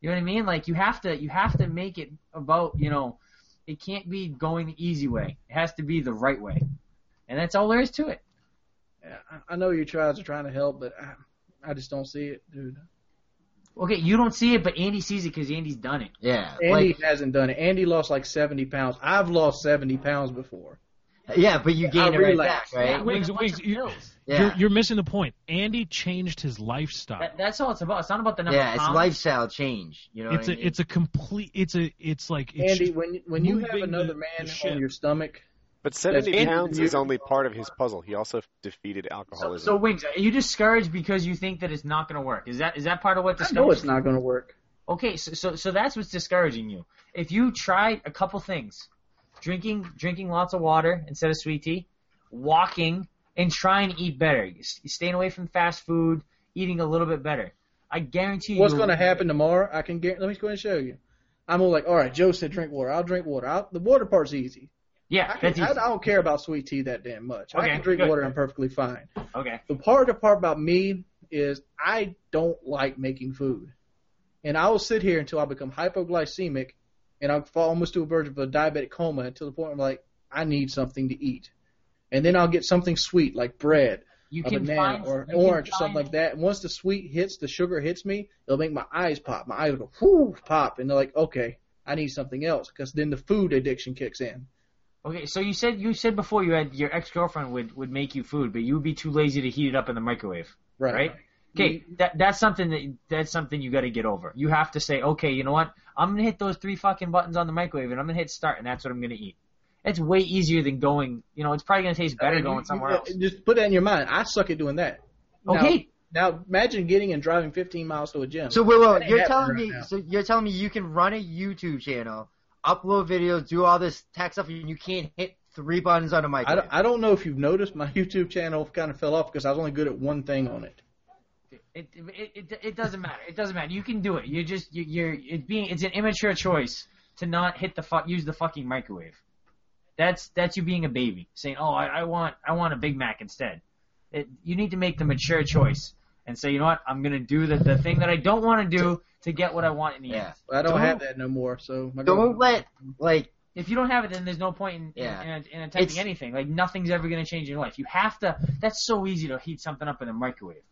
F: You know what I mean? Like you have to, you have to make it about, you know, it can't be going the easy way. It has to be the right way, and that's all there is to it.
B: Yeah, I- I know you guys are trying to help, but I, I just don't see it, dude.
F: Okay, you don't see it, but Andy sees it because Andy's done it.
C: Yeah.
B: Andy
C: Like,
B: hasn't done it. Andy lost like 70 pounds. I've lost 70 pounds before.
C: yeah, but you gain it right
B: relax.
C: back, right?
F: With
E: Wings,
F: a bunch
E: wings,
F: of
E: you- [LAUGHS]
F: pills.
E: You're,
C: Yeah.
E: you're missing the point. Andy changed his lifestyle.
F: That, that's all it's about. It's not about the number.
C: Yeah,
F: of
C: it's
F: pounds.
C: lifestyle change. You know
E: it's
C: what
E: a
C: I mean?
E: it's a complete it's a it's like it's
B: Andy,
E: just-
B: when when you have
E: moving
B: another
E: the-
B: man
E: the ship.
B: on your stomach,
A: But 70
B: That's-
A: pounds is only part of his puzzle. He also defeated
F: So,
A: alcoholism.
F: so wings, are you discouraged because you think that it's not going to work? Is that is that part of what
B: I
F: discourages?
B: know it's not going to work.
F: Okay, so, so so that's what's discouraging you. If you tried a couple things, drinking drinking lots of water instead of sweet tea, walking and trying to eat better, you s- staying away from fast food, eating a little bit better. I guarantee you.
B: What's going to happen tomorrow? I can get. Let me go and show you. I'm all like, all right, Joe said drink water. I'll drink water. I'll, the water part's easy.
F: Yeah,
B: I, can,
F: that's
B: I,
F: easy.
B: I don't care about sweet tea that damn much. I
F: Okay,
B: can drink
F: good.
B: water. I'm perfectly fine.
F: Okay.
B: The part the part about me is I don't like making food, and I will sit here until I become hypoglycemic, and I'll fall almost to a verge of a diabetic coma until the point I'm like, I need something to eat, and then I'll get something sweet like bread
F: You
B: a
F: can
B: banana
F: find
B: or an
F: you can
B: orange or something
F: find-
B: like that. And once the sweet hits, the sugar hits me, it'll make my eyes pop. My eyes will go whoo pop, and they're like, okay, I need something else because then the food addiction kicks in.
F: Okay, so you said you said before you had your ex girlfriend would would make you food, but you would be too lazy to heat it up in the microwave.
B: Right.
F: right? Okay, that that's something that that's something you got to get over. You have to say, okay, you know what? I'm gonna hit those three fucking buttons on the microwave, and I'm gonna hit start, and that's what I'm gonna eat. It's way easier than going. You know, it's probably gonna taste better
B: Uh, You-
F: going
B: you-
F: somewhere else.
B: Just put that in your mind. I suck at doing that. Now-
F: Okay.
B: Now, imagine getting and driving 15 miles to a gym.
C: So wait, wait,
B: ain't
C: you're
B: happening
C: telling
B: right
C: me,
B: now.
C: so you're telling me you can run a YouTube channel, upload videos, do all this tech stuff, and you can't hit three buttons on a
B: I don't,
C: microwave.
B: I don't know if you've noticed my [LAUGHS] YouTube channel kind of fell off because I was only good at one thing on it.
F: It, it it it doesn't matter. It doesn't matter. You can do it. You just you, you're it's being it's an immature choice to not hit the fuck use the fucking microwave. That's that's you being a baby saying, oh, I, I want I want a Big Mac instead. It, you need to make the mature choice and say, you know what, I'm gonna do the the thing that I don't want to do to get what I want in the
C: yeah.
F: end.
B: I don't,
C: Don't-
B: have that no more. So my
C: Don't
B: girlfriend-
C: let like
F: If you don't have it, then there's no point in
C: Yeah.
F: in, in, in attempting
C: It's-
F: anything. Like nothing's ever gonna change in your life. You have to. That's so easy to heat something up in a microwave.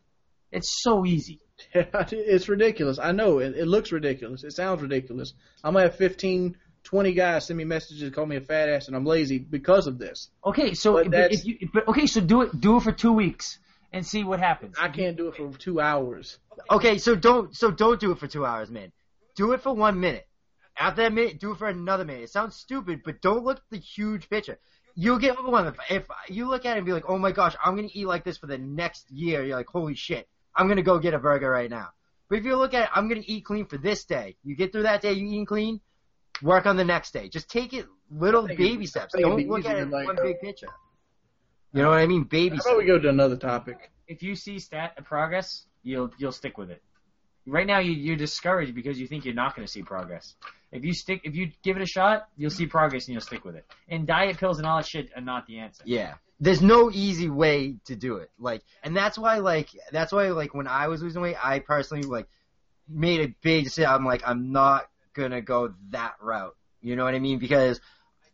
F: It's so easy.
B: [LAUGHS] it's ridiculous. I know it, it looks ridiculous. It sounds ridiculous. I'm gonna have 15, 20 guys send me messages, call me a fat ass, and I'm lazy because of this.
F: Okay, so
B: But
F: but
B: that's-
F: if you, but okay, so do it do it for two weeks and see what happens.
B: I can't do it for two hours.
C: Okay, so don't so don't do it for two hours, man. Do it for one minute. After that minute, do it for another minute. It sounds stupid, but don't look at the huge picture. You'll get overwhelmed if, if you look at it and be like, "Oh my gosh, I'm gonna eat like this for the next year." You're like, "Holy shit, I'm gonna go get a burger right now." But if you look at it, I'm gonna eat clean for this day. You get through that day, you eating clean. work on the next day. Just take it little
B: think it'd
C: baby steps.
B: I think it'd
C: Don't
B: be
C: look at
B: easier,
C: it in
B: like-
C: one big picture. You know what I mean? Baby
B: How
C: steps.
B: about we go to another topic?
F: if you see stat progress, you'll you'll stick with it. Right now, you, you're discouraged because you think you're not going to see progress. If you stick, if you give it a shot, you'll see progress and you'll stick with it. And diet pills and all that shit are not the answer.
C: Yeah. There's no easy way to do it. Like, and that's why, like, that's why, like, when I was losing weight, I personally, like, made a big decision. I'm like, I'm not gonna go that route. You know what I mean? Because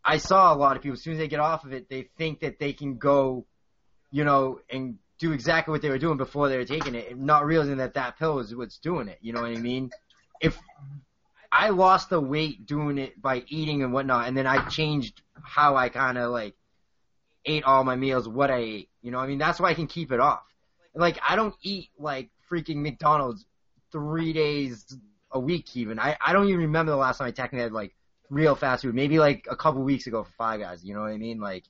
C: I saw a lot of people, as soon as they get off of it, they think that they can go, you know, and do exactly what they were doing before they were taking it, and not realizing that that pill is what's doing it. You know what I mean? If I lost the weight doing it by eating and whatnot, and then I changed how I kind of, like, ate all my meals, what I ate. You know, what I mean, that's why I can keep it off. Like, I don't eat like freaking McDonald's three days a week. Even I, I don't even remember the last time I technically had like real fast food. Maybe like a couple weeks ago for Five Guys. You know what I mean? Like,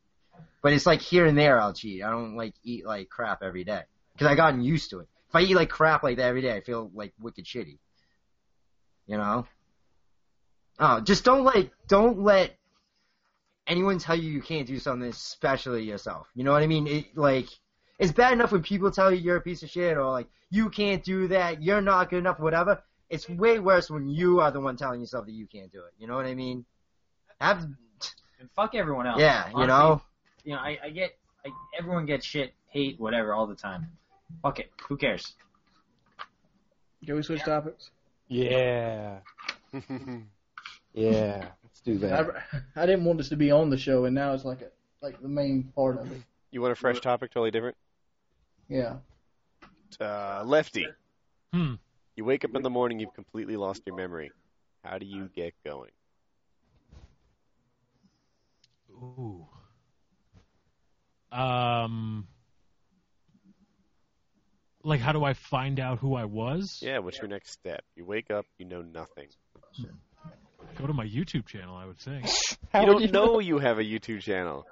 C: but it's like here and there I'll cheat. I don't like eat like crap every day because I gotten used to it. If I eat like crap like that every day, I feel like wicked shitty. You know. Oh, just don't like don't let anyone tell you you can't do something, especially yourself. You know what I mean? It, like, it's bad enough when people tell you you're a piece of shit or like you can't do that, you're not good enough, whatever. It's way worse when you are the one telling yourself that you can't do it. You know what I mean? Have
F: And fuck everyone else.
C: yeah, you
F: Honestly,
C: know.
F: You know, I, I get, I, everyone gets shit, hate, whatever, all the time. Fuck it. Who cares?
B: Can we switch topics?
D: Yeah. [LAUGHS] yeah. Let's do
B: I,
D: that.
B: I [LAUGHS] didn't want this to be on the show, and now it's like a, like the main part of it.
A: You want a fresh topic, totally different?
B: Yeah.
A: Uh, lefty.
E: Hmm.
A: You wake up in the morning, you've completely lost your memory. How do you get going?
E: Ooh. Um. Like, how do I find out who I was?
A: Yeah, what's your next step? You wake up, you know nothing.
E: Go to my YouTube channel, I would think.
D: How
A: you don't
D: would
A: know you have a YouTube channel.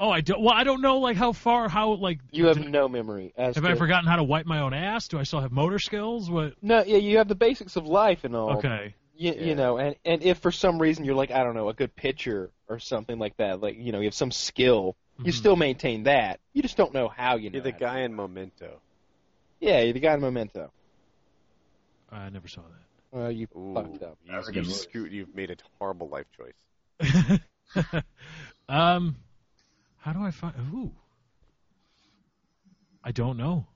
E: Oh, I don't. Well, I don't know, like, how far, how, like.
D: You have no memory. As
E: Have
D: to,
E: I forgotten how to wipe my own ass? Do I still have motor skills? What?
D: No, yeah, you have the basics of life and all.
E: Okay.
D: You,
A: Yeah.
D: you know, and and if for some reason you're like I don't know a good pitcher or something like that, like you know you have some skill, you
E: Mhm.
D: still maintain that. You just don't know how you know.
A: You're the
D: how to-
A: guy in Memento.
D: Yeah, you're the guy in Memento.
E: I never saw that.
D: Uh, you
A: Ooh,
D: fucked up.
A: You, you scoot, you've made a horrible life choice.
E: [LAUGHS] um, how do I find? Ooh, I don't know.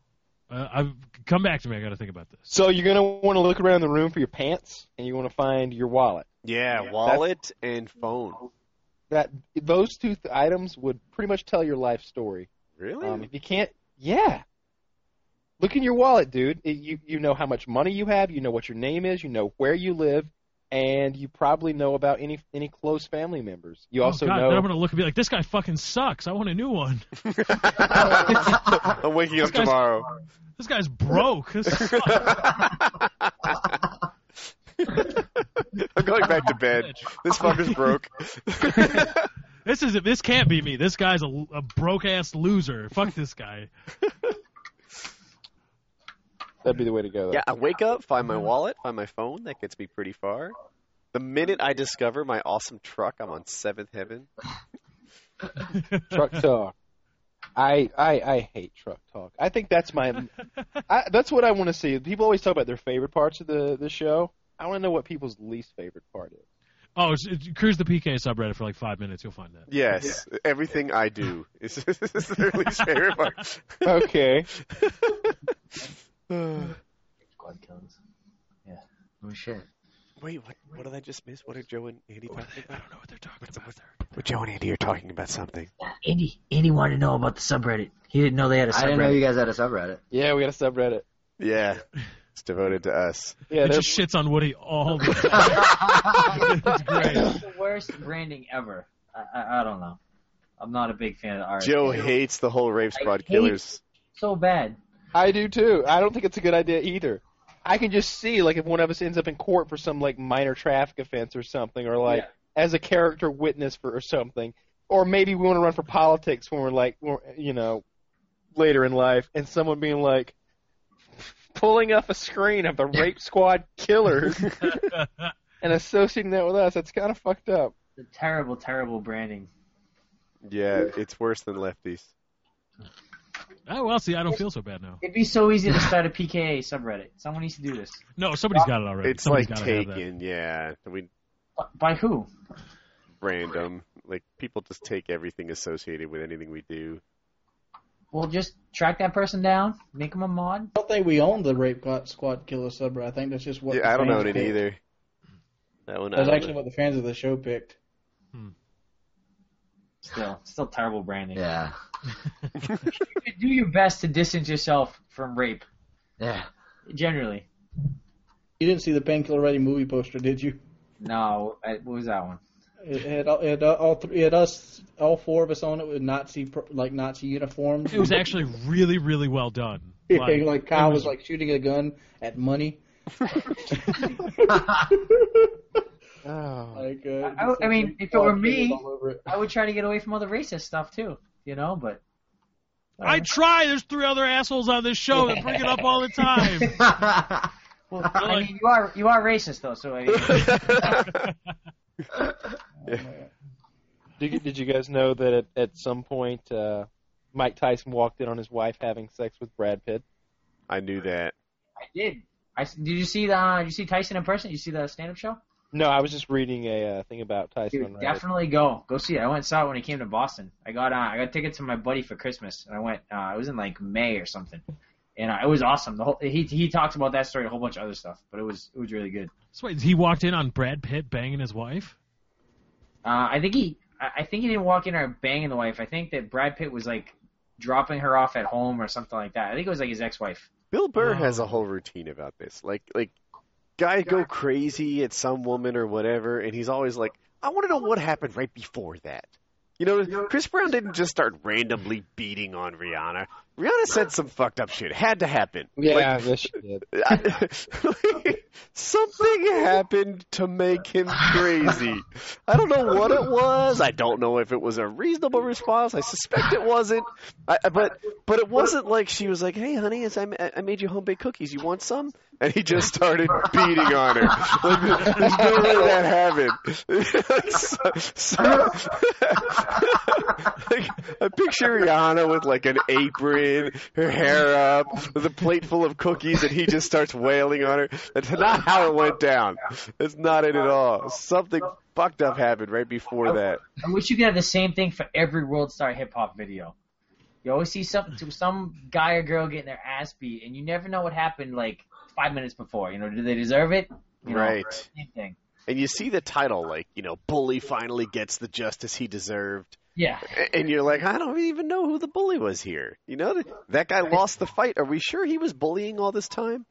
E: Uh, I've come back to me. I got to think about this.
D: So you're gonna want to look around the room for your pants, and you want to find your wallet.
A: Yeah,
G: Yeah.
A: wallet and phone.
D: That those two th- items would pretty much tell your life story.
A: Really?
D: Um, [LAUGHS] if you can't, yeah. Look in your wallet, dude. It- you you know how much money you have. You know what your name is. You know where you live, and you probably know about any any close family members. You also
E: oh God,
D: know.
E: then I'm gonna look and be like, this guy fucking sucks. I want a new one.
A: [LAUGHS] I'm waking up
E: This guy's- [LAUGHS]
A: tomorrow. [LAUGHS]
E: This guy's broke. This sucks.
A: I'm going back to bed. This fucker's broke.
E: [LAUGHS] This is this can't be me. This guy's a, broke ass loser. Fuck this guy.
D: That'd be the way to go. Though.
A: yeah, I wake up, find my wallet, find my phone. That gets me pretty far. The minute I discover my awesome truck, I'm on seventh heaven.
D: Truck talk. I, I I hate truck talk. I think that's my I, that's what I want to see. People always talk about their favorite parts of the the show. I want to know what people's least favorite part is.
E: Oh, it's, it's- cruise the PK subreddit for like five minutes. You'll find that.
A: Yes, everything I do is, [LAUGHS] is their least favorite part.
D: Okay.
F: Quad kills.
C: Oh shit.
A: [SIGHS] Wait, what? What did I just miss? What did Joe and Andy
E: I
A: talk about?
E: don't know what they're talking about
A: Well, Joe and Andy are talking about something.
F: Andy, Andy wanted to know about the subreddit. He didn't know they had a
C: I didn't know you guys had a [LAUGHS] subreddit.
D: Yeah, we got a subreddit.
A: Yeah, it's devoted to us.
D: Yeah,
E: it
D: they're-
E: just shits on Woody all the time. it's great.
F: It's the worst branding ever. I, I, I don't know. I'm not a big fan of RSK.
A: Joe hates the whole Rave Squad
F: hate-
A: Killers.
F: so bad.
D: I do too. I don't think it's a good idea either. I can just see like if one of us ends up in court for some like minor traffic offense or something, or like as a character witness for or something, or maybe we want to run for politics when we're like, we're, you know, later in life, and someone being like. [LAUGHS] Pulling up a screen of the Rape Squad killers, and associating that with us. That's kind of fucked up.
F: The terrible, terrible branding.
A: Yeah, it's worse than lefties.
E: [LAUGHS] Oh well, see, I don't feel so bad now.
F: It'd be so easy to start a PKA subreddit. Someone needs to do this.
E: No, somebody's got it already.
A: It's
E: Somebody's
A: like
E: gotta have that.
A: taken, yeah. We
F: By who?
A: random, like people just take everything associated with anything we do.
F: Well, just track that person down, make them a mod.
B: I don't think we own the Rape God- Squad Killer subreddit. I think that's just what. the
A: yeah, I don't
B: fans
A: own it
B: picked.
A: either. That one. I
B: That's
A: don't
B: actually
A: know.
B: what the fans of the show picked.
F: Still, still terrible branding.
C: Yeah.
F: You do your best to distance yourself from rape.
C: Yeah.
F: Generally,
B: You didn't see the Painkiller Ready movie poster, did you?
F: no. I, what was that one?
B: It had all, it had all three, it had us, all four of us on it with Nazi pro- like Nazi uniforms.
E: It was actually really, really well done.
B: Yeah,
E: Like,
B: [LAUGHS] like, Kyle was like shooting a gun
E: [LAUGHS]
B: at money.
D: Oh.
B: Like, uh,
F: I- I mean, if it were me-
B: all over it.
F: I would try to get away from all the racist stuff too, you know. But uh,
E: I try. There's three other assholes on this show that bring it up all the time.
B: [LAUGHS]
F: well, I mean, you are you are racist though, so
A: [LAUGHS]
F: I,
D: Did you, did you guys know that at, at some point uh, Mike Tyson walked in on his wife having sex with Brad Pitt?
A: I knew that.
F: I did. I s- did you see the uh, did you see Tyson in person? Did you see the stand up show?
D: No, I was just reading a uh, thing about Tyson
F: Dude,
D: on Reddit.
F: definitely go go see it. I went and saw it when he came to Boston. I got uh, I got tickets to my buddy for Christmas, and I went. Uh, I was in like May or something, and uh, it was awesome. The whole he he talks about that story, and a whole bunch of other stuff, but it was it was really good.
E: So wait, he walked in on Brad Pitt banging his wife.
F: Uh, I think he I I think he didn't walk in there banging the wife. I think that Brad Pitt was like dropping her off at home or something like that. I think it was like his ex wife.
A: Bill Burr
E: Wow.
A: has a whole routine about this. Like, like, guy go crazy at some woman or whatever, and he's always like, "I want to know what happened right before that." You know, Chris Brown didn't just start randomly beating on Rihanna. Rihanna said some fucked up shit. Had to happen.
D: [LAUGHS] Yeah, yes, she
B: [LAUGHS]
D: did.
A: I- [LAUGHS] something happened to make him crazy. I don't know what it was. I don't know if it was a reasonable response. I suspect it wasn't. I, I- but but it wasn't like she was like, "Hey, honey, it's- I, I made you home baked cookies. You want some?" And he just started beating on her. Like, there's no way that happened. [LAUGHS] Like, so, so- like, I picture Rihanna with like an apron, her hair up, with a plate full of cookies, and he just starts wailing on her. That's not how it went down. That's not it at all. Something fucked up happened right before that.
F: I wish you could have the same thing for every World Star Hip Hop video. You always see some some guy or girl getting their ass beat, and you never know what happened like five minutes before. You know, do they deserve it? You know,
A: Right.
F: Same thing.
A: And you see the title, like, you know, Bully finally gets the justice he deserved.
F: Yeah.
A: A- and you're like, I don't even know who the bully was here. You know, that, that guy lost the fight. Are we sure he was bullying all this
F: [LAUGHS]
A: time?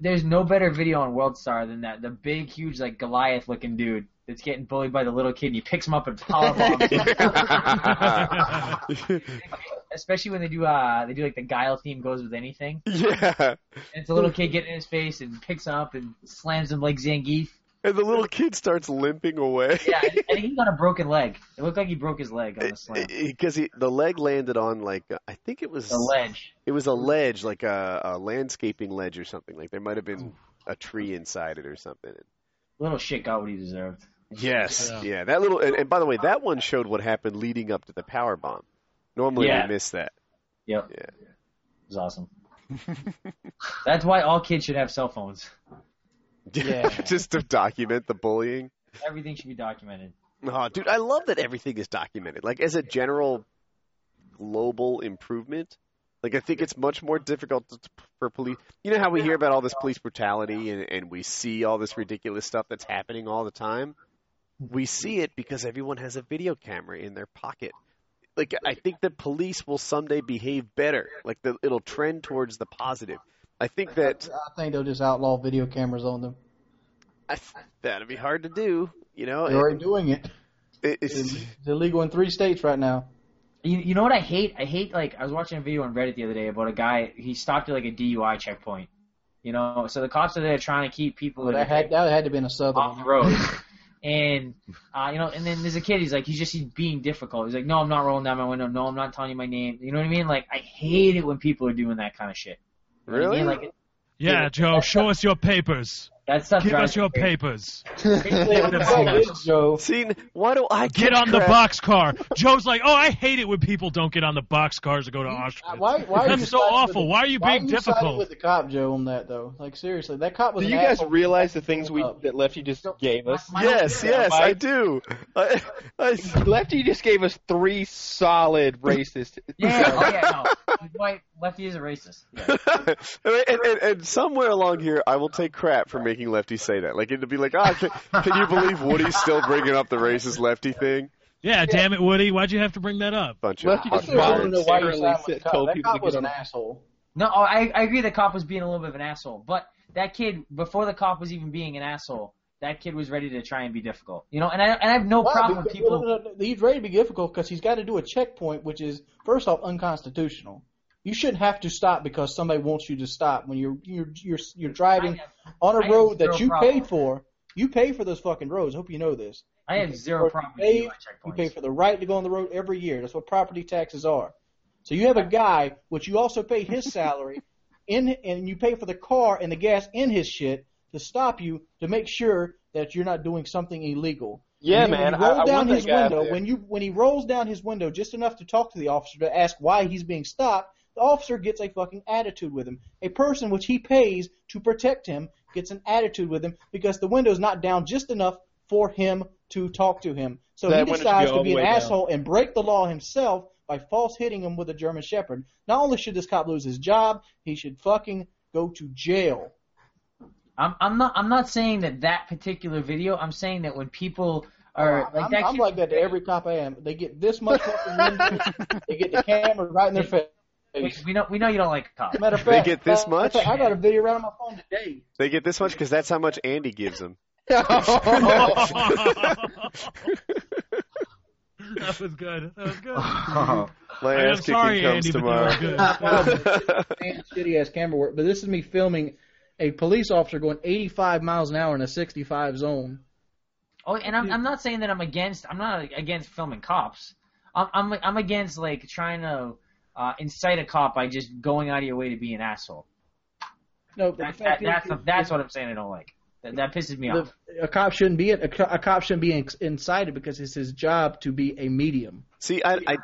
F: There's no better video on World Star than that. The big, huge, like Goliath looking dude that's getting bullied by the little kid, and he picks him up and
A: [LAUGHS]
F: powerbombs him.
A: yeah.
F: Especially when they do uh they do like the guile theme goes with anything. And it's a little kid getting in his face and picks him up and slams him like Zangief.
A: And the little kid starts limping away. [LAUGHS]
F: Yeah, I I think he got a broken leg. It looked like he broke his leg on
A: [LAUGHS]
F: the slam.
A: Because he, the leg landed on like uh, I think it was
F: The ledge.
A: it was a ledge like a, a landscaping ledge or something like there might have been a tree inside it or something.
F: Little shit got what he deserved.
A: Yes,
E: Yeah.
A: yeah, that little and, and by the way that one showed what happened leading up to the power bomb. Normally
F: Yeah.
A: we miss that.
F: Yep.
A: Yeah.
F: It
A: [LAUGHS]
F: was awesome. That's why all kids should have cell phones.
A: Yeah. [LAUGHS] Just to document the bullying.
F: Everything should be documented.
A: Oh, dude, I love that everything is documented. Like as a general global improvement, like I think it's much more difficult to, for police. You know how we hear about all this police brutality and, and we see all this ridiculous stuff that's happening all the time. We see it because everyone has a video camera in their pocket. Like I think that police will someday behave better. Like the, it'll trend towards the positive. I think that
B: I think they'll just outlaw video cameras on them.
A: I, that'd be hard to do. You know,
B: They're already doing it.
A: It-
B: It's
A: it's,
B: illegal in three states right now.
F: You, you know what I hate? I hate like I was watching a video on Reddit the other day about a guy he stopped at like a DUI checkpoint. You know, so the cops are there trying to keep people that
B: That
F: are
B: had that had to be in a
F: off
B: southern.
E: [LAUGHS]
B: [LAUGHS]
F: the road. And uh, you know, and then there's a kid. He's like, he's just he's being difficult. He's like, no, I'm not rolling down my window. No, I'm not telling you my name. You know what I mean? Like, I hate it when people are doing that kind of shit. You know what I
A: really?
F: mean? Like,
E: Yeah, Joe, show us your papers.
F: That stuff
E: Give
F: drives
E: us your
F: me crazy.
E: papers.
C: Joe.
A: [LAUGHS] See, why do I
E: Get
A: catch
E: on the
A: crap?
E: boxcar. Joe's like, oh, I hate it when people don't get on the boxcars to go to Auschwitz.
B: Why, why are
E: That's
B: you
E: so
B: siding
E: awful.
B: With,
E: Why are you
B: why
E: being
B: are you siding
E: difficult?
B: with the cop, Joe, on that though? Like seriously, that cop was.
D: Do
B: an
D: you guys
B: asshole.
D: realize the things we that Lefty just gave us?
A: Yes, yes,
D: Mike.
A: I do. I, I,
D: [LAUGHS] Lefty just gave us three solid
B: [LAUGHS]
D: racist.
F: Yeah,
D: [LAUGHS]
F: oh
A: [LAUGHS]
F: yeah, no. White lefty is a racist. Yeah.
A: and, and, and somewhere along here, I will take crap for making Lefty say that. Like it'd be like, ah, can, can you believe Woody's still bringing up the racist Lefty thing?
E: Yeah, damn it, Woody. Why'd you have to bring that
B: [LAUGHS]
E: up? [LAUGHS]
A: Bunch of
D: Lefty just
A: fucking
B: I don't
A: nerds.
B: know why you
D: Barely
B: sided with
D: said-
B: the cop.
D: told
B: That
D: people to
B: cop was
D: get
B: an
D: on-
B: asshole.
F: No, oh, I I agree. The cop was being a little bit of an asshole, but that kid before the cop was even being an asshole, that kid was ready to try and be difficult. You know, and I and I have no
B: Why?
F: problem with
B: Because-
F: people.
B: no, no, no, He's ready to be difficult because he's got to do a checkpoint, which is first off unconstitutional. You shouldn't have to stop because somebody wants you to stop when you're you're you're, you're driving
F: I have-
B: on
F: I
B: a
F: have
B: road that
F: zero
B: you
F: problem.
B: paid for. You pay for those fucking roads. Hope you know this.
F: I have zero problem with
B: pay-
F: DUI
B: You pay
F: checkpoints.
B: for the right to go on the road every year. That's what property taxes are. So you have a guy, which you also pay his
F: [LAUGHS]
B: salary, in and you pay for the car and the gas in his shit to stop you to make sure that you're not doing something illegal.
D: Yeah,
B: And
D: man.
B: then When you roll
D: I, I
B: down
D: want that
B: his
D: guy up
B: window,
D: there.
B: when you when he rolls down his window just enough to talk to the officer to ask why he's being stopped, the officer gets a fucking attitude with him. A person which he pays to protect him gets an attitude with him because the window's not down just enough for him to talk to him. So
D: That
B: he
D: window should
B: decides
D: be all
B: to be
D: the
B: an
D: way down.
B: asshole and break the law himself by false hitting him with a German Shepherd. Not only should this cop lose his job, he should fucking go to jail.
F: I'm I'm not I'm not saying that that particular video. I'm saying that when people are like
B: I'm,
F: that.
B: I'm
F: kid-
B: like that to every cop I am. They get this much fucking window, they get the camera right in their
F: we,
B: face.
F: we know we know you don't like cops.
B: Matter of
A: They
B: fact,
A: get this
B: matter of
A: much?
B: fact, I got a video right on my phone
F: [LAUGHS]
B: today.
A: They get this much because that's how much Andy gives them.
B: [LAUGHS]
E: that was good. That was good.
C: [LAUGHS] Oh,
A: My
E: I'm
A: ass kicking
E: sorry,
A: comes
E: Andy, but
A: tomorrow.
E: that
A: [LAUGHS]
B: Man, shitty ass camera work, but this is me filming a police officer going 85 miles an hour in a 65 zone.
F: Oh, and I'm I'm not saying that I'm against. I'm not against filming cops. I'm I'm I'm against like trying to uh, incite a cop by just going out of your way to be an asshole.
B: No, but
F: That,
B: the fact
F: that, that's
B: is,
F: that's what I'm saying. I don't like. That, that pisses me off.
B: the- a cop shouldn't be a, co- a cop shouldn't be in, incited because it's his job to be a medium.
A: See, I, I,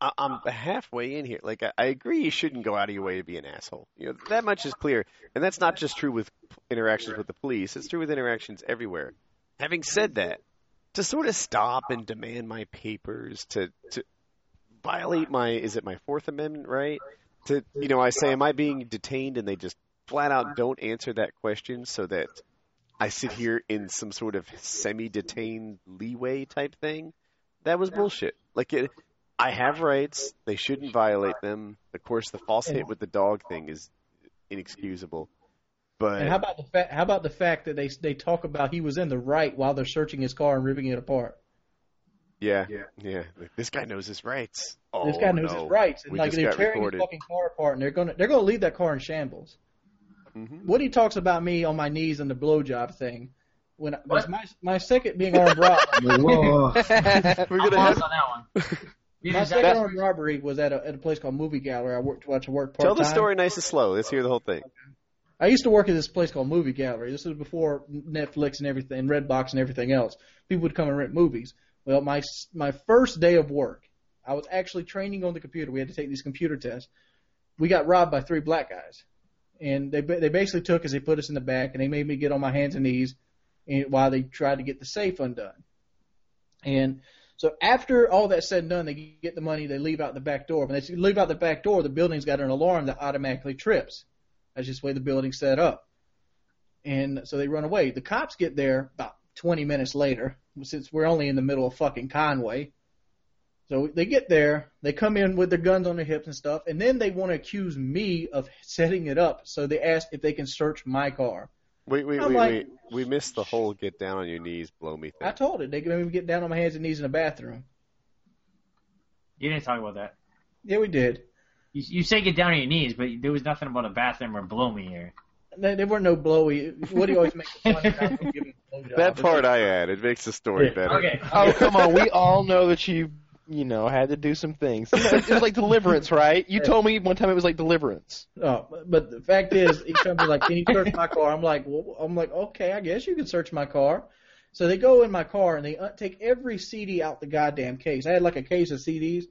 A: I, I'm halfway in here. Like, I, I agree you shouldn't go out of your way to be an asshole. You know, that much is clear, and that's not just true with p- interactions with the police. It's true with interactions everywhere. Having said that, to sort of stop and demand my papers, to to violate my is it my Fourth Amendment right? To you know, I say, am I being detained? And they just flat out don't answer that question, so that I sit here in some sort of semi-detained leeway type thing. That was bullshit. Like it, I have rights. They shouldn't violate them. Of course, the false hit with the dog thing is inexcusable.
B: And
A: But
B: how about the fact? How about the fact that they they talk about he was in the right while they're searching his car and ripping it apart?
A: yeah, yeah, like, this guy knows his rights. Oh,
B: this guy knows
A: no.
B: his rights, and
A: We
B: like
A: just
B: they're
A: got
B: tearing
A: recorded.
B: his fucking car apart, and they're gonna they're gonna leave that car in shambles.
A: Mhm.
B: Woody talks about me on my knees and the blowjob thing. When
F: What?
B: my my second being armed robbery,
C: whoa.
A: We're
F: I'm
A: gonna
D: [LAUGHS]
F: lost
A: have-
F: on that one. [LAUGHS] You
B: my
F: just-
B: second armed robbery was at a at a place called Movie Gallery. I worked watch work part
A: tell the story nice and slow. Let's hear the whole thing.
B: I used to work at this place called Movie Gallery. This was before Netflix and everything, Redbox and everything else. People would come and rent movies. Well, my s- my first day of work, I was actually training on the computer. We had to take these computer tests. We got robbed by three black guys, and they ba- they basically took us. They put us in the back, and they made me get on my hands and knees, and while they tried to get the safe undone. And so after all that's said and done, they get the money. They leave out the back door. When they leave out the back door, the building's got an alarm that automatically trips. That's just the way the building's set up. And so they run away. The cops get there about 20 minutes later, since we're only in the middle of fucking Conway. So they get there, they come in with their guns on their hips and stuff, and then they want to accuse me of setting it up. So they ask if they can search my car.
A: Wait, wait,
B: I'm
A: wait,
B: like-
A: wait. We missed the whole get down on your knees, blow me
B: I
A: thing.
B: told it. They made me get down on my hands and knees in the bathroom.
F: you didn't talk about that.
B: Yeah, we did.
F: You, you say get down on your knees, but there was nothing about a bathroom or blow me here.
B: There there were no blowy. Woody always makes fun of me for giving a blowjob.
A: That part I add. It makes the story
B: Yeah.
A: better.
F: Okay.
D: Oh come on, we all know that you you know, I had to do some things. You know, it was like
B: [LAUGHS]
D: Deliverance, right? You told me one time it was like Deliverance.
B: Oh, but- but the fact is, each time they're like, "Can you search my car?" I'm like, well, "I'm like, okay, I guess you can search my car." So they go in my car and they uh, take every CD out the goddamn case. I had like a case of CDs,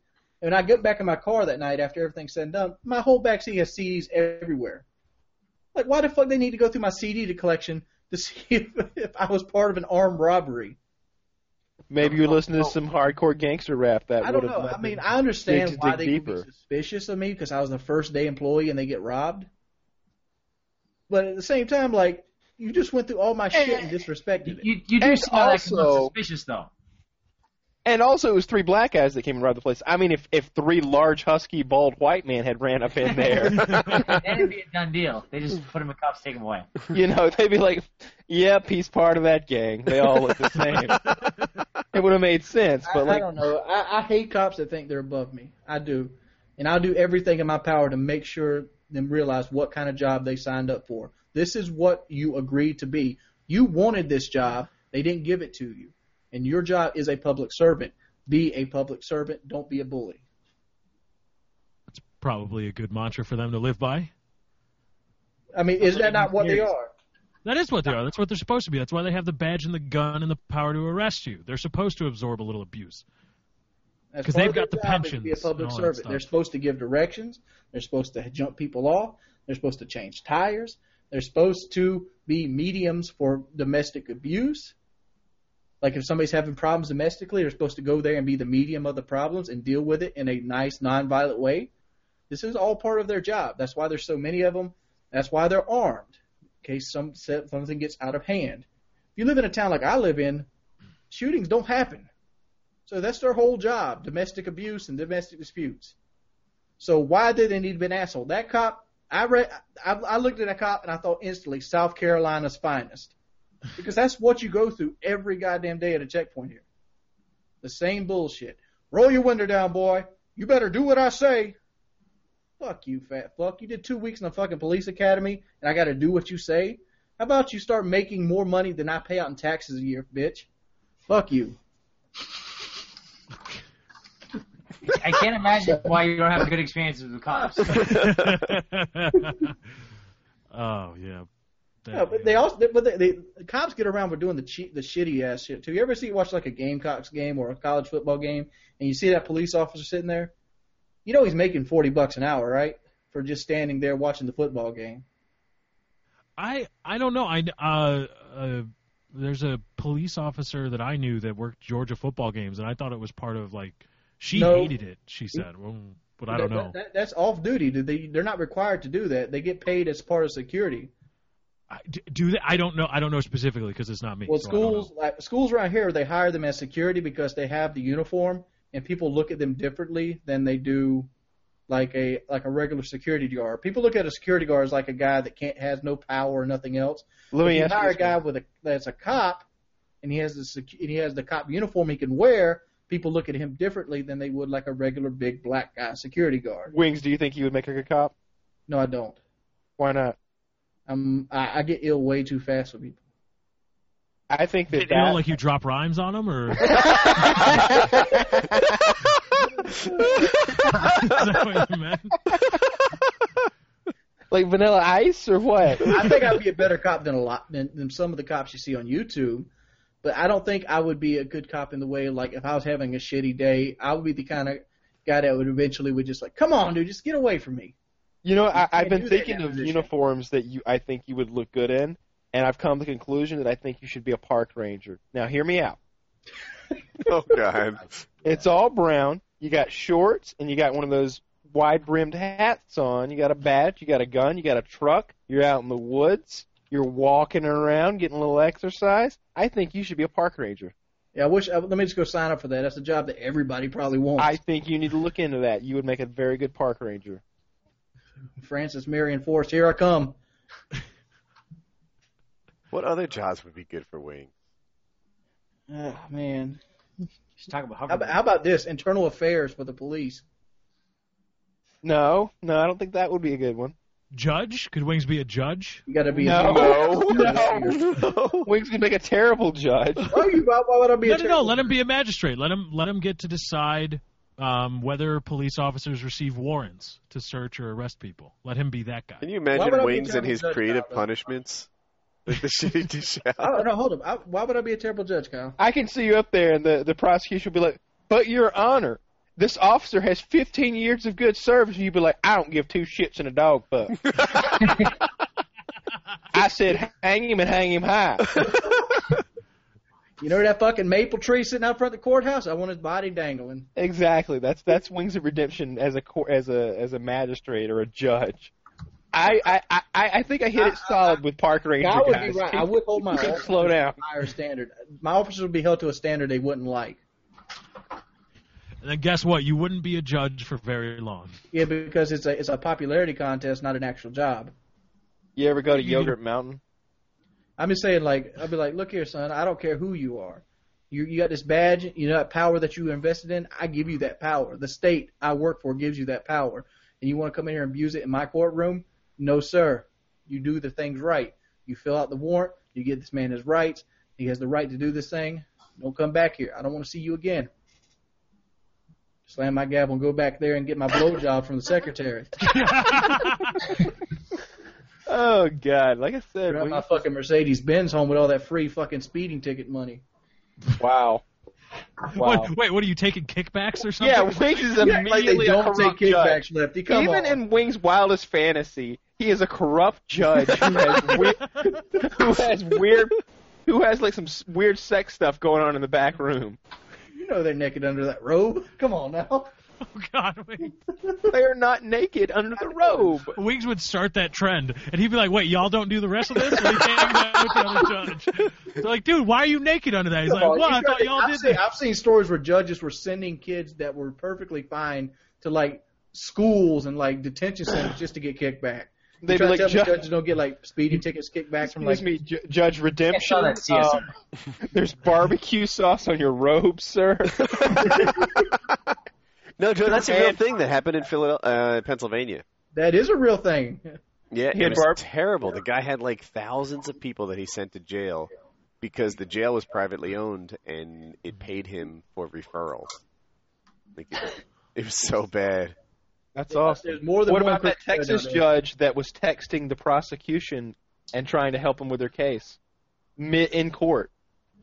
B: and when I get back in my car that night after everything's said and done. My whole backseat has CDs everywhere. Like, why the fuck they need to go through my CD collection to see [LAUGHS] if, if I was part of an armed robbery?
D: Maybe you listened to some hardcore gangster rap that
B: Oh, I
D: would
B: don't know.
D: have.
B: I mean, I understand
D: dig-
B: why
D: dig
B: they would
D: deeper.
B: be suspicious of me because I was the first day employee and they get robbed. But at the same time, like you just went through all my shit and disrespected it.
F: You, you do
D: And
F: see how that can look
D: also-
F: suspicious though.
D: And also, it was three black guys that came and robbed the place. I mean, if if three large, husky, bald white men had ran up in there,
F: [LAUGHS] That would be a done deal. They just put him in cuffs, take him away.
D: you know, they'd be like, "Yep, he's part of that gang. They all look the same." it would have made sense,
B: I,
D: but
B: I
D: like,
B: don't know. I, I hate cops that think they're above me. I do, and I'll do everything in my power to make sure them realize what kind of job they signed up for. This is what you agreed to be. You wanted this job. They didn't give it to you, and your job is a public servant. Be a public servant. Don't be a bully.
E: Probably a good mantra for them to live by.
B: I mean, is that not what they are?
E: That is what they are. That's what they're supposed to be. That's why they have the badge and the gun and the power to arrest you. They're supposed to absorb a little abuse.
B: As
E: 'Cause
B: part
E: they've
B: of their
E: got the
B: job is to Be a
E: pensions
B: public
E: and all that
B: servant.
E: stuff.
B: They're supposed to give directions. They're supposed to jump people off. They're supposed to change tires. They're supposed to be mediums for domestic abuse. Like if somebody's having problems domestically, they're supposed to go there and be the medium of the problems and deal with it in a nice, nonviolent way. This is all part of their job. That's why there's so many of them. That's why they're armed, in case some something gets out of hand. If you live in a town like I live in, shootings don't happen. So that's their whole job: domestic abuse and domestic disputes. So why did they need to be an asshole? That cop, I read, I, I looked at that cop and I thought instantly, South Carolina's finest, because that's what you go through every goddamn day at a checkpoint here. The same bullshit. Roll your window down, boy. You better do what I say. Fuck you, fat fuck. You did two weeks in the fucking police academy, and I got to do what you say. How about you start making more money than I pay out in taxes a year, bitch? Fuck you.
F: I
B: [LAUGHS]
F: can't imagine why you don't have good experiences with cops.
E: oh yeah. That-
B: Yeah, but they also, they, but they, they, the cops get around with doing the cheat, the shitty ass shit too. You ever see watch like a Gamecocks game or a college football game, and you see that police officer sitting there? You know he's making forty bucks an hour, right, for just standing there watching the football game.
E: I I don't know. I uh, uh, there's a police officer that I knew that worked Georgia football games, and I thought it was part of like she
B: No.
E: hated it. She said, well, but I
B: That-
E: don't know.
B: That, that, that's off duty. Do They they're not required to do that. They get paid as part of security.
E: I, d- do they, I don't know. I don't know specifically because it's not me.
B: Well,
E: so I don't
B: schools like schools around here they hire them as security because they have the uniform, and people look at them differently than they do like a like a regular security guard. People look at a security guard as like a guy that can't has no power or nothing else.
D: let
B: if
D: me
B: you
D: ask
B: hire
D: you
B: a
D: this
B: guy with a that's a cop, and he has the secu- and he has the cop uniform he can wear. People look at him differently than they would like a regular big black guy security guard.
D: Wings, do you think you would make a good cop?
B: No, I don't.
D: Why not?
B: I'm I, I get ill way too fast with people.
D: I think that,
E: know. Did you know,
D: that
E: like you drop rhymes on them,
B: [LAUGHS]
E: or is [LAUGHS] that what you meant?
D: [LAUGHS] like Vanilla Ice or what?
B: I think I'd be a better cop than a lot than, than some of the cops you see on YouTube. But I don't think I would be a good cop in the way like if I was having a shitty day, I would be the kind of guy that would eventually would just like, come on, dude, just get away from me.
D: You know, I,
B: can't
D: I've
B: do
D: been
B: that
D: thinking
B: now,
D: of
B: position.
D: uniforms that you I think you would look good in, and I've come to the conclusion that I think you should be a park ranger. Now, hear me out.
A: [LAUGHS] Oh god.
D: It's all brown. You got shorts, and you got one of those wide brimmed hats on. You got a badge. You got a gun. You got a truck. You're out in the woods. You're walking around, getting a little exercise. I think you should be a park ranger.
B: Yeah, I wish. I, let me just go sign up for that. That's a job that everybody probably wants.
D: I think you need to look into that. You would make a very good park ranger.
B: Francis Marion Forrest, here I come.
A: What other jobs would be good for Wing?
B: Oh, man,
F: Just talk about
B: how
F: hoverboards.
B: about, how about this internal affairs for the police?
D: No, no, I don't think that would be a good one.
E: judge? Could Wings be a judge?
B: You got to be.
D: No,
B: [LAUGHS] no.
D: [LAUGHS] no. Wings gonna make a terrible judge.
B: Why, you, why, why would I be?
E: No,
B: a
E: no, no. Let him be a magistrate. Let him let him get to decide um, whether police officers receive warrants to search or arrest people. Let him be that
A: Can
E: guy.
A: you
B: Why would I
A: imagine
B: be
A: Wings and
B: Johnny
A: his
B: Depp
A: creative
B: about that?
A: punishments? Like the shit
B: [LAUGHS]
A: he dish out.
B: Oh, no, hold up. I, why would I be a terrible judge, Kyle?
D: I can see you up there, and the the prosecution will be like, "But Your Honor, this officer has 15 years of good service." And you'd be like, "I don't give two shits in a dog
B: [LAUGHS]
D: fuck." I said, "Hang him and hang him high."
B: You know that fucking maple tree sitting out front of the courthouse? I want his body dangling.
D: Exactly. That's that's Wings of Redemption as a cour- as a as a magistrate or a judge. I I I, I think I hit it solid with Park Ranger
B: I would be
D: guys.
B: right. I would hold my
D: Keep- keep [LAUGHS] slow down.
B: higher standard. My officers would be held to a standard they wouldn't like.
E: And then guess what? You wouldn't be a judge for very long.
B: Yeah, because it's a it's a popularity contest, not an actual job.
D: You ever go to Yogurt Mountain?
B: I'm just saying, like, I'll be like, look here, son, I don't care who you are. You you got this badge, you know that power that you invested in. I give you that power. The state I work for gives you that power, and you want to come in here and abuse it in my courtroom? No, sir. You do the things right. You fill out the warrant. You get this man his rights. He has the right to do this thing. Don't come back here. I don't want to see you again. Slam my gavel and go back there and get my blowjob from the secretary.
D: Oh God! Like I said,
B: Drive my
D: Wings,
B: fucking Mercedes Benz home with all that free fucking speeding ticket money.
D: wow, wow.
E: What, wait, what are you taking kickbacks or
B: [LAUGHS]
E: something?
D: Yeah, Wings is immediately
B: like they
D: a
B: don't take
D: corrupt
B: kickbacks,
D: judge.
B: Lefty. Come
D: Even
B: on.
D: in Wings' wildest fantasy, he is a corrupt judge who has weird,
B: [LAUGHS]
D: who has weird, who has like some s- weird sex stuff going on in the back room.
B: you know they're naked under that robe. [LAUGHS] Come on now.
E: [LAUGHS] Oh God, Wings.
D: They are not naked under the robe.
E: Wings would start that trend, and he'd be like, "Wait, y'all don't do the rest of this? Or you can't hang out with the other judge." They're like, "Dude, why are you naked under that?" He's like,
B: Come on.
E: "Well, I
B: You got-
E: thought y'all
B: I've
E: did
B: seen,
E: that."
B: I've seen stories where judges were sending kids that were perfectly fine to like schools and like detention centers just to get kicked back.
D: They'd be
B: Try to
D: like,
B: tell me
D: "Ju-
B: judges don't get like speeding tickets kicked back from like
D: excuse me, Ju- Judge
F: I
D: Redemption.
F: saw that CSI.
D: um, there's barbecue sauce on your robe, sir.
A: [LAUGHS] No, Joe, that's a real
D: Man.
A: thing that happened in Philadelphia, uh, Pennsylvania.
B: that is a real thing.
A: Yeah,
D: He
A: it
D: had
A: was
D: barb-
A: terrible. The guy had like thousands of people that he sent to jail because the jail was privately owned and it paid him for referrals. Like, it, it was so bad.
D: That's awesome.
B: There's more than
D: What
B: one
D: about that
B: crooked
D: Texas
B: judge out there.
D: judge that was texting the prosecution and trying to help them with their case mid in court?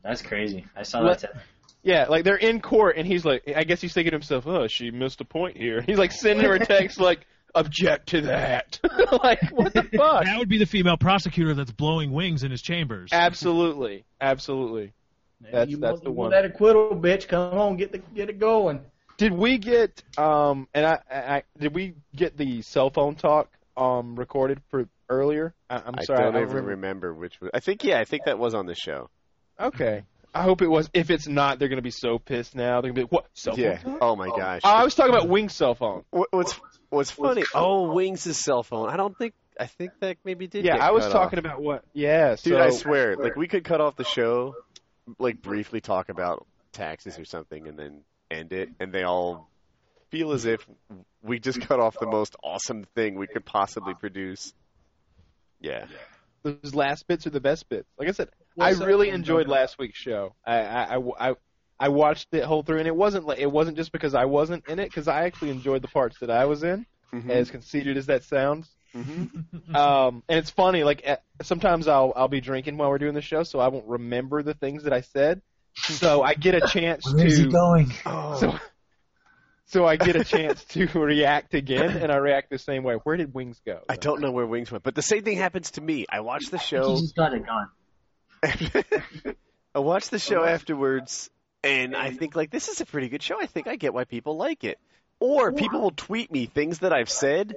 F: That's crazy. I saw
D: Let-
F: that. today.
D: Yeah, like they're in court and he's like, I guess he's thinking to himself, oh, she missed a point here. [LAUGHS] He's like sending her a text like, object to that. [LAUGHS] like, what the fuck?
E: That would be the female prosecutor that's blowing Wings in his chambers.
D: absolutely, absolutely. That's
B: you
D: that's
B: want,
D: the
B: you
D: one.
B: want that acquittal, bitch. Come on, get the get it going.
D: Did we get um and I, I, I did we get the cell phone talk um recorded for earlier? I, I'm
A: I
D: sorry,
A: don't
D: I
A: even
D: remember.
A: remember which was. I think, yeah, I think that was on the show.
D: Okay. I hope it was. If it's not, they're gonna be so pissed now. They're gonna be like, "What cell phone?"
A: Yeah.
D: talk?"
A: Oh my gosh.
D: I was talking about Wing's cell phone.
A: What, what's what's funny? Oh, Wings' cell phone. I don't think. I think that maybe did.
D: Yeah,
A: get
D: I was
A: cut
D: talking
A: off.
D: about what? Yeah.
A: Dude,
D: so
A: I swear, like we could cut off the show, like briefly talk about taxes or something, and then end it, and they all feel as if we just cut off the most awesome thing we could possibly produce. Yeah,
D: those last bits are the best bits. Like I said,
B: Well,
D: I
B: so-
D: really enjoyed last week's show. I, I, I, I, I watched it whole through, and it wasn't like it wasn't just because I wasn't in it, because I actually enjoyed the parts that I was in.
E: Mm-hmm.
D: As conceited as that sounds, um, and it's funny. Like eh, sometimes I'll I'll be drinking while we're doing the show, so I won't remember the things that I said. So I get a chance
E: [LAUGHS]
D: to.
F: going?
D: So, so I get a chance to [LAUGHS] react again, and I react the same way. Where did Wings go?
A: I don't know where Wings went, but the same thing happens to me. I watch the
F: [LAUGHS]
A: show.
F: He just got it gone.
A: I watched the show afterwards, and I think like this is a pretty good show. I think I get why people like it. Or people will tweet me things that I've said,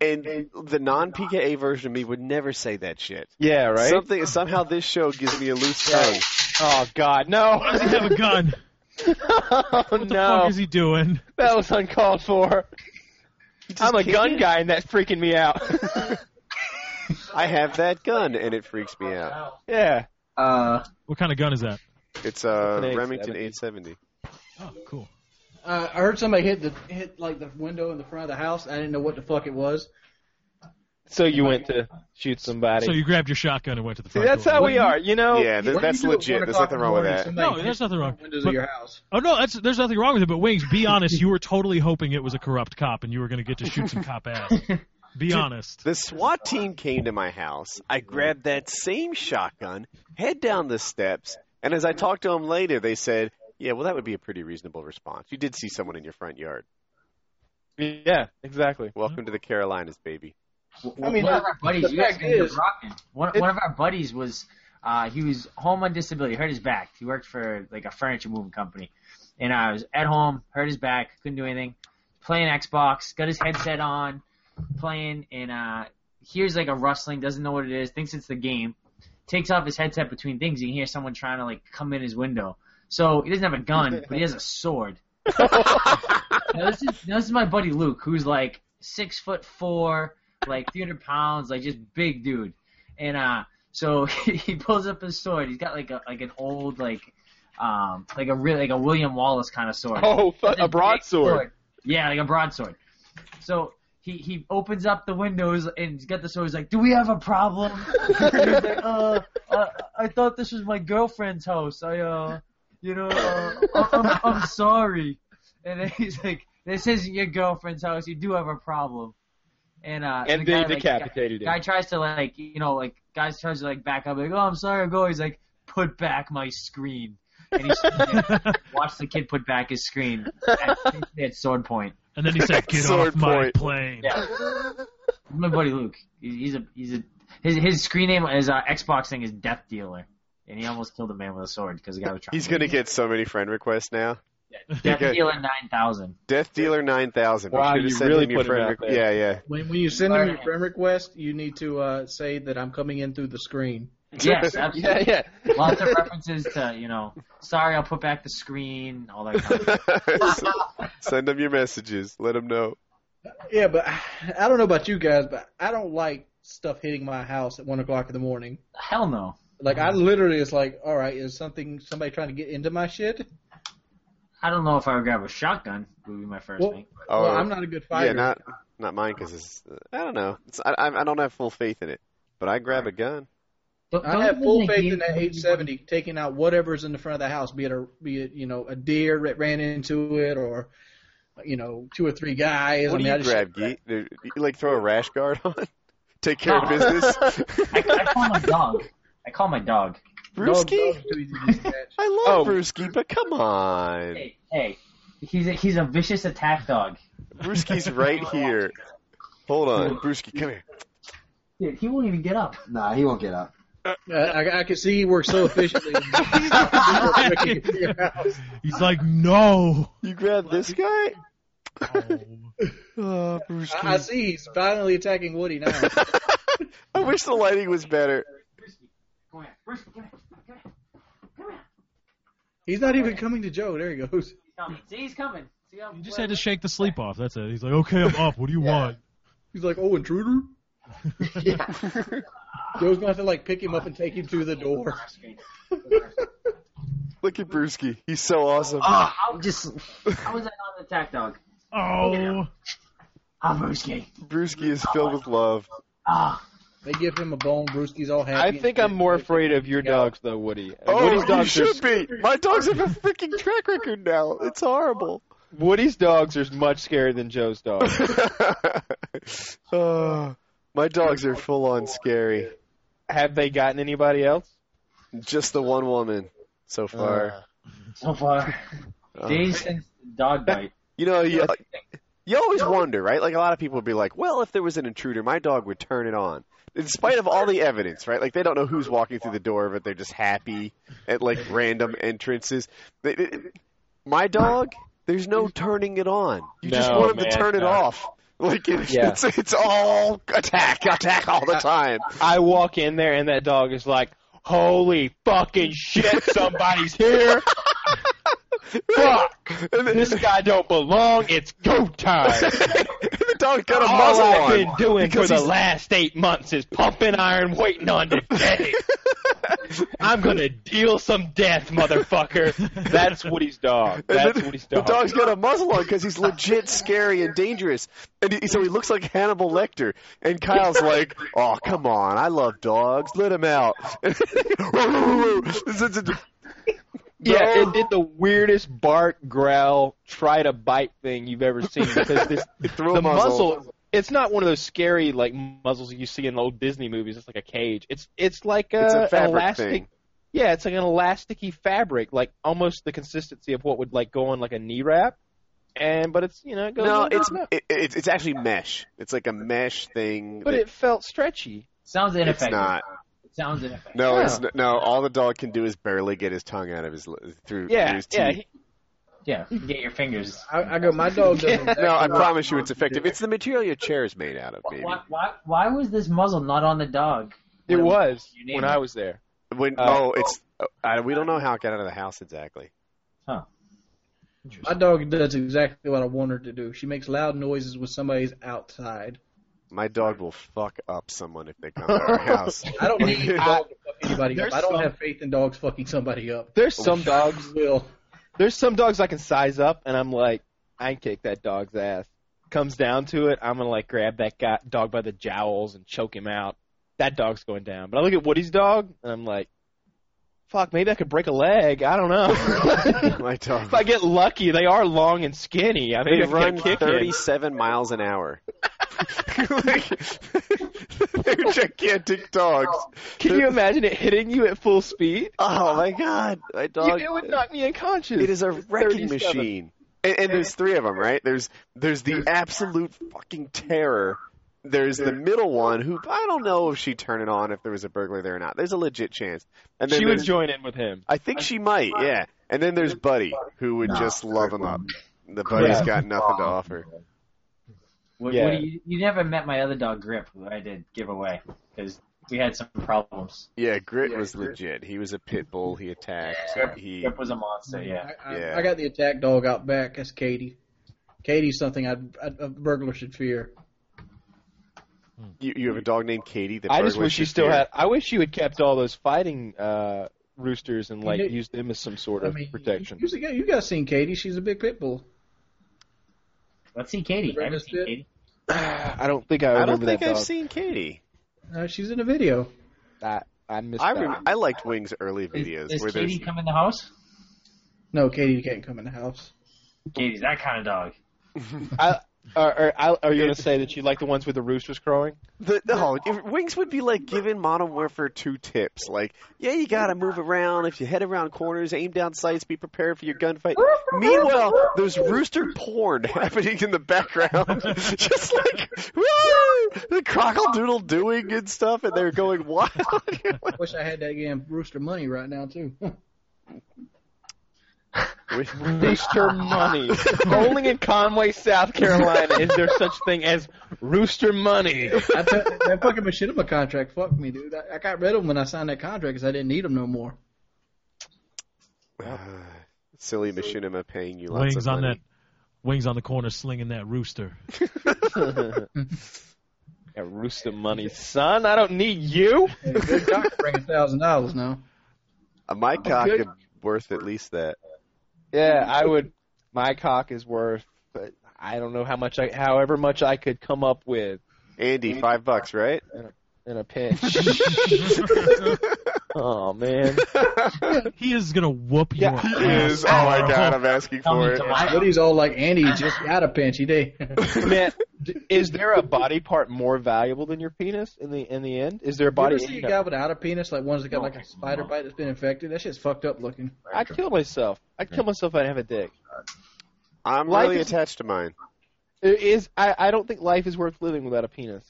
A: and the non PKA version of me would never say that shit.
D: Yeah, right.
A: Something somehow this show gives me a loose tongue.
D: Oh God, no!
E: Why does
D: [LAUGHS]
E: he have a gun?
D: oh
E: What the
D: no,
E: fuck is he doing?
D: that was uncalled for. I'm a gun guy, and that's freaking me out. [LAUGHS]
A: I have that gun, and it freaks me out.
D: yeah,
F: Uh,
E: What kind of gun is that?
A: It's a
D: It's an
A: Remington 870.
E: Oh, cool.
B: Uh, I heard somebody hit the hit like the window in the front of the house. I didn't know what the fuck it was.
D: So you went to shoot somebody.
E: So you grabbed your shotgun and went to the
D: See,
E: front
D: that's
E: door.
D: how we are. You know,
A: Yeah,
H: What
A: th-
H: do you
A: that's
H: do at
A: legit.
H: one
A: There's
H: o'clock
A: nothing
H: in the
A: wrong with
H: morning if
A: that.
H: somebody
E: No, there's nothing wrong.
H: Windows
E: But-
H: of your house.
E: Oh no, that's there's nothing wrong with it. But Wings, be honest. You were totally hoping it was a corrupt cop, and you were going to get to shoot some cop ass. Be honest.
A: The SWAT team came to my house. I grabbed that same shotgun, head down the steps, and as I talked to them later, they said, "Yeah, well, that would be a pretty reasonable response. You did see someone in your front yard.
D: yeah, exactly.
A: Welcome to the Carolinas, baby."
H: I mean,
F: one
H: the-
F: of our buddies,
H: the
F: you guys
H: fact
F: can get
H: is-
F: rocking. One, one of our buddies was, uh, he was home on disability, hurt his back. He worked for like a furniture moving company, and I was at home, hurt his back, couldn't do anything, playing Xbox, got his headset on, playing, and uh, hears like a rustling, doesn't know what it is, thinks it's the game, takes off his headset between things, you can hear someone trying to like come in his window. So he doesn't have
D: [LAUGHS]
F: a gun, but he has a sword. now, this is, now, this is my buddy Luke, who's like six foot four, like 300 pounds, like just big dude. And uh, so [LAUGHS] he pulls up his sword. He's got like a like an old like um like a real like a William Wallace kind of sword.
D: Oh, fu-
F: It's
D: a
F: big
D: broadsword.
F: Yeah, like a broadsword. So he he opens up the windows and he's got the sword. He's like, "Do we have a problem?"
B: [LAUGHS]
F: he's like, uh, uh, I thought this was my girlfriend's house. I uh, you know, uh, I'm, I'm sorry. And then he's like, "This isn't your girlfriend's house. You do have a problem." And uh,
D: And
F: the
D: they
F: guy, like,
D: decapitated
F: guy
D: him.
F: tries to like you know like guys tries to like back up like oh I'm sorry go he's like put back my screen and he's [LAUGHS] watch the kid put back his screen at, at sword point
E: [LAUGHS] And then he said, "Get
A: Sword
E: off my
A: point.
E: plane."
F: yeah my buddy Luke He- he's a he's a his his screen name his uh, Xbox thing is Death Dealer and he almost killed a man with a sword because the guy was trying
A: He's
F: to
A: gonna get so many friend requests now.
B: [LAUGHS]
F: Death
A: good.
F: Dealer nine thousand
A: Death Dealer nine thousand.
D: Wow, you really put him out there.
A: Yeah, yeah.
H: When, when you send them your
F: Alright.
H: friend request, you need to uh, say that I'm coming in through the screen.
F: yes absolutely
D: Yeah, yeah.
F: lots
D: [LAUGHS]
F: of references to you know sorry I'll put back the screen all that kind of
A: [LAUGHS]
F: stuff.
A: Send them your messages. Let them know.
B: Yeah, but I don't know about you guys, but I don't like stuff hitting my house at one o'clock in the morning.
F: hell no
B: Like
H: Mm-hmm.
B: I literally is like, all right, is something somebody trying to get into my shit?
F: I don't know if I would grab a shotgun. Would be my first
B: Well,
F: thing.
A: Oh,
B: well, I'm not a good fighter.
A: yeah, not not mine because it's I don't know. It's, I I I don't have full faith in it, but I grab a gun.
F: Don't,
B: I have full faith in that 870 taking out whatever's in the front of the house, be it a be it you know a deer that ran into it or you know two or three guys.
A: What
B: I
A: do
B: mean, I
A: you
B: just,
A: grab, Geet? [LAUGHS] You, like throw a rash guard on? [LAUGHS] Take [LAUGHS] care of
F: No.
A: business.
F: I, I call my dog. I call
B: [LAUGHS]
F: my dog.
B: Dog-
A: Brewski?
B: dog's too easy to dispatch.
A: I love
D: Oh.
A: Brewski, but come on.
F: Hey, hey, he's a, he's a vicious attack dog.
A: Brewski's
F: [LAUGHS]
A: right here. Hold on, Brewski, come here.
F: Dude, he won't even get up.
C: Nah, he won't get up.
B: Uh, [LAUGHS] I, I can see he works so [LAUGHS] efficiently.
E: He's like, "No."
A: You grab this guy? [LAUGHS]
E: Oh.
A: Oh,
B: I, I
A: Brewski.
B: see he's finally attacking Woody now.
A: I wish the lighting was better.
F: Come here, Bruce, come here, come here, come here.
B: He's not even coming to Joe. There he goes.
F: He's coming. See, he's coming. See, I'm,
E: You just had to shake the sleep off. That's it. He's like, "Okay, I'm up. What do you want?"
B: He's like, oh, intruder.
C: Yeah. [LAUGHS]
B: Joe's gonna have to like pick him up and take him through the door.
F: Ah,
A: Look at Brewski. He's so awesome. [LAUGHS]
F: Oh, I'm just. How was I not an attack dog?
E: Oh,
F: I'm Brewski.
A: Brewski is filled with love.
F: Ah,
B: They give him a bone. Brewski's all
D: I
B: happy.
D: think I'm more afraid of your dogs though, Woody. Woody's
A: Oh, you
D: dogs are
A: should be. My dogs have a freaking track record now. It's [LAUGHS] horrible.
D: Woody's dogs are much scarier than Joe's
A: [LAUGHS]
D: dogs.
A: oh, my dogs are full on scary.
D: Have they gotten anybody else?
A: Just the one woman so far.
F: so far,
A: Oh.
F: days since the dog bite.
A: You know, you, uh, you always wonder, right? Like a lot of people would be like, "Well, if there was an intruder, my dog would turn it on." In spite of all the evidence, right? Like they don't know who's walking through the door, but they're just happy at like random entrances. They- they- My dog, there's no turning it on. You just
D: No,
A: want him to
D: man,
A: turn it
D: no.
A: off. Like [LAUGHS] it,
D: Yeah.
A: it's it's all attack, attack all the time.
D: I walk in there and that dog is like, "Holy fucking shit, somebody's here! Fuck,
A: [LAUGHS] And then-
D: this guy don't belong. It's go time."
A: the dog [LAUGHS] got a
D: All
A: muzzle [LAUGHS]
D: I've
A: on.
D: been doing
A: because
D: for the
A: he's-
D: last eight months is pumping iron, waiting on today. I'm gonna deal some death, motherfucker. That's Woody's dog.
A: And
D: That's
A: then
D: Woody's
A: The
D: dog.
A: dog's got a muzzle on because
D: [LAUGHS]
A: he's legit scary and dangerous. And he, so he looks like Hannibal Lecter. And Kyle's like, oh, come on. I love dogs. Let him out. [LAUGHS]
D: Yeah, it did the weirdest bark, growl, try to bite thing you've ever seen because this
A: Throw
D: the
A: a muzzle.
D: muzzle. It's not one of those scary like muzzles you see in old Disney movies. It's like a cage. It's it's like a,
A: It's a
D: an
A: fabric
D: uh, elastic.
A: thing.
D: Yeah, it's like an elasticy fabric, like almost the consistency of what would like go on like a knee wrap. And but it's you know it goes
A: No,
D: on
A: it's
D: and up.
A: it, it's it's actually mesh. It's like a mesh thing.
D: but
A: that-
D: it felt stretchy.
F: Sounds
A: it's
F: ineffective.
A: not.
F: It sounds ineffective.
A: No,
D: Yeah.
A: it's n- no. All the dog can do is barely get his tongue out of his li- through,
D: Yeah,
A: through his teeth.
D: yeah. he-
F: Yeah, get your fingers.
B: I, I go, my
D: [LAUGHS]
B: dog doesn't.
A: no, I promise you, it's effective. It's the material your chair is made out of, baby.
F: Why, why, why was this muzzle not on the dog?
D: it
F: When
D: was
F: you named
D: when
F: it.
D: I was there.
A: When
D: Uh,
A: oh, it's uh, I, we don't know how it got out of the house exactly.
B: My dog does exactly what I want her to do. She makes loud noises when somebody's outside.
A: My dog will fuck up someone if they come to our
D: [LAUGHS]
A: house.
B: I don't need a dog to fuck anybody
D: There's
B: up. I don't
D: some-
B: have faith in dogs fucking somebody up.
A: [LAUGHS]
D: There's some dogs
B: Will.
D: there's some dogs I can size up, and I'm like, I can kick that dog's ass. Comes down to it, I'm gonna like grab that guy, dog by the jowls and choke him out. That dog's going down. But I look at Woody's dog, and I'm like, fuck, maybe I could break a leg. I don't know. [LAUGHS]
A: My dog.
D: if I get lucky, they are long and skinny. I mean,
A: They
D: if I
A: run
D: can kick it.
A: 37 miles an
D: [LAUGHS]
A: hour. like, they're gigantic dogs.
D: Can you imagine it hitting you at full speed?
A: Oh my god, my dog.
D: you, it would knock me unconscious.
A: It is a wrecking
D: 37.
A: machine. And, and there's three of them, right? There's there's the absolute fucking terror. There's the middle one who I don't know if she'd turn it on if there was a burglar there or not. There's a legit chance. And then
D: She would
A: there's-
D: join in with him.
A: I think she might, yeah. And then there's Buddy who would
I: Nah.
A: just love him up. The Buddy's got nothing to offer.
F: What,
D: Yeah.
F: what do you, you never met my other dog, Grip, who I did give away because we had some problems.
A: Yeah, Grit
I: Yeah,
A: was
I: Grit.
A: legit. He was a pit bull. He attacked. He
F: Grip was a monster.
D: Mm-hmm.
F: Yeah.
B: I, I,
A: Yeah.
B: I got the attack dog out back. That's Katie. Katie's something I'd, I'd, a burglar should fear.
A: you, you have a dog named Katie. That
D: I just
A: burglars
D: wish you
A: should
D: still
A: fear.
D: had. I wish you had kept all those fighting uh, roosters and like
B: You know-
D: used them as some sort
B: I
D: of
B: mean,
D: protection.
B: You, you, you guys seen Katie? She's a big pit bull.
F: Let's see Katie. I haven't
B: Breakfast
F: seen
B: it?
F: Katie.
D: [SIGHS] I don't think I
A: I
D: remember
A: don't think
D: that
A: I've
D: dog.
A: seen Katie.
B: Uh, she's in a video.
D: I, I missed
A: I
D: that.
A: rem- I liked Wing's early videos
F: Is, is
A: where there's
F: Katie come in the house?
B: No, Katie can't come in the house.
F: Katie's that kind of dog.
D: I, are, are, I- are you gonna say that you like the ones with the roosters
A: [LAUGHS]
D: crowing?
A: The, no, if Wings would be like giving Modern Warfare two tips. Like, yeah, you gotta move around. If you head around corners, aim down sights, be prepared for your gunfight. Meanwhile, there's rooster porn [LAUGHS] happening in the background. [LAUGHS] Just like, woo! The crockle doing and stuff, and they're going wild. [LAUGHS]
B: Wish I had that damn rooster money right now too. [LAUGHS]
D: Rooster money. [LAUGHS] Only in Conway, South Carolina, is there such thing as
A: [LAUGHS]
D: rooster money. [LAUGHS]
B: I t- that fucking machinima contract fucked me, dude. I, I got rid of them when I signed that contract because I didn't need them no more.
A: Silly machinima paying you lots
E: Wings
A: of
E: on that,
A: money.
E: wings on the corner, slinging that rooster.
D: yeah, rooster money, son. I don't
A: [LAUGHS]
D: need you.
B: Good cock bring a thousand
D: [LAUGHS]
B: dollars now.
A: Uh, [LAUGHS] My cock
D: good.
A: is worth at least that.
D: Yeah, I would. My cock is worth. But I don't know how much I, however much I could come up with
A: Andy, five bucks, right? [LAUGHS]
D: in a pinch. oh man,
E: He is gonna whoop you.
D: Yeah,
E: up.
D: he
A: Is oh my god, I'm asking
F: Tell
A: for
F: me
A: it.
F: July.
B: Woody's all like, Andy you just got a pinch. He did.
D: man, d- is there a body part more valuable than your penis in the in the end? Is there a
B: You
D: body?
B: ever see a guy without a penis, like ones that got like a spider bite that's been infected? That shit's fucked up looking.
D: I kill myself. I would kill myself if I didn't have a dick.
A: I'm
D: Life
A: really
D: is-
A: attached to mine.
D: It is I, I don't think life is worth living without a penis.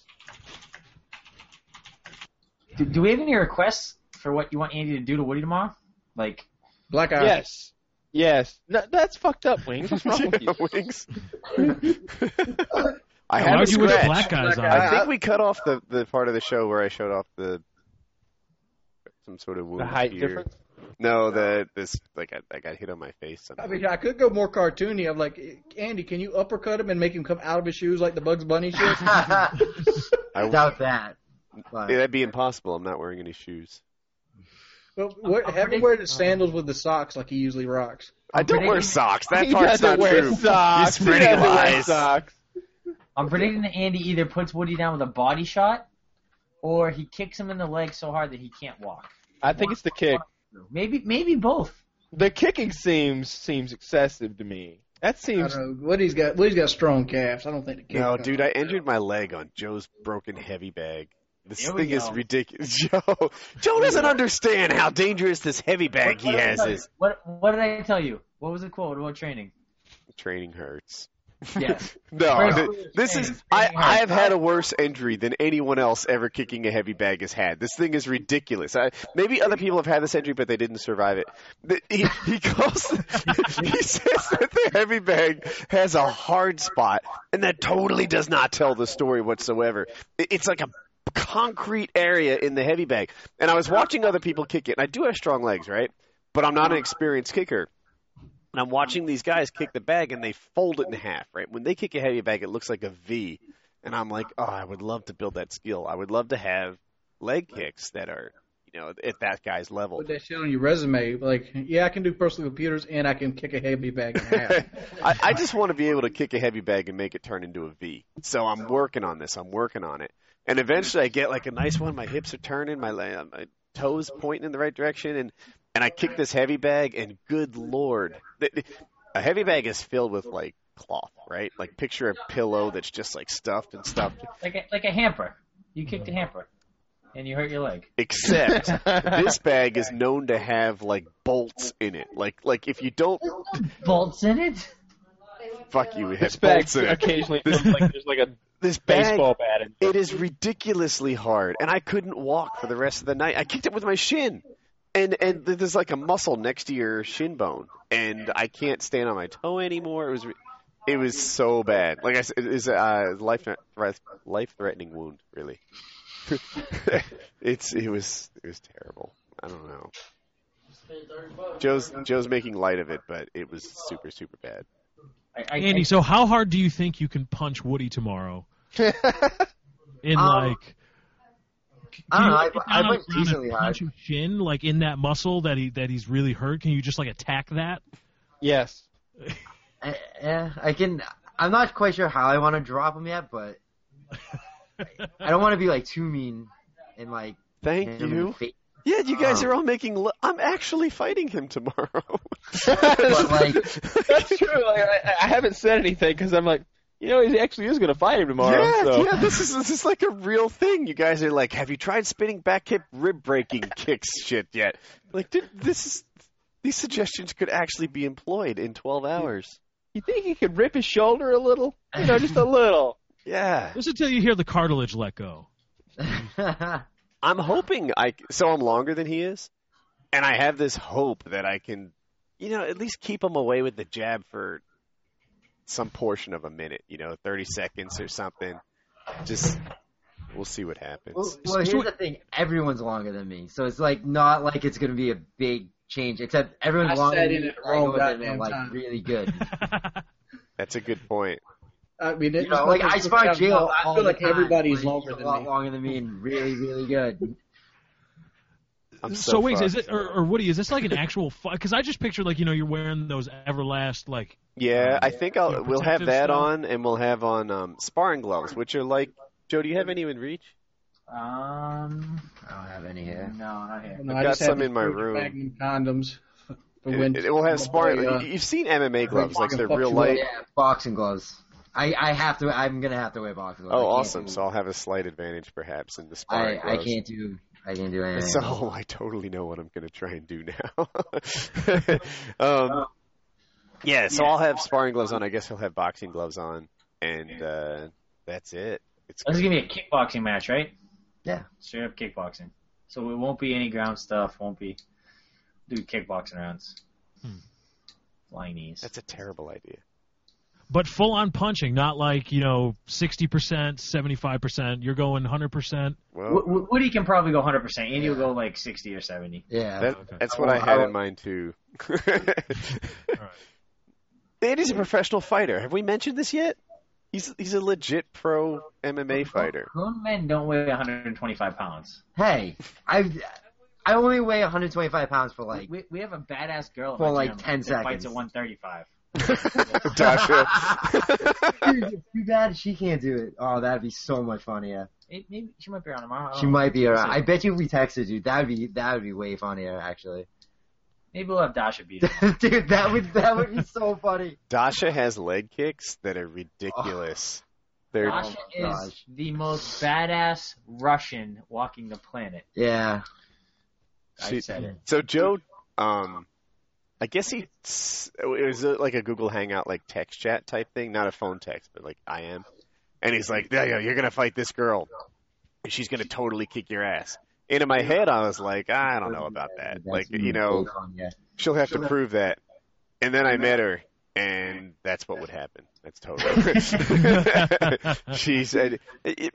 F: Do, do we have any requests for what you want Andy to do to Woody tomorrow? Like,
B: Black eye.
D: Yes, yes. No, that's fucked up, Wings. What's wrong with
A: Yeah, [LAUGHS]
D: you? [LAUGHS]
A: wings. I
E: Why
A: have
E: would you wish
A: scratch.
E: black guys
B: Black
E: on?
A: I think we cut off the, the part of the show where I showed off the some sort of wound
D: The height
A: here.
D: difference.
A: No, the this like I, I got hit on my face. Somehow.
B: I mean, I could go more cartoony. I'm like, Andy, can you uppercut him and make him come out of his shoes like the
A: [LAUGHS]
B: Bugs Bunny shit?
C: I
A: I-
C: doubt that. But
A: Yeah, that'd be impossible. I'm not wearing any shoes.
B: Well, what, have him wear the sandals with the socks like he usually rocks.
A: I don't wear [LAUGHS] socks. That
D: He
A: part's
D: doesn't
A: not
D: wear
A: true.
D: socks.
A: You're spreading
D: he doesn't wear
A: lies.
D: socks.
F: I'm predicting that Andy either puts Woody down with a body shot, or he kicks him in the leg so hard that he can't walk.
D: I think it's the kick.
F: Maybe maybe both.
D: The kicking seems seems excessive to me. That
B: I
D: seems [LAUGHS]
B: don't know. Woody's got Woody's got strong calves. I don't think the kid.
A: No, dude, I injured my leg on Joe's broken heavy bag. This
F: Here we
A: thing is
F: go.
A: ridiculous. [LAUGHS] Joe, Joe doesn't understand how dangerous this heavy bag he
F: What did I
A: has
F: tell you?
A: is.
F: What what did I tell you? What was the quote about training?
A: Training hurts.
F: Yes.
A: No,
F: Training
A: th- this
F: hurts.
A: is. I
F: Training
A: I
F: hurts.
A: have had a worse injury than anyone else ever kicking a heavy bag has had. This thing is ridiculous. I, maybe other people have had this injury, but they didn't survive it. The- He, he calls. [LAUGHS] he says that the heavy bag has a hard spot, and that totally does not tell the story whatsoever. It- It's like a concrete area in the heavy bag. And I was watching other people kick it, and I do have strong legs, right? But I'm not an experienced kicker. And I'm watching these guys kick the bag, and they fold it in half, right? When they kick a heavy bag, it looks like a V. And I'm like, oh, I would love to build that skill. I would love to have leg kicks that are, you know, at that guy's level.
B: Put that shit on your resume. Like, yeah, I can do personal computers and I can kick a heavy bag in half.
A: [LAUGHS] I, I just want to be able to kick a heavy bag and make it turn into a V. So I'm working on this. I'm working on it. And eventually I get like a nice one. My hips are turning. My, la- my toes pointing in the right direction. And, and I kick this heavy bag and good Lord. th- th- A heavy bag is filled with like cloth, right? Like picture a pillow that's just like stuffed and stuffed.
F: Like a, like a hamper. You kicked a hamper, and you hurt your leg.
A: Except
D: [LAUGHS]
A: this bag is known to have like bolts in it. Like, like if you don't,
F: Bolts in it.
A: fuck you, it has
D: this bag
A: bolts in [LAUGHS] it.
D: occasionally feels like there's like a
A: This bag
D: baseball bat in
A: It is ridiculously hard, and I couldn't walk for the rest of the night. I kicked it with my shin, and and th- there's like a muscle next to your shin bone, and I can't stand on my toe anymore. It was, re- it was so bad. Like I said, it is a uh, life life threatening wound, really. [LAUGHS] it's it was it was terrible. I don't know. Joe's Joe's making light of it, but it was super super bad.
F: I, I,
E: [LAUGHS] Andy, so how hard do you think you can punch Woody tomorrow?
D: [LAUGHS]
E: in
C: Um,
E: like, c-
C: I
E: can
C: don't know,
E: you
C: I-
E: get down
C: I
E: on the
C: went
E: ground and
C: decently
E: punch
C: hard.
E: his Shin, like in that muscle that he that he's really hurt. Can you just like attack that?
D: [LAUGHS] Yes.
C: I, yeah, Eh, I can. I'm not quite sure how I want to drop him yet, but [LAUGHS] I don't want to be like too mean and like. hit
A: Thank
C: him in the
A: you. [LAUGHS]
C: face.
A: Yeah, you guys
C: Oh.
A: are all making. Lo- I'm actually fighting him tomorrow. [LAUGHS]
C: But
D: [LAUGHS]
C: like,
D: That's true. Like, I, I haven't said anything because I'm like, you know, he actually is going to fight him tomorrow.
A: yeah,
D: so.
A: yeah. This is this is like a real thing. You guys are like, have you tried spinning back hip rib [LAUGHS] breaking kicks shit yet? Like, did, this is these suggestions could actually be employed in 12 hours.
D: You think he could rip his shoulder a little? You know, [LAUGHS] just a little.
A: Yeah,
E: Just until you hear the cartilage let go.
A: I'm hoping I. So I'm longer than he is, and I have this hope that I can, you know, at least keep him away with the jab for some portion of a minute. You know, 30 seconds or something. Just we'll see what happens.
C: well, well, here's the thing. Everyone's longer than me, so it's like not like it's gonna be a big change. Except everyone's
B: I
C: longer
B: said
C: than
B: it
C: me.
B: at the wrong
C: I know that they're,
B: goddamn
C: like
B: time.
C: really
B: [LAUGHS]
C: good.
A: That's a good point.
B: I mean,
C: You know, like I spar
B: spark
C: Jill.
B: I
C: all
B: feel
C: the
B: like
C: time.
B: everybody's
C: Like,
B: longer
C: she's
B: than
C: a lot
B: me.
C: longer than me and really, really
B: [LAUGHS]
C: good.
A: I'm so,
E: so, wait,
A: far.
E: is it or, or Woody? Is this like an actual fight? Because I just pictured like you know you're wearing those Everlast like
A: Yeah, I think I'll
E: Your
A: we'll have
E: protective
A: that
E: stuff?
A: on, and we'll have on um, sparring gloves, which are like. Joe, do you have any in reach?
F: um.
C: I don't have any here.
F: No, not here.
B: No,
A: I've
B: I
A: got
B: just had
A: some
B: these
A: in my
B: huge
A: room.
B: Magnum condoms [LAUGHS] for
A: It,
B: when
A: it- we'll
B: [LAUGHS]
A: have
B: my
A: sparring.
B: boy, uh,
A: You've seen MMA gloves, like they're
B: fucking
A: real
B: fuck you
A: light.
B: up.
C: Yeah, boxing gloves. I, I have to. I'm gonna have to wear boxing gloves. I
A: Oh,
C: can't
A: awesome!
C: do-
A: So I'll have a slight advantage, perhaps, in the
C: I,
A: sparring
C: I
A: gloves.
C: can't do. I can't do anything.
A: [LAUGHS] So I totally know what I'm going to try and do [LAUGHS] Um, now. um, yeah, so I'll have sparring gloves on. I guess he'll have boxing gloves on, and uh, that's it. It's
F: This is gonna be a kickboxing match, right?
C: Yeah.
F: Straight up kickboxing. So it won't be any ground stuff. Won't be do kickboxing rounds.
E: Hmm.
F: Flying knees.
A: that's a terrible idea.
E: but full on punching, not like you know sixty percent, seventy five percent. You're going hundred percent.
A: Well,
F: W- W- Woody can probably go 100%. Andy will go like 60 or 70.
C: yeah.
A: That,
E: Okay.
A: That's what I had in mind too. Andy's a professional fighter. Have we mentioned this yet? He's he's a legit pro
F: [LAUGHS]
A: MMA fighter.
F: Grown men don't weigh 125 pounds.
C: hey, I I only weigh 125 pounds for like.
F: we, we have a badass girl. at
C: For
F: my
C: like
F: gym
C: 10
F: that Fights
C: seconds.
F: at 135.
A: Dasha.
C: [LAUGHS] Dude, too bad she can't do it. Oh, that'd be so much funnier.
F: It, maybe she might be around tomorrow. I don't
C: She
F: know.
C: might be around. I bet you if we texted you, that'd be that'd be way funnier
F: [LAUGHS]
C: actually.
F: Maybe we'll have Dasha beat her.
C: Dude, that would that would be so funny.
A: Dasha has leg kicks that are ridiculous. They're
F: Dasha
C: [LAUGHS] Oh,
F: is
C: gosh.
F: the most badass Russian walking the planet.
C: Yeah.
A: she-
F: I said it.
A: So Joe, um, I guess he s- it was uh, like a Google Hangout, like text chat type thing, not a phone text, but like I am, and he's like, "Yeah, yeah, you're gonna fight this girl, and she's gonna totally kick your ass." And in my head, I was like, "I don't know about that. Like, you know, she'll have to prove that." And then I met her, and that's what would happen. That's totally. [LAUGHS] she said, it- it-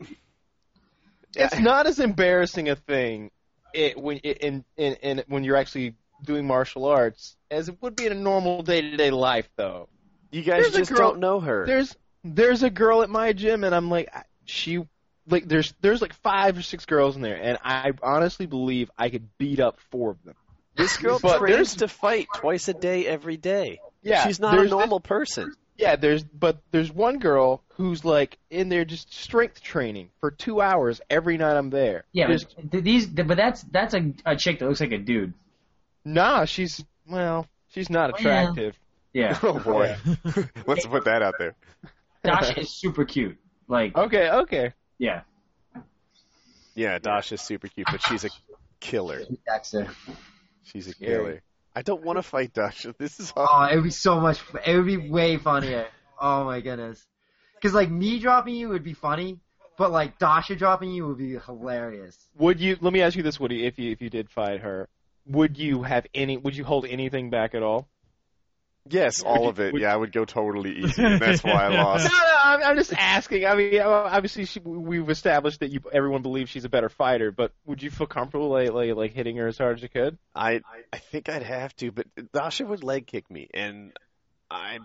D: [LAUGHS] it's not as embarrassing a thing it, when it, in, in, in when you're actually doing martial arts as it would be in a normal day to day life though.
A: "You guys
D: There's a
A: just
D: girl-
A: don't know her."
D: There's there's a girl at my gym and I'm like I- she like there's there's like five or six girls in there and I honestly believe I could beat up four of them.
A: This girl
D: But
A: trains
D: there's-
A: to fight twice a day, every day.
D: Yeah,
A: She's not a
D: there's this-
A: normal person.
D: Yeah, there's but there's one girl who's like in there just strength training for two hours every night I'm there.
F: Yeah,
D: just,
F: but th- these, but that's that's a, a chick that looks like a dude.
D: nah, she's well, she's not
F: Well.
D: attractive.
F: Yeah,
A: Oh boy. Let's put that out there.
F: Dasha is super cute. Like,
D: Okay, okay.
F: yeah,
A: Yeah, Dasha's super cute, but she's a killer.
C: Dexter.
A: She's a
D: Scary.
A: killer. I don't
E: [LAUGHS]
A: want to fight Dasha. This is all.
C: Oh, it would be so much. It would be way funnier. Oh my goodness. Because like me dropping you would be funny, but like Dasha dropping you would be hilarious.
D: Would you let me ask you this, Woody, if you if you did fight her, would you have any would you hold anything back at all?
A: Yes, all of it. Yeah, I would go totally easy. and That's why I
D: No,
E: [LAUGHS]
A: lost.
D: no, I'm, I'm just asking. I mean, obviously she, we've established that you everyone believes she's a better fighter, but would you feel comfortable like like, like hitting her as hard as you could?
A: I I think I'd have to, but Dasha would leg kick me, and I.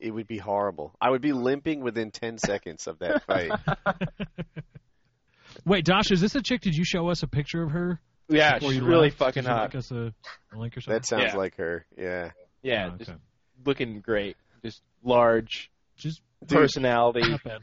A: It would be horrible. I would be limping within ten seconds of that fight.
E: [LAUGHS] Wait, Dasha, is this a chick? Did you show us a picture of her?
D: Yeah,
E: before
D: she's
E: you
D: really
E: left? Did
D: fucking
E: you
D: hot.
E: Make us a, a link or something.
A: That sounds
D: Yeah.
A: like her. Yeah.
D: Yeah,
E: Oh,
D: just
E: okay.
D: looking great, just large
E: just
A: Dude.
D: [LAUGHS]
E: [LAUGHS]
D: personality.
E: not bad.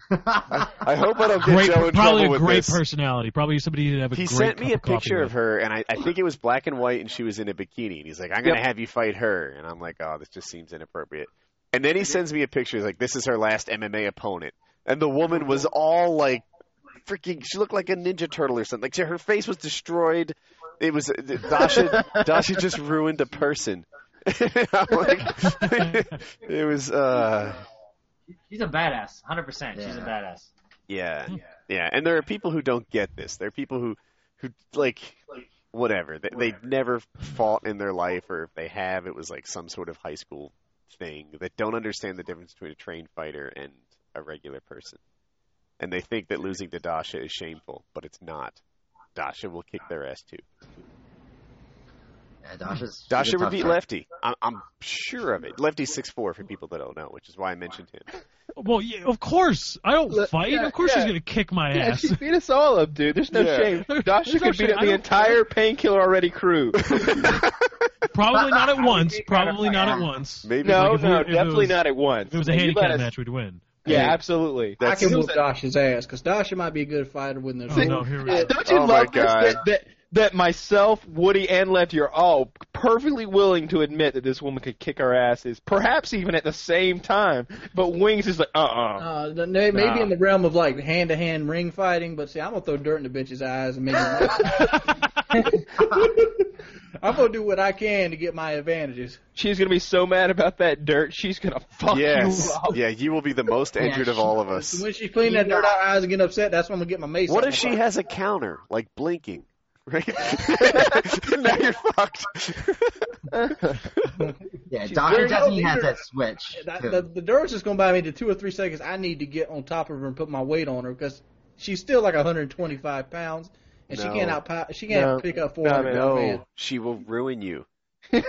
A: I hope I don't get
E: Great,
A: Joe in
E: probably
A: trouble
E: a
A: with
E: great
A: this.
E: personality. Probably somebody that have a
A: he
E: great
A: sent me
E: cup
A: a
E: of coffee
A: picture of
E: with.
A: her, and I, I think it was black and white, and she was in a bikini. And he's like, "I'm gonna have you fight her," and I'm like, "Oh, this just seems inappropriate." And then he sends me a picture. He's like, "This is her last MMA opponent," and the woman was all like, "Freaking!" She looked like a Ninja Turtle or something. Like her face was destroyed. It was uh, Dasha.
E: [LAUGHS]
A: Dasha just ruined a person. [LAUGHS] I'm like- [LAUGHS] it was. uh
F: she's a badass, 100. percent She's a
C: Yeah.
F: badass.
A: yeah, yeah, and there are people who don't get this. There are people who, who like, whatever. They, they never fought in their life, or if they have, it was like some sort of high school thing that don't understand the difference between a trained fighter and a regular person, and they think that losing to Dasha is shameful, but it's not. Dasha will kick their ass too.
C: Yeah, Dasha's. she's a
A: Dasha would
C: tough
A: beat
C: guy.
A: Lefty. I'm, I'm sure of it. Lefty's six four for people that don't know, which is why I mentioned him.
E: Well, yeah, of course. I don't
D: Le-
E: fight.
D: yeah,
E: of course she's
D: yeah.
E: gonna kick
B: [LAUGHS]
E: my
D: Yeah,
E: ass.
D: she beat us all up, dude. There's no
A: Yeah.
E: [LAUGHS]
D: shame. Dasha
E: There's no
D: could beat
E: shame.
D: up
E: I
D: the
E: don't-
D: entire painkiller already
E: [LAUGHS]
D: crew.
E: [LAUGHS] probably not
B: [LAUGHS]
E: at once. Probably not at once.
A: Maybe
D: No,
E: Like, if we-
D: no,
E: if it
D: definitely
E: was-
D: not at once.
E: If it was a
D: You let
E: handicap
D: us-
E: match, we'd win.
D: Yeah, absolutely.
A: That's-
B: I can
D: Seems
B: whoop
D: that-
B: Dasha's ass because Dasha might be a good fighter when there's
E: Oh
B: war.
E: no, here we go.
D: Don't you
A: Oh my
D: love this?
A: God.
D: That, that, that myself, Woody, and Lefty are all perfectly willing to admit that this woman could kick our asses, perhaps even at the same time. But Wings is like, uh-uh.
B: Uh, th- they may be
D: Nah.
B: in the realm of like hand to hand ring fighting, but see, I'm gonna throw dirt in the bitch's eyes and make. it-
A: [LAUGHS]
B: I'm gonna do what I can to get my advantages.
D: She's gonna be so mad about that dirt, she's gonna fuck you
A: Yes.
D: up.
A: Yeah, you will be the most injured of all of us.
B: So when she's cleaning that dirt out of her eyes and getting upset, that's when I'm gonna get my mace.
A: What
B: out
A: if
B: my
A: she
B: pocket.
A: has a counter, like blinking? Right? now you're fucked.
C: Yeah,
B: very
C: Dasha definitely
B: healthy.
C: has that switch.
B: That,
C: too.
B: the, the dirt's just gonna buy me the two or three seconds I need to get on top of her and put my weight on her because she's still like 125 pounds and she
A: No.
B: can't out she can't
D: No.
B: pick up
D: No,
B: 400
D: man.
B: pound man.
A: no, she will ruin you. you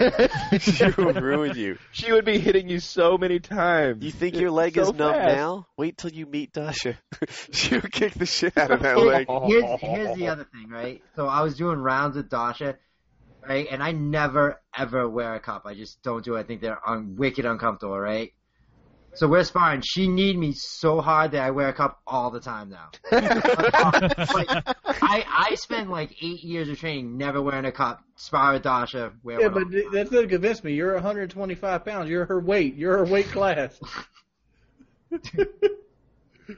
A: ruined you.
D: [LAUGHS] she would be hitting you so many times.
A: You think your leg
D: So
A: is numb
D: fast.
A: now? Wait till you meet Dasha. [LAUGHS] She'll kick the shit out [LAUGHS] of that
C: Oh,
A: leg.
C: here's, here's the other thing, right? So I was doing rounds with Dasha, right? And I never ever wear a cup. I just don't do it. I think they're un- wicked uncomfortable, right? So we're sparring. She need me so hard that I wear a cup all the time now. like, I I spent like eight years of training never wearing a cup. Spar with Dasha, wear
B: Yeah,
C: one.
B: but th- that doesn't convince me. You're 125 pounds. You're her weight. You're her weight class.
C: I'm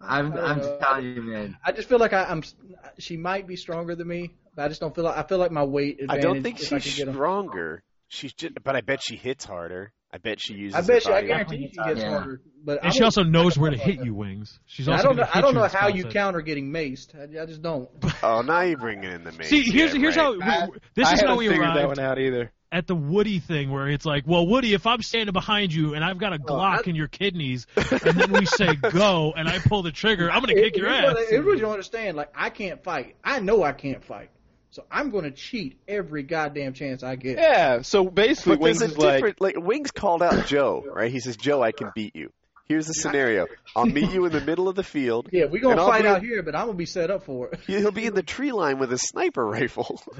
B: I
C: I'm
B: don't know.
C: just telling you, man.
B: I just feel like I, I'm. s- She might be stronger than me, but I just don't feel like I feel like my weight
A: I
B: advantage.
A: don't think
B: if I
A: she's
B: could get 'em.
A: stronger. She's just, but I bet she hits harder. I bet she uses.
B: I bet
A: her
B: you. I
A: body.
B: guarantee you she gets
C: Yeah.
B: harder. But
E: And
B: I
E: she
B: don't-
E: also knows where to hit you, Wings. She's
B: I
E: also
B: don't
E: gonna
B: know. I
E: hit
B: don't
E: you
B: know
E: in
B: how you
E: spots that-
B: counter getting maced. I, I
E: [LAUGHS]
B: just don't.
A: Oh, now you're bringing in the main.
E: See, here's
A: yeah,
E: here's
A: right.
E: how we-
D: I-
E: this
D: I
E: is how
D: haven't
E: we
D: figured that
E: arrived
D: one out either.
E: at the Woody thing, where it's like, well, Woody, if I'm standing behind you and I've got a Glock in your kidneys, and then we say go, and I pull the trigger, I'm gonna
B: It-
E: kick your
B: here's
E: ass.
B: what I- Here's what you don't understand. Like I can't fight. I know I can't fight. So I'm going to cheat every goddamn chance I get.
D: Yeah. So basically,
A: But
D: Wings
A: there's a
D: is like,
A: different. Like Wings called
D: [LAUGHS]
A: out Joe, right? He says, "Joe, I can beat you." Here's the scenario: I'll meet you in the middle of the field.
B: Yeah, we're gonna
A: And I'll
B: fight
A: be-
B: out here, but I'm gonna be set up for it.
A: He'll be in the tree line with a sniper rifle. [LAUGHS]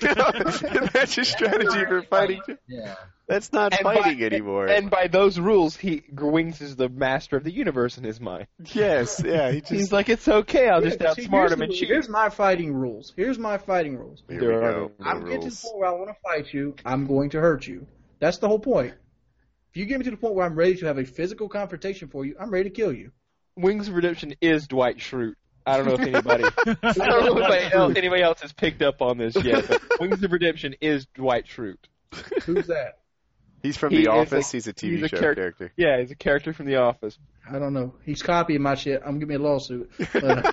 A: You know? And that's your strategy for fighting.
C: Yeah.
A: That's not
D: And
A: fighting
D: by-
A: anymore.
D: and by those rules, he Wings is the master of the universe in his mind.
A: yes, yeah, he just.
D: [LAUGHS] He's like, it's okay. I'll just
B: Yeah, [LAUGHS] see,
D: outsmart
B: here's
D: him and
B: the-
D: shoot.
B: Here's my fighting rules. Here's my fighting rules.
A: Here
D: There
A: we
D: are
A: go.
D: no
B: I'm
A: rules.
B: getting to the point where I want to fight you. I'm going to hurt you. That's the whole point. If you get me to the point where I'm ready to have a physical confrontation for you, I'm ready to kill you.
D: Wings of Redemption is Dwight Schrute. I don't know if [LAUGHS] anybody, I don't know if
E: [LAUGHS]
D: anybody else, anybody else has picked up on this yet. [LAUGHS] But Wings of Redemption is Dwight Schrute. [LAUGHS]
B: Who's that?
A: He's from
D: He
A: The
D: is a-
A: Office. he's a TV
D: he's a
A: show
D: character.
A: character.
D: Yeah, he's a character from The Office.
B: I don't know. He's copying my shit. I'm giving me a lawsuit. But, uh,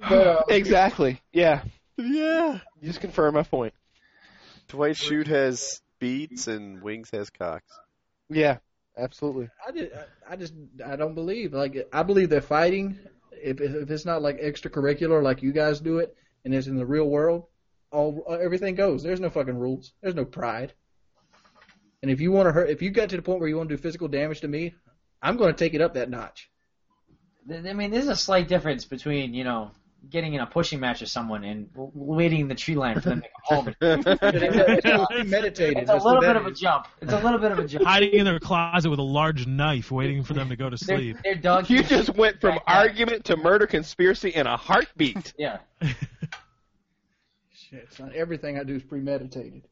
B: but, uh,
D: [GASPS] Exactly. Yeah,
A: Yeah.
D: you just confirmed my point.
A: Dwight Schrute has beats and Wings has cocks.
D: Yeah, absolutely.
B: I just, I just, I don't believe. Like, I believe that fighting, if if it's not like extracurricular, like you guys do it, and it's in the real world, all everything goes. There's no fucking rules. There's no pride. And if you want to hurt, if you got to the point where you want to do physical damage to me, I'm going to take it up that notch.
F: I mean, there's a slight difference between you know getting in a pushing match with someone and w- waiting in the tree line for them to come home.
B: [LAUGHS] it's not premeditated.
F: It's a
B: That's what
F: little
B: that
F: bit of a
B: is.
F: jump. It's a little bit of a jump.
E: Hiding in their closet with a large knife, waiting for them to go to
F: They're,
E: sleep.
F: they're dog.
D: You just went [LAUGHS] from argument to murder conspiracy in a heartbeat.
F: Yeah.
B: Shit, son, everything I do is premeditated.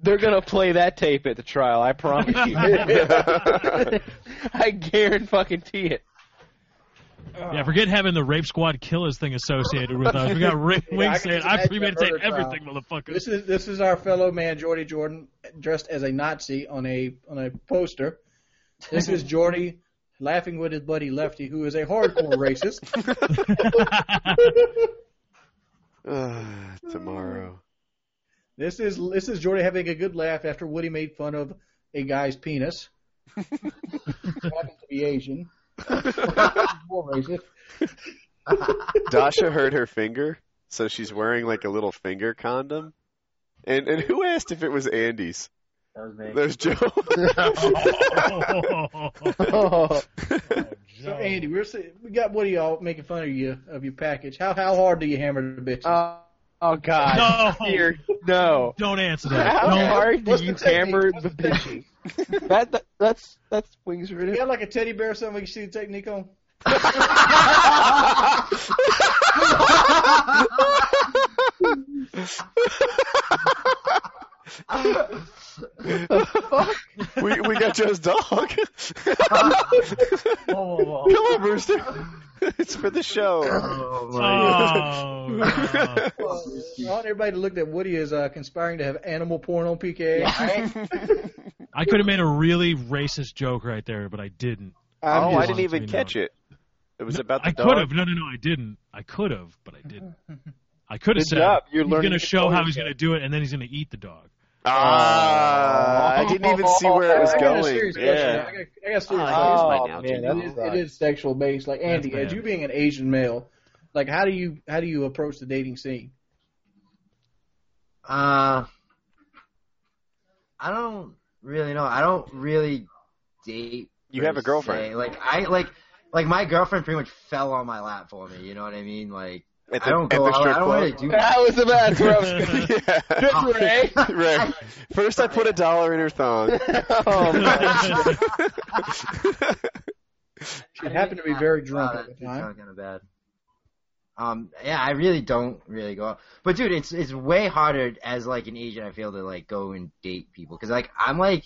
D: They're gonna play that tape at the trial. I promise [LAUGHS] you. I guarantee fucking it.
E: Yeah, forget having the rape squad killers thing associated with us. We got rape
B: Yeah, I
E: Wings
B: can
E: saying, "I
B: just imagine
E: premeditate
B: a murder trial."
E: everything, motherfucker."
B: This is this is our fellow man Jordy Jordan dressed as a Nazi on a on a poster. This is Jordy laughing with his buddy Lefty, who is a [LAUGHS] hardcore racist.
A: Ah, tomorrow.
B: This is this is Jordy having a good laugh after Woody made fun of a guy's penis. Happens to be Asian. More racist.
A: Dasha hurt her finger, so she's wearing like a little finger condom. And and who asked if it was Andy's?
F: That was me.
A: There's
E: [LAUGHS]
A: Joe.
D: [LAUGHS]
B: So [LAUGHS] Andy, we're si- we got Woody all making fun of you of your package. How how hard do you hammer the bitch?
D: Oh, oh God.
E: no,
D: Dear, no.
E: [LAUGHS] don't answer that.
D: How
E: Don't-
D: hard do
B: What's
D: you
B: the technique?
D: hammer
B: What's
D: the
B: the technique?
D: bitches? [LAUGHS] that, that that's that's wings
B: you
D: ridiculous.
B: got like a teddy bear or something you see the technique on?
A: we we got Joe's dog.
F: Whoa, whoa, whoa.
A: Come on, Brewster. It's for the show. [LAUGHS]
C: Oh my
E: Oh, no.
A: Oh,
B: Well, I want everybody to look at Woody as uh, conspiring to have animal porn on PK.
E: I could have made a really racist joke right there, but I didn't.
A: oh, I
E: just-
A: didn't even catch it. It was about the
E: I
A: dog.
E: could have. No, no, no, I didn't. I could have, but I didn't. I could have
D: Good
E: said
D: job. You're
E: he's
D: learning
E: gonna
D: to
E: show
D: control
E: how he's
D: yourself.
E: gonna do it, and then he's gonna eat the dog.
A: Ah, I didn't even see where it was
B: I got a
A: going.
B: serious question.
A: Yeah.
B: I got, I got a serious
A: Oh,
B: question.
A: by now,
D: man,
B: It
D: that
B: is,
D: sucks.
B: it is sexual based. Like Andy,
E: That's
B: as
E: bad.
B: you being an Asian male, like how do you how do you approach the dating scene?
C: Uh, I don't really know. I don't really date.
A: You
C: per
A: have a girlfriend.
C: se. Like I like like my girlfriend pretty much fell on my lap for me. You know what I mean? Like
A: At
C: I don't go out. I don't really do that.
D: That was the best. Where I was
A: [LAUGHS]
D: going.
A: yeah.
D: Ray.
A: Right. First, I put a dollar in her [LAUGHS] thong.
D: [LAUGHS] Oh,
E: [LAUGHS]
A: yeah,
B: She happened to be very drunk
C: Uh,
B: at the
C: it's
B: time.
C: not kinda bad. Um, yeah, I really don't really go out. But dude, it's it's way harder as like an Asian. I feel to like go and date people because like I'm like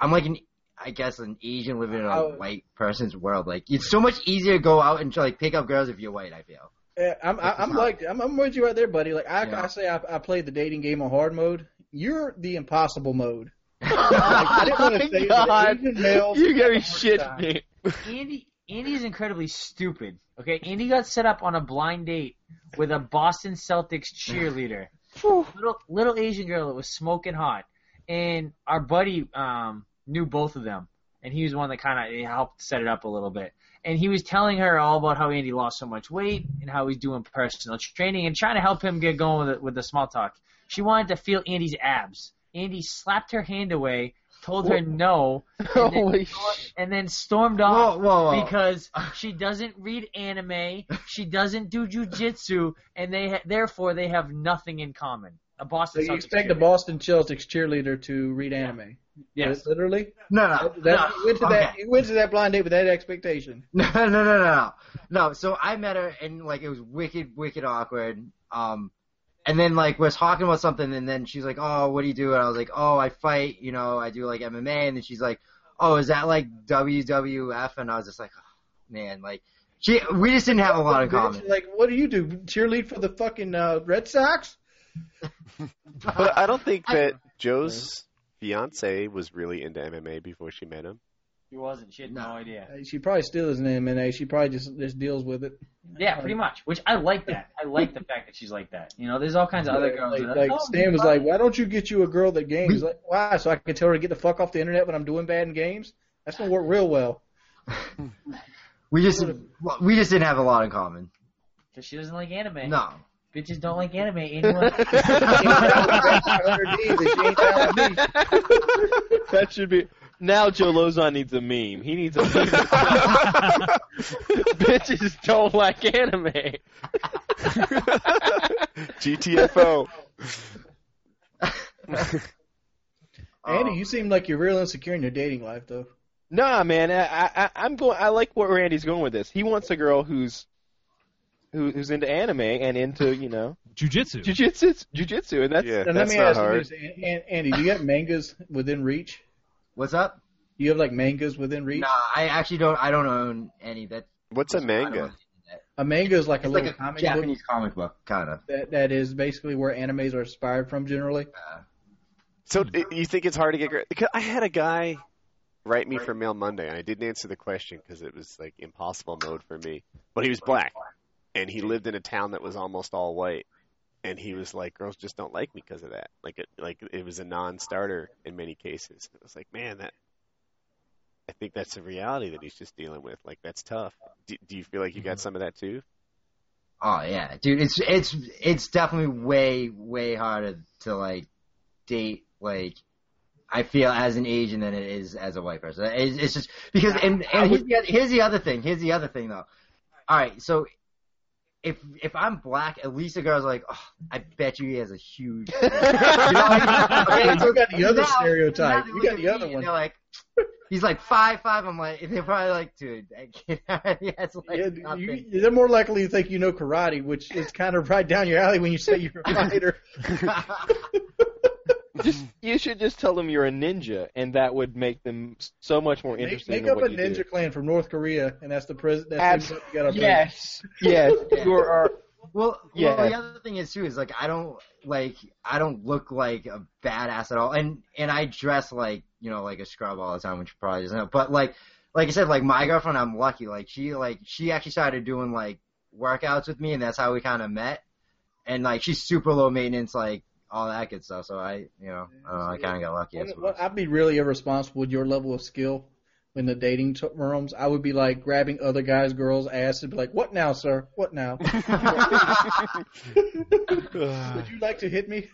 C: I'm like an I guess an Asian living in a
B: Oh.
C: white person's world. Like it's so much easier to go out and like pick up girls if you're white. I feel. [LAUGHS]
B: Yeah, I'm I, I'm like I'm, I'm with you right there, buddy. Like I,
C: Yeah.
B: I say, I, I played the dating game on hard mode. You're the impossible mode. [LAUGHS] I didn't want to say
D: God.
B: that. Asian males.
D: [LAUGHS] You gave me shit, man.
F: Andy Andy is incredibly stupid. Okay, Andy got set up on a blind date with a Boston Celtics cheerleader, little little Asian girl that was smoking hot, and our buddy um, knew both of them, and he was one that kind of helped set it up a little bit. And he was telling her all about how Andy lost so much weight and how he's doing personal training and trying to help him get going with the, with the small talk. She wanted to feel Andy's abs. Andy slapped her hand away, told her no, and then
D: Holy shit.
F: and then stormed
C: Whoa,
F: off
C: whoa,
B: Oh.
C: whoa.
B: [LAUGHS]
F: because she doesn't read anime, she doesn't do jujitsu, and they ha- therefore they have nothing in common. A
B: So
F: Boston
B: you
F: Celtics
B: expect a
F: cheerleader.
B: Boston Celtics cheerleader to read anime?
F: Yes.
B: literally.
C: No, no,
B: That,
C: Oh, no.
B: that, you went to that.
C: Okay.
B: You went to that blind date with that expectation.
C: [LAUGHS] No, no, no, no, no. No, so I met her and like it was wicked, wicked awkward. Um, and then like was talking about something, and then she's like, "Oh, what do you do?" And I was like, "Oh, I fight. You know, I do like MMA." And then she's like, "Oh, is that like WWF?" And I was just like, oh, "Man, like she, we just didn't have a lot in common."
B: Like, what do you do? Cheerlead for the fucking uh, Red Sox?
A: but I don't think that Joe's fiance was really into MMA before she met [LAUGHS] him.
F: She wasn't. She had no,
C: No.
F: idea.
B: Uh, She probably still isn't in MMA. She probably just just deals with it.
F: Yeah, pretty much. Which I like that. I like the fact that she's like that. You know, there's all kinds of other girls.
B: like,
F: that are
B: like
F: "Oh,
B: Stan was
F: my
B: like, "Why don't you get you a girl that games?" He's like, why? So I can tell her to get the fuck off the internet when I'm doing bad in games. That's gonna work real well.
C: We just, we just didn't have a lot in common.
F: 'Cause she doesn't like anime.
C: No. [LAUGHS]
F: Bitches don't like
B: [LAUGHS]
F: anime. Anyone?
D: [LAUGHS]
B: That's
D: That should be. Now Joe Lozon needs a meme. He needs a meme. [LAUGHS] Bitches don't like anime. [LAUGHS]
A: GTFO.
C: Oh.
B: Andy, you seem like you're real insecure in your dating life, though.
D: Nah, man, I, I I'm going. I like where Randy's going with this. He wants a girl who's who, who's into anime and into
A: [LAUGHS]
D: you know
E: Jujitsu.
D: jujitsu, jujitsu, and that's
A: Yeah,
B: And let
A: that's
B: me
A: not
B: ask
A: hard.
B: you this, An- An- Andy: Do you have mangas within reach?
C: What's up?
B: Do you have like mangas within reach?
C: Nah, I actually don't. I don't own any. That
A: What's a manga?
B: A manga is like a
C: It's
B: little
C: like a
B: comic book
C: Japanese comic book, kind of.
B: that, that is basically where animes are inspired from generally.
A: So i- you think it's hard to get? gra- Because I had a guy write me for Mail Monday, and I didn't answer the question because it was like impossible mode for me. But he was black, and he lived in a town that was almost all white, and he was like, "Girls just don't like me because of that." Like, it, like it was a non-starter in many cases. It was like, man, that. I think that's the reality that he's just dealing with. Like, that's tough. Do, do you feel like you got some of that too?
C: Oh yeah, dude, it's it's it's definitely way way harder to like date like I feel as an Asian than it is as a white person. It's, it's just because and, and here's, the other, here's the other thing. Here's the other thing though. All right, so if if I'm black, at least the girl's like, oh, I bet you he has a
B: [LAUGHS]
C: huge. [LAUGHS] you know, like,
B: Hey, you got the
C: now-
B: other
C: now
B: stereotype.
C: they
B: You
C: look
B: got
C: at
B: the
C: me
B: other
C: and
B: one.
C: They're like, he's like five five. I'm like, they're probably like, dude, that kid [LAUGHS] already has like
B: Yeah,
C: nothing.
B: you, they're more likely to think you know karate, which
D: [LAUGHS]
B: is kind of right down your alley when you say you're a fighter.
D: just you should just tell them you're a ninja, and that would make them so much more
B: Make,
D: interested.
B: make
D: in
B: up a
D: what you
B: ninja
D: do.
B: clan from North Korea, and that's the pres That's
D: Abs-
B: the you got
D: Yes,
B: [LAUGHS]
D: yes, you are.
C: Well,
D: Yeah.
C: well, the other thing is too is like I don't like I don't look like a badass at all, and and I dress like you know like a scrub all the time, which probably doesn't. Help. But like like I said, like my girlfriend, I'm lucky. Like she like she actually started doing like workouts with me, and that's how we kind of met. And like she's super low maintenance, like all that good stuff. So I you know I, don't know, I kind of got lucky. I
B: One-
C: suppose.
B: one- I'd be really irresponsible with your level of skill in the dating t- realms. I would be like grabbing other guys' girls' ass and be like, "What
D: [LAUGHS] [LAUGHS]
B: now, sir? What now? would you like to hit me?"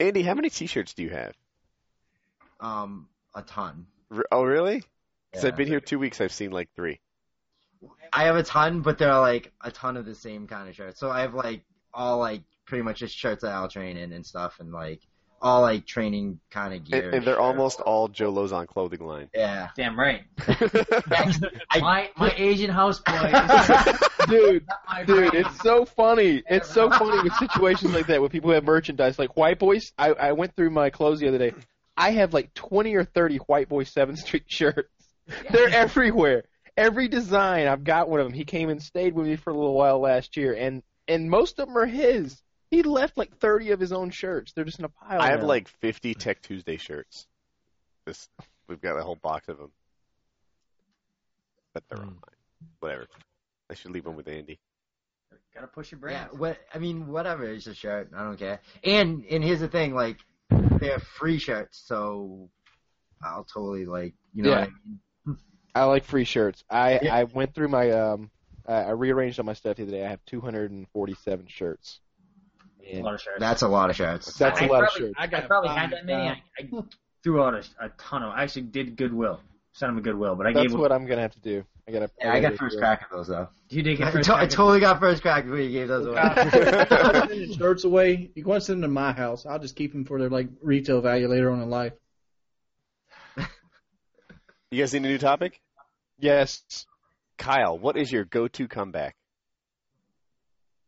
A: Andy, how many T-shirts do you have?
C: [LAUGHS] um, a ton.
A: R- oh, really? Because I've
C: Yeah.
A: been here two weeks. I've seen like three.
C: I have a ton, but they're like a ton of the same kind of shirts. So I have like all like pretty much just shirts that I'll train in and stuff, and like all like training kind of gear.
A: And, and they're almost all Joe Lozon clothing
D: [LAUGHS]
A: line. [LAUGHS]
F: [LAUGHS]
C: yeah.
F: Damn right.
C: I,
F: My
B: [LAUGHS]
F: my Asian houseboy. is
D: dude,
F: not my
D: dude,
F: friend.
D: it's so funny. It's so funny with situations like that when people have merchandise. Like white boys, I, I went through my clothes the other day. I have like twenty or thirty white boy Seventh Street [LAUGHS] shirts. They're everywhere. Every design, I've got one of them. He came and stayed with me for a little while last year, and and most of them are his. He left like thirty of his own shirts. They're just in a pile.
A: I have
D: now.
A: like 50 Tech Tuesday shirts. This we've got a whole box of them, but they're
D: Hmm.
A: online. Whatever. I should leave them with
D: [LAUGHS]
A: Andy.
F: Gotta push your
C: yeah.
F: brand.
C: What I mean, whatever. It's a shirt. I don't care. And and here's the thing, like they're free shirts, so I'll totally like you know.
D: Yeah.
C: What I mean?
D: I like free shirts. I
C: Yeah.
D: I went through my um I, I rearranged all my stuff the other day. I have 247 shirts.
F: A
D: And
F: lot of shirts.
C: That's a lot of shirts.
D: that's
F: I
D: a lot
F: probably,
D: of shirts.
F: I, uh,
H: got
F: probably
H: five
F: had that many. I, I threw out a, a ton of. I actually did Goodwill. Sent him a Goodwill, but I
D: That's
F: gave.
D: what I'm gonna have to do. I gotta.
C: Yeah, I got
D: gotta
C: first
D: do it.
C: crack at those though.
F: you did
C: [LAUGHS] I,
F: get first.
C: to- I
F: crack Oh, at-
C: totally got first crack before you gave those away.
B: Send the shirts away. You want to send them to my house? I'll just keep them for their like retail value later on in life.
A: You guys need a new topic?
D: Yes.
A: Kyle, what is your go-to comeback?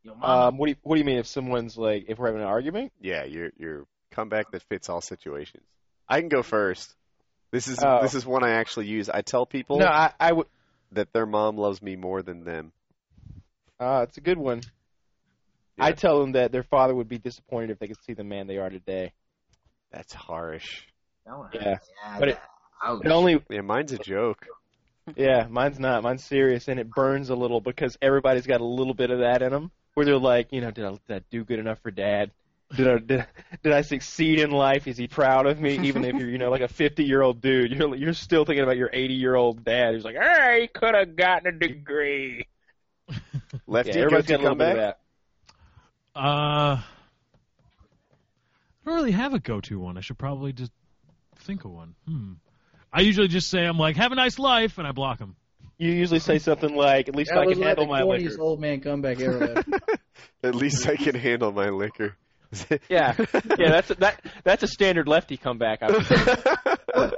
F: Yo, mama.
D: Um. What do you What do you mean if someone's like if we're having an argument?
A: Yeah, your your comeback that fits all situations. I can go first. This is
D: Oh.
A: this is one I actually use. I tell people
D: No, I I would.
A: that their mom loves me more than them.
D: Ah, it's a good one.
A: Yeah.
D: I tell them that their father would be disappointed if they could see the man they are today.
A: That's harsh.
D: uh,
F: That one
D: Yeah.
C: Yeah,
D: But it-
C: ouch.
D: It only
A: Yeah, mine's a joke.
D: Yeah, mine's not. Mine's serious, and it burns a little because everybody's got a little bit of that in them, where they're like, you know, did I, did I do good enough for dad? Did I did, I- did I succeed in life? Is he proud of me? Even if you're, you know, like a 50 year old dude, you're you're still thinking about your 80 year old dad who's like, hey, he could have gotten a degree.
A: Lefty
D: Yeah, everybody's
A: go-to
D: got a little
A: comeback.
D: bit of that.
E: [SIGHS] Uh, I don't really have a go-to one. I should probably just think of one. Hmm. I usually just say I'm like, "Have a nice life," and I block them.
D: You usually say something like, at least I can handle my
B: the
D: liquor.
B: corniest old man comeback ever. [LAUGHS] had.
A: [LAUGHS] At least I can handle my liquor.
D: [LAUGHS]
A: [LAUGHS]
D: Yeah, yeah, that's a, that that's a standard lefty comeback. I would say.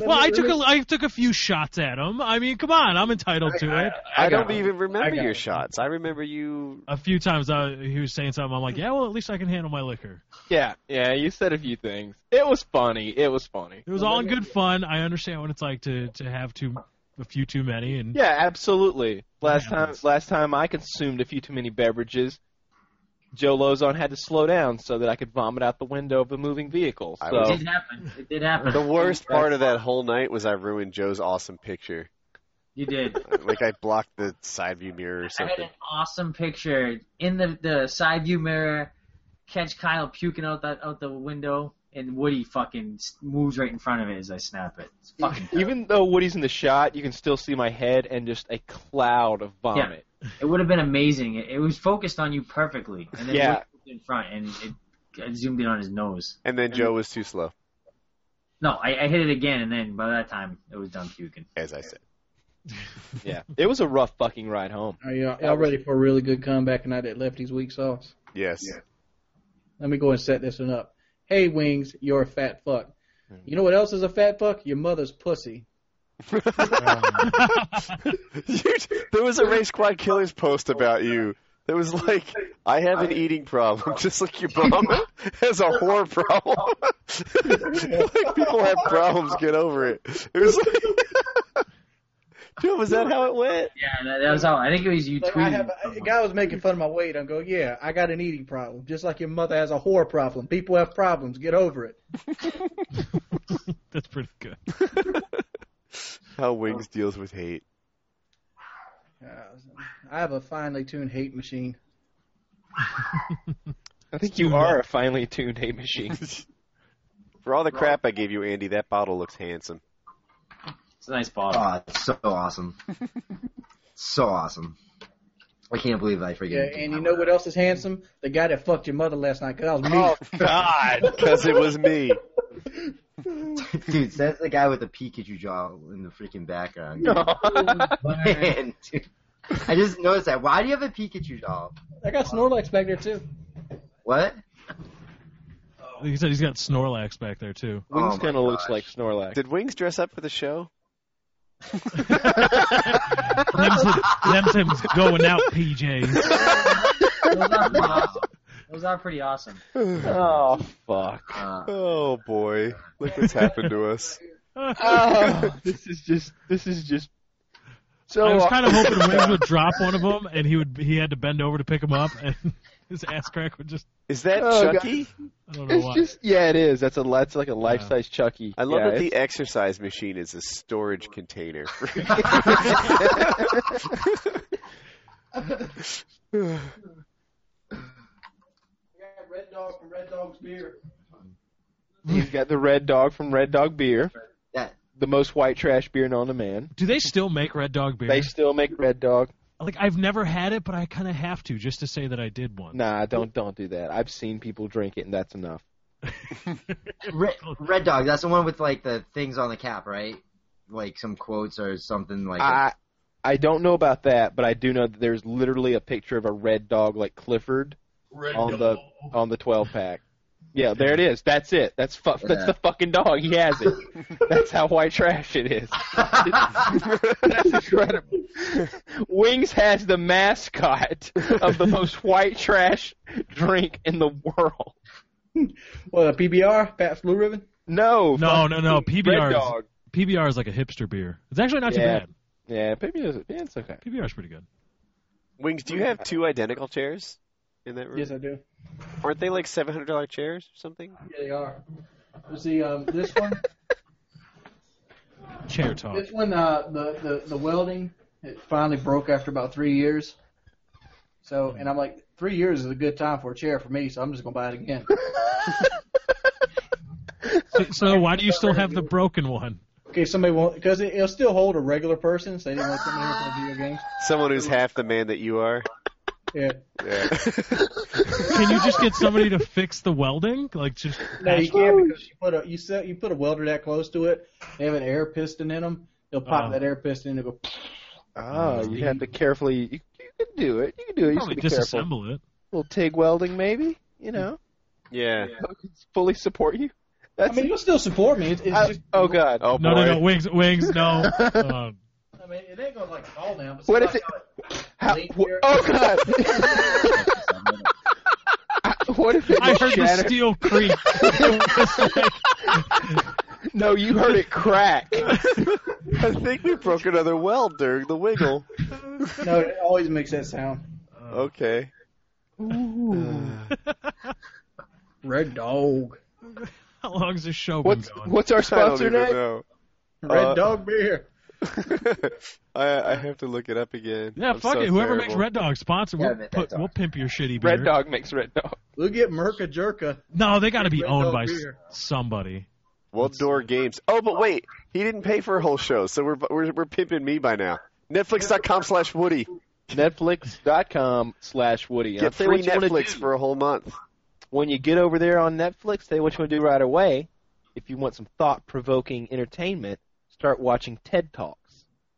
E: Well, I took a I took a few shots at him. I mean, come on, I'm entitled to it.
A: I,
H: got
A: don't
H: it.
A: even
H: I
A: remember
H: got
A: your
H: it.
A: shots. I remember you.
E: A few times I, he was saying something. I'm like, "Yeah, well, at least I can handle my liquor."
D: yeah, yeah, you said a few things. It was funny. It was funny.
E: It was all in good fun. I understand what it's like to to have too a few too many, and
D: Yeah, absolutely. Last
E: Yeah.
D: time, last time I consumed a few too many beverages, Joe Lozon had to slow down so that I could vomit out the window of the moving vehicle.
A: I
D: So
A: was-
F: it did happen. It did happen.
A: The worst part of that whole night was I ruined Joe's awesome picture.
F: You did.
A: Like I blocked the side view mirror or
F: I had
A: something.
F: an awesome picture in the the side view mirror. Catch Kyle puking out that out the window, and Woody fucking s- moves right in front of it as I snap it. It's fucking.
D: [LAUGHS] [LAUGHS] even though Woody's in the shot, you can still see my head and just a cloud of vomit.
F: It would have been amazing. It, it was focused on you perfectly, and then
D: Yeah.
F: Woody was in front, and it, it zoomed in on his nose.
A: And then Joe was too slow,
F: No, I, I hit it again, and then by that time it was done puking.
A: as I said.
D: Yeah. it was a rough fucking ride home.
B: Are y'all, y'all ready for a really good comeback and I that Lefty's weak sauce?
A: Yes.
G: Yeah.
B: Let me go and set this one up. Hey, Wings, you're a fat fuck. You know what else is a fat fuck? Your mother's pussy.
A: You- there was a race quad killers post about you. There was like, I have an eating problem, [LAUGHS] just like your mom has a whore problem. [LAUGHS] like people have problems, get over it. It was like, [LAUGHS] Joe, was that how it went?
F: Yeah, that, that was all. I think it was you
B: Like, I
F: tweeting.
B: have a, a guy was making fun of my weight. I'm going, yeah, I got an eating problem, just like your mother has a whore problem. People have problems. Get over it.
E: that's pretty good.
A: [LAUGHS] How Wings deals with hate.
B: Uh, I have a finely tuned hate machine.
D: I think you are a finely tuned hate [LAUGHS] machine.
A: For all the crap I gave you, Andy, that bottle looks handsome.
C: [LAUGHS]
F: It's a nice bottle. [LAUGHS]
C: Oh, it's so awesome. so awesome. I can't believe I
B: Yeah,
C: forget.
B: and you know what else is handsome? The guy that fucked your mother last night. 'cause that was me.
D: God.
A: because it was me.
C: [LAUGHS] Dude, that's the guy with the Pikachu jaw in the freaking background. dude. [LAUGHS]
D: Oh
C: Man, dude. I just noticed that. Why do you have a Pikachu doll?
B: [LAUGHS] I got Snorlax back there too.
C: What?
E: Like you said, he's got Snorlax back there too.
D: Wings
C: Oh my
D: kind of looks
C: gosh.
D: like Snorlax. [LAUGHS]
A: Did Wings dress up for the show?
E: Them's, them's him going out [LAUGHS] PJs.
F: Those are pretty awesome. Those are pretty awesome.
D: oh [LAUGHS] fuck.
C: Uh,
A: Oh boy, look what's happened to us.
D: Oh, this is just this is just so
E: I was kind of hoping
D: [LAUGHS]
E: Wings would drop one of them, and he would he had to bend over to pick him up, and [LAUGHS] his ass crack would just
A: Is that
D: Oh, God.
A: Chucky?
E: I don't know
D: It's
E: why.
D: just yeah, it is. That's a that's like a life size Chucky.
A: I love
D: yeah,
A: that
D: it's-
A: the exercise machine is a storage [LAUGHS] container.
B: Red Dog from Red Dog's beer.
D: he's got the Red Dog from Red Dog Beer,
C: that
D: the most white trash beer known to man.
E: Do they still make Red Dog beer?
D: They still make Red Dog.
E: Like I've never had it, but I kind of have to just to say that I did one.
D: Nah, don't don't do that. I've seen people drink it, and that's enough.
C: red, red dog. That's the one with like the things on the cap, right? Like some quotes or something like.
D: I I don't know about that, but I do know that there's literally a picture of a Red Dog like Clifford on the on the 12 pack. Yeah, there it is. That's it. That's fu- that's the fucking dog. He has [LAUGHS] it. That's how white trash it is.
A: Ah.
D: That's incredible. Wings has the mascot of the most white trash drink in the world.
B: What a PBR, Pat's Blue Ribbon.
D: No,
E: No,
D: fuck
E: no, no. PBR
D: Red
E: is,
D: Dog.
E: PBR is like a hipster beer. It's actually not
D: Yeah.
E: too bad.
D: Yeah, maybe it's, yeah, it's okay.
E: PBR is pretty good.
A: Wings, do you have two identical chairs in that room?
B: Yes, I do.
A: Aren't they like seven hundred dollar chairs or something?
B: Yeah, they are. You see, um, this one,
E: Chair talk.
B: this one, uh, the, the the welding it finally broke after about three years. So, and I'm like, three years is a good time for a chair for me, so I'm just gonna buy it again.
E: So, so why do you still have the broken one?
B: [LAUGHS] okay, somebody won't because it, it'll still hold a regular person, so they didn't want somebody here for the video games.
A: Someone who's half the man that you are.
B: Yeah.
A: Yeah.
E: Can you just get somebody to fix the welding? Like just
B: No, you can't because you put a you set you put a welder that close to it. They have an air piston in them. They'll pop
E: Oh.
B: that air piston and it'll go.
D: Oh, you have to carefully. You, you can do it. You can do it. You just
E: probably
D: gotta be careful.
E: disassemble it.
D: little TIG welding, maybe. You know,
A: [LAUGHS] yeah.
D: fully support you.
B: I
D: That's
B: mean, you'll still support me. It's, it's
D: I-
B: just
D: oh god.
A: Oh
E: No,
A: boy.
E: no, no. Wings, wings. No. Uh,
B: I mean, it ain't gonna like fall down. But
D: What if it? How,
B: lean
D: wha-
B: here.
D: oh
B: [LAUGHS]
D: god. [LAUGHS] what if it
E: I heard the
D: shattered?
E: steel creak. It was like-
D: no, you heard it crack.
A: Oh,
E: [LAUGHS]
A: I think we broke another weld during the wiggle.
B: No, it always makes that sound.
E: Oh.
A: Okay.
B: Red dog.
E: How long's this show been
D: What's
E: going?
D: what's our
A: I don't
D: sponsor
A: even
D: name?
A: know.
B: Red
A: Uh,
B: dog beer.
A: [LAUGHS] I I have to look it up again.
E: Yeah,
A: I'm
E: fuck
A: so
E: it. Whoever
A: terrible.
E: makes Red Dog sponsor,
C: Yeah,
E: we'll,
C: Red
E: put,
C: Dog.
E: we'll pimp your shitty beer.
D: Red Dog makes Red Dog.
B: We'll get Merca Jerka.
E: No, they got to be
B: Red
E: owned
B: Dog
E: by s-
B: beer.
E: somebody.
A: World Door Games. Oh, but wait, he didn't pay for a whole show, so we're we're, we're pimping me by now. Netflix.com slash Woody.
D: Netflix.com slash Woody. I'll
A: Get
D: tell you
A: free
D: what you wanna
A: Netflix
D: do.
A: for a whole month.
D: when you get over there on Netflix, tell you what you want to do right away. If you want some thought provoking entertainment, start watching TED Talks.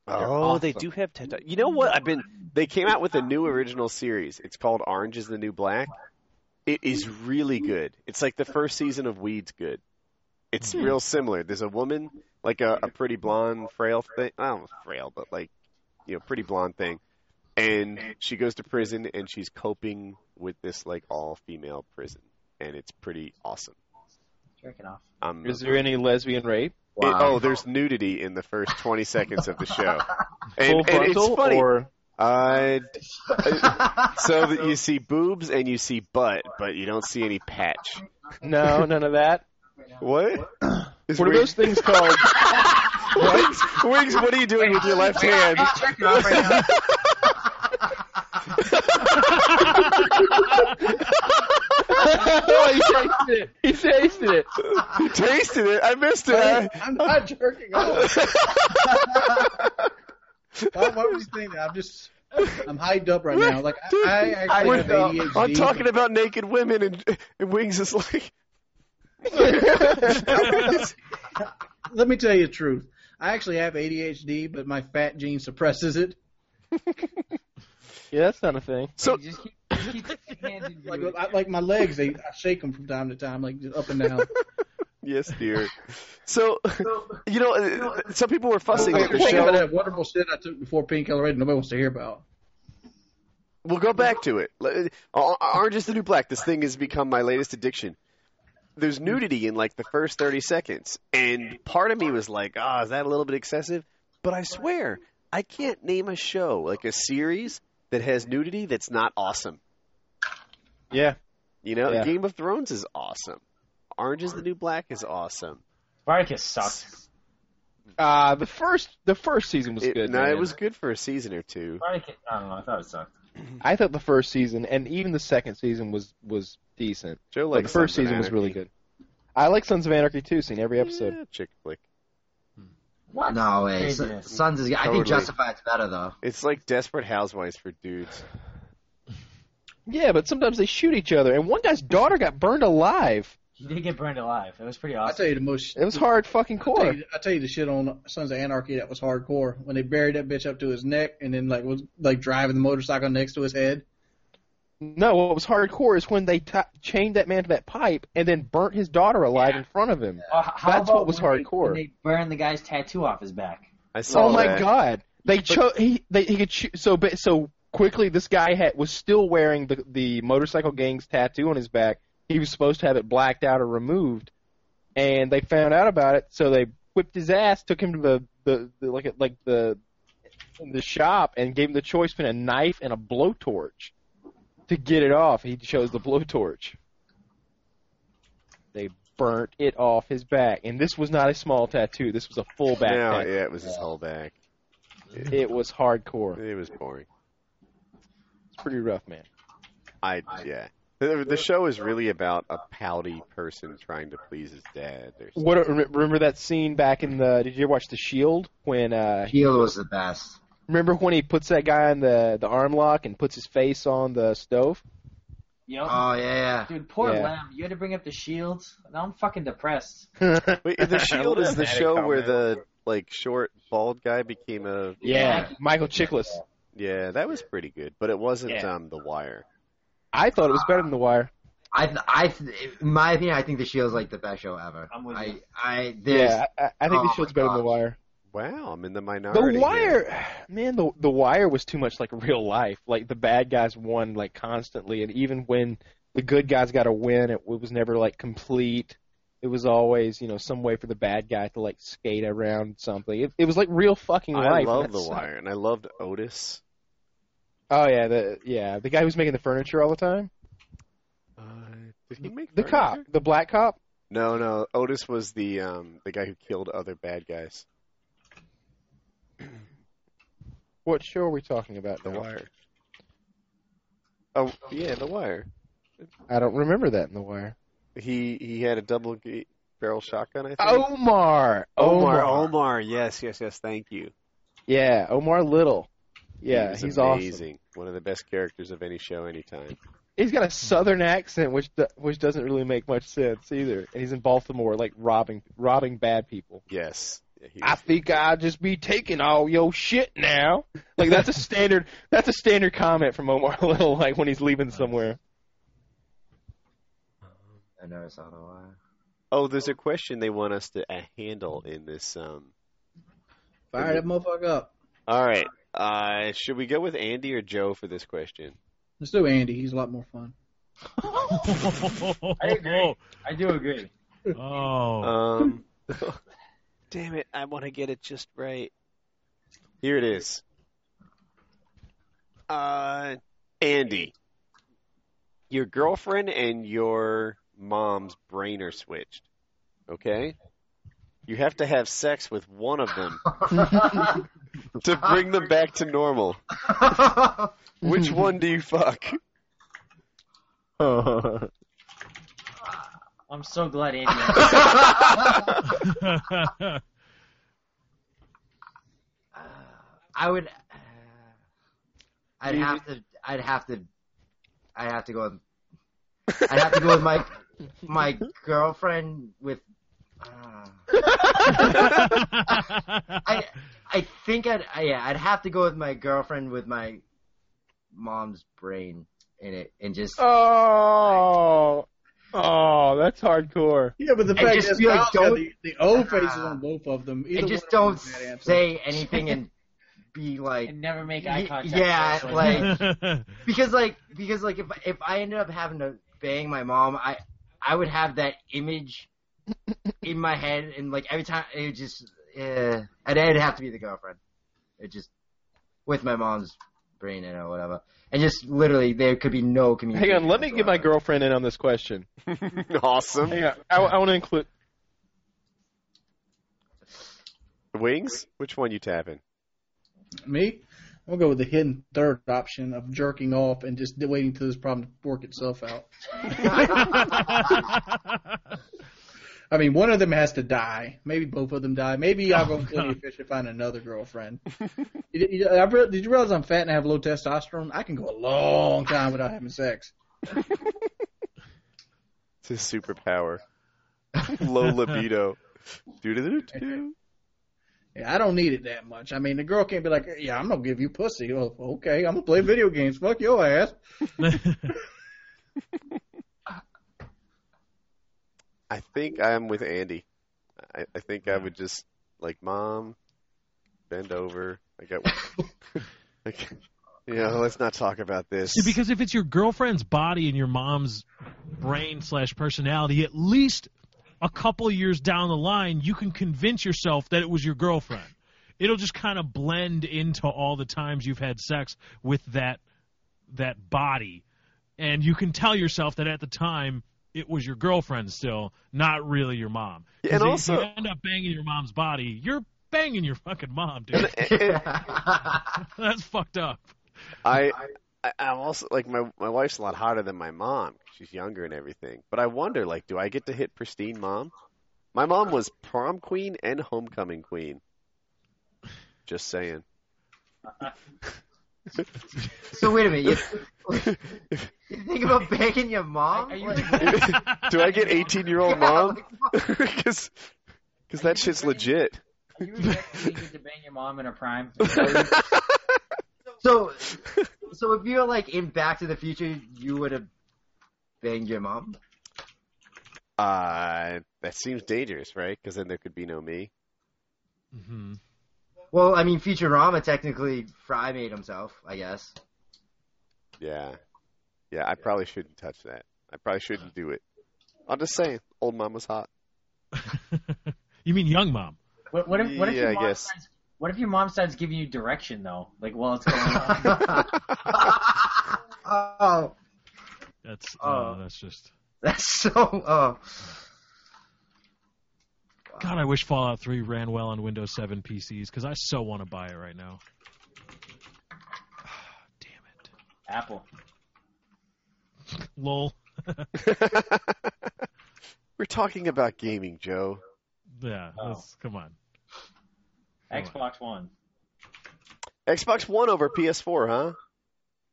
A: Oh, they do have TED Talk. You know what? I've been. They came out with a new original series. It's called Orange Is the New Black. It is really good. It's like the first season of Weeds. Good. It's real similar. There's a woman, like a, a pretty blonde, frail thing. I don't know, frail, but like, you know, pretty blonde thing. And she goes to prison, and she's coping with this like all female prison, and it's pretty awesome.
F: Jerk it off.
A: Um,
D: Is there any lesbian rape?
A: it-
C: [LAUGHS] wow.
A: oh, there's nudity in the first 20 seconds of the
D: [LAUGHS]
A: show.
D: Full
A: And, and it's
D: frontal
A: funny.
D: or
A: Uh, so that you see boobs and you see butt, but you don't see any patch.
D: no, none of that.
A: What? It's
D: What are
A: weird.
D: those things called?
A: Wings, Wings, [LAUGHS] what are you doing with your left hand? [LAUGHS]
D: [LAUGHS] he tasted it. He tasted it.
A: You tasted it. I missed
H: [LAUGHS]
A: it. I, [LAUGHS]
B: I'm not jerking off. Why, why would you think that? I'm just
H: I'm hyped up right now. Like I, I actually
A: Wait,
H: have
A: no,
H: ADHD.
A: I'm talking about naked women and, and Wings is like [LAUGHS]
H: Let me tell you the truth. I actually have ADHD, but my fat gene suppresses it.
D: Yeah, that's not a thing.
A: so
F: You just keep, just keep
C: [LAUGHS]
F: your hands in
H: Like
F: your-
H: I, like my legs, they I shake them from time to time, like just up and down.
A: yes dear. So
G: So,
A: you know uh, some people were fussing
H: Think
A: with the
H: about
A: show.
H: that wonderful shit I took before painkiller Red. Nobody wants to hear about.
A: We'll go back to it. L- uh, Orange is the new black. This thing has become my latest addiction. There's nudity in like the first 30 seconds, and part of me was like, "Ah, is that a little bit excessive?" But I swear, I can't name a show like a series that has nudity that's not awesome.
D: Yeah.
A: You know,
D: Yeah.
A: Game of Thrones is awesome. Orange is the New Black is awesome.
F: Spartacus sucked.
D: Uh the first the first season was
A: It-
D: good.
A: no,
D: man.
A: it was good for a season or two.
F: Spartacus, I don't know. I thought it sucked.
D: I thought the first season and even the second season was was decent.
A: Joe
D: But
A: like
D: the first season was really good. I like Sons of Anarchy too. Seen every episode.
A: Yeah, chick flick.
F: What?
C: No way.
F: Craziness.
C: Sons is. I
A: Totally.
C: think Justified's better though.
A: It's like Desperate Housewives for dudes.
D: Yeah, but sometimes they shoot each other, and one guy's daughter got burned alive.
F: He did get burned alive. It was pretty
H: I
F: awesome.
H: tell you the most.
D: It was hard fucking
H: I
D: core.
H: tell, you, I tell you the shit on Sons of Anarchy that was hardcore when they buried that bitch up to his neck and then like was like driving the motorcycle next to his head.
D: No, what was hardcore is when they t- chained that man to that pipe and then burnt his daughter alive in front of him.
F: Oh, h- how
D: That's
F: about
D: what was
F: when they-
D: hardcore.
F: when They burned the guy's tattoo off his back.
A: I saw
D: Oh my
A: that.
D: god! They chose he they he could cho- so ba- so quickly. This guy had was still wearing the the motorcycle gang's tattoo on his back. He was supposed to have it blacked out or removed, and they found out about it. So they whipped his ass, took him to the the, the like like the the shop, and gave him the choice between a knife and a blowtorch to get it off. He chose the blowtorch. They burnt it off his back, and this was not a small tattoo. This was a full back
A: No,
D: tattoo.
A: yeah, it was his whole back.
D: It was hardcore.
A: It was boring.
D: It's pretty rough, man.
A: I yeah. The, the show is really about a pouty person trying to please his dad.
D: [LAUGHS]
A: Or something.
D: What re- remember that scene back in the? Did you ever watch The Shield? When uh,
C: Shield was the best.
D: remember when he puts that guy in the the arm lock and puts his face on the stove?
F: You know?
C: Oh yeah.
F: Dude, poor
D: Yeah.
F: Lamb. You had to bring up the shield. Now I'm fucking depressed.
A: Wait, the Shield is the
D: That
A: show
D: comment.
A: where the like short bald guy became a
D: yeah, Michael Chiklis.
A: yeah. That was pretty good, but it wasn't
D: Yeah.
A: um The Wire.
D: I thought it was better than The Wire.
C: I th- I th- in my opinion, I think the Shield's like the best show ever.
F: I'm with
C: I
F: you.
C: I there's
D: Yeah, I, I think
C: Oh
D: The
C: my
D: Shield's better than The
C: gosh.
D: Wire.
A: Wow, I'm in the minority.
D: The
A: here.
D: Wire, man, the The Wire was too much like real life. Like the bad guys won like constantly, and even when the good guys got a win, it, it was never like complete. It was always, you know, some way for the bad guy to like skate around something. It, it was like real fucking life.
A: I
D: and
A: love
D: [LAUGHS] that
A: The
D: sucked.
A: Wire, and I loved Otis.
D: Oh yeah, the yeah, the guy who's making the furniture all the time.
A: Uh, did he make
D: The cop,
A: furniture?
D: the black cop.
A: No, no. Otis was the um the guy who killed other bad guys.
D: What show are we talking about? now?
A: Oh yeah, The Wire.
D: I don't remember that in The Wire.
A: He he had a double g- barrel shotgun. I think.
D: Oh, Omar.
A: Omar, Omar, yes, yes, yes. Thank you.
D: Yeah, Omar Little. Yeah,
A: He was
D: he's awesome.
A: amazing. One of the best characters of any show, anytime.
D: he's got a southern accent, which do, which doesn't really make much sense either. And he's in Baltimore, like robbing robbing bad people.
A: Yes. Yeah, he
D: I
A: was-
D: think I'll just be taking all your shit now. Like [LAUGHS] that's a standard that's a standard comment from Omar [LAUGHS] Little, like when he's leaving somewhere.
C: I never saw the
F: [LAUGHS]
C: wire. [LAUGHS]
A: oh, there's a question they want us to uh, handle in this. Um...
H: Fire that motherfucker up.
A: All right. Uh, should we go with Andy or Joe for this question?
H: Let's do Andy. He's a lot more fun.
F: I
E: [LAUGHS]
F: agree. I do agree.
E: Oh.
A: Um, [LAUGHS] damn it! I want to get it just right. Here it is. Uh, Andy, your girlfriend and your mom's brain are switched. Okay, you have to have sex with one of [LAUGHS] them to bring them back to normal. Which one do you [LAUGHS] fuck?
F: I'm so glad Andy.
C: I would. I'd have to. I'd have to. I'd have to go. With, I'd have to go with my my girlfriend. With uh, I I think I'd I, yeah I'd have to go with my girlfriend with my mom's brain in it and just
D: Oh, oh, that's hardcore.
B: Yeah, but the
C: I
B: fact
C: just
B: is,
C: feel like
B: Kyle's got
C: don't-
B: the, the O faces on both of them. Either
C: and just
B: one
C: don't
B: of them is a bad answer.
C: say anything
B: [LAUGHS]
C: and be like
F: and never make eye
C: Y-
F: contact.
C: yeah,
F: with us,
C: like- because like because like if if I ended up having to bang my mom, I I would have that image in my head, and like every time it would just uh, and it'd have to be the girlfriend. It just with my mom's brain in it or whatever, and just literally there could be no communication.
D: Hang on, let me get my
C: whatsoever.
D: girlfriend in on this question.
A: awesome.
D: Hang on, I, I want to include.
A: Wings? Which one you tapping?
B: Me? I'm gonna go with the hidden third option of jerking off and just waiting till this problem to work itself out. I mean, one of them has to die. Maybe both of them die. Maybe
H: Oh,
B: I'll go with Lady Fish and find
H: [LAUGHS]
B: another girlfriend. You- you- I re- Did you realize I'm fat and I have low testosterone? I can go a long time without having sex.
A: It's his superpower. Low libido. Doo-doo-doo-doo.
B: Yeah, I don't need it that much. I mean, the girl can't be like, "Yeah, I'm gonna give you pussy." Well, okay, I'm gonna play video games. Fuck your ass.
A: I think I'm with Andy. I, I think I would just like mom, bend over. I got. [LAUGHS] like, you know, let's not talk about this.
E: See, because if it's your girlfriend's body and your mom's brain slash personality, at least a couple years down the line, you can convince yourself that it was your girlfriend. It'll just kind of blend into all the times you've had sex with that that body, and you can tell yourself that at the time it was your girlfriend still, not really your mom. 'Cause
A: Yeah, and
E: if
A: also-
E: you end up banging your mom's body, you're banging your fucking mom, dude. [LAUGHS] That's fucked up.
A: I, I I'm also like my my wife's a lot hotter than my mom. She's younger and everything. But I wonder, like, do I get to hit pristine mom? My mom was prom queen and homecoming queen. Just [LAUGHS] saying.
C: [LAUGHS] so wait a minute.
D: [LAUGHS]
C: You, you think about banging your mom? [LAUGHS]
F: Are
D: [LAUGHS]
F: you-
A: [LAUGHS] do I get 18 year old mom? [LAUGHS] Because that shit's legit.
F: Are you rejecting you get to bang your mom in her prime?
C: So, so if you were like in Back to the Future, you would have banged your mom.
A: Uh, that seems dangerous, right? Because then there could be no me.
E: hmm
C: Well, I mean, Futurama technically Fry made himself,
A: [LAUGHS]
C: I guess.
A: Yeah. Yeah, I probably shouldn't touch that. I probably shouldn't do it. I'm just saying, old mom was hot.
E: [LAUGHS]
A: [LAUGHS]
E: you mean young mom?
F: What, what if what if
A: Yeah, I
F: your mom
A: guess.
F: starts what if your mom starts giving you direction though? Like while it's going
A: [LAUGHS]
F: on.
C: oh,
E: That's
C: Oh.
D: Uh,
E: no, that's just.
C: that's so. Oh,
E: God, I wish Fallout 3 ran well on Windows 7 PCs because I so want to buy it right now. [SIGHS] Damn it.
F: Apple.
E: Lol.
A: We're talking about gaming, Joe.
E: Yeah,
F: Oh.
E: that's- come on.
F: Xbox One.
A: Xbox One over PS4, huh?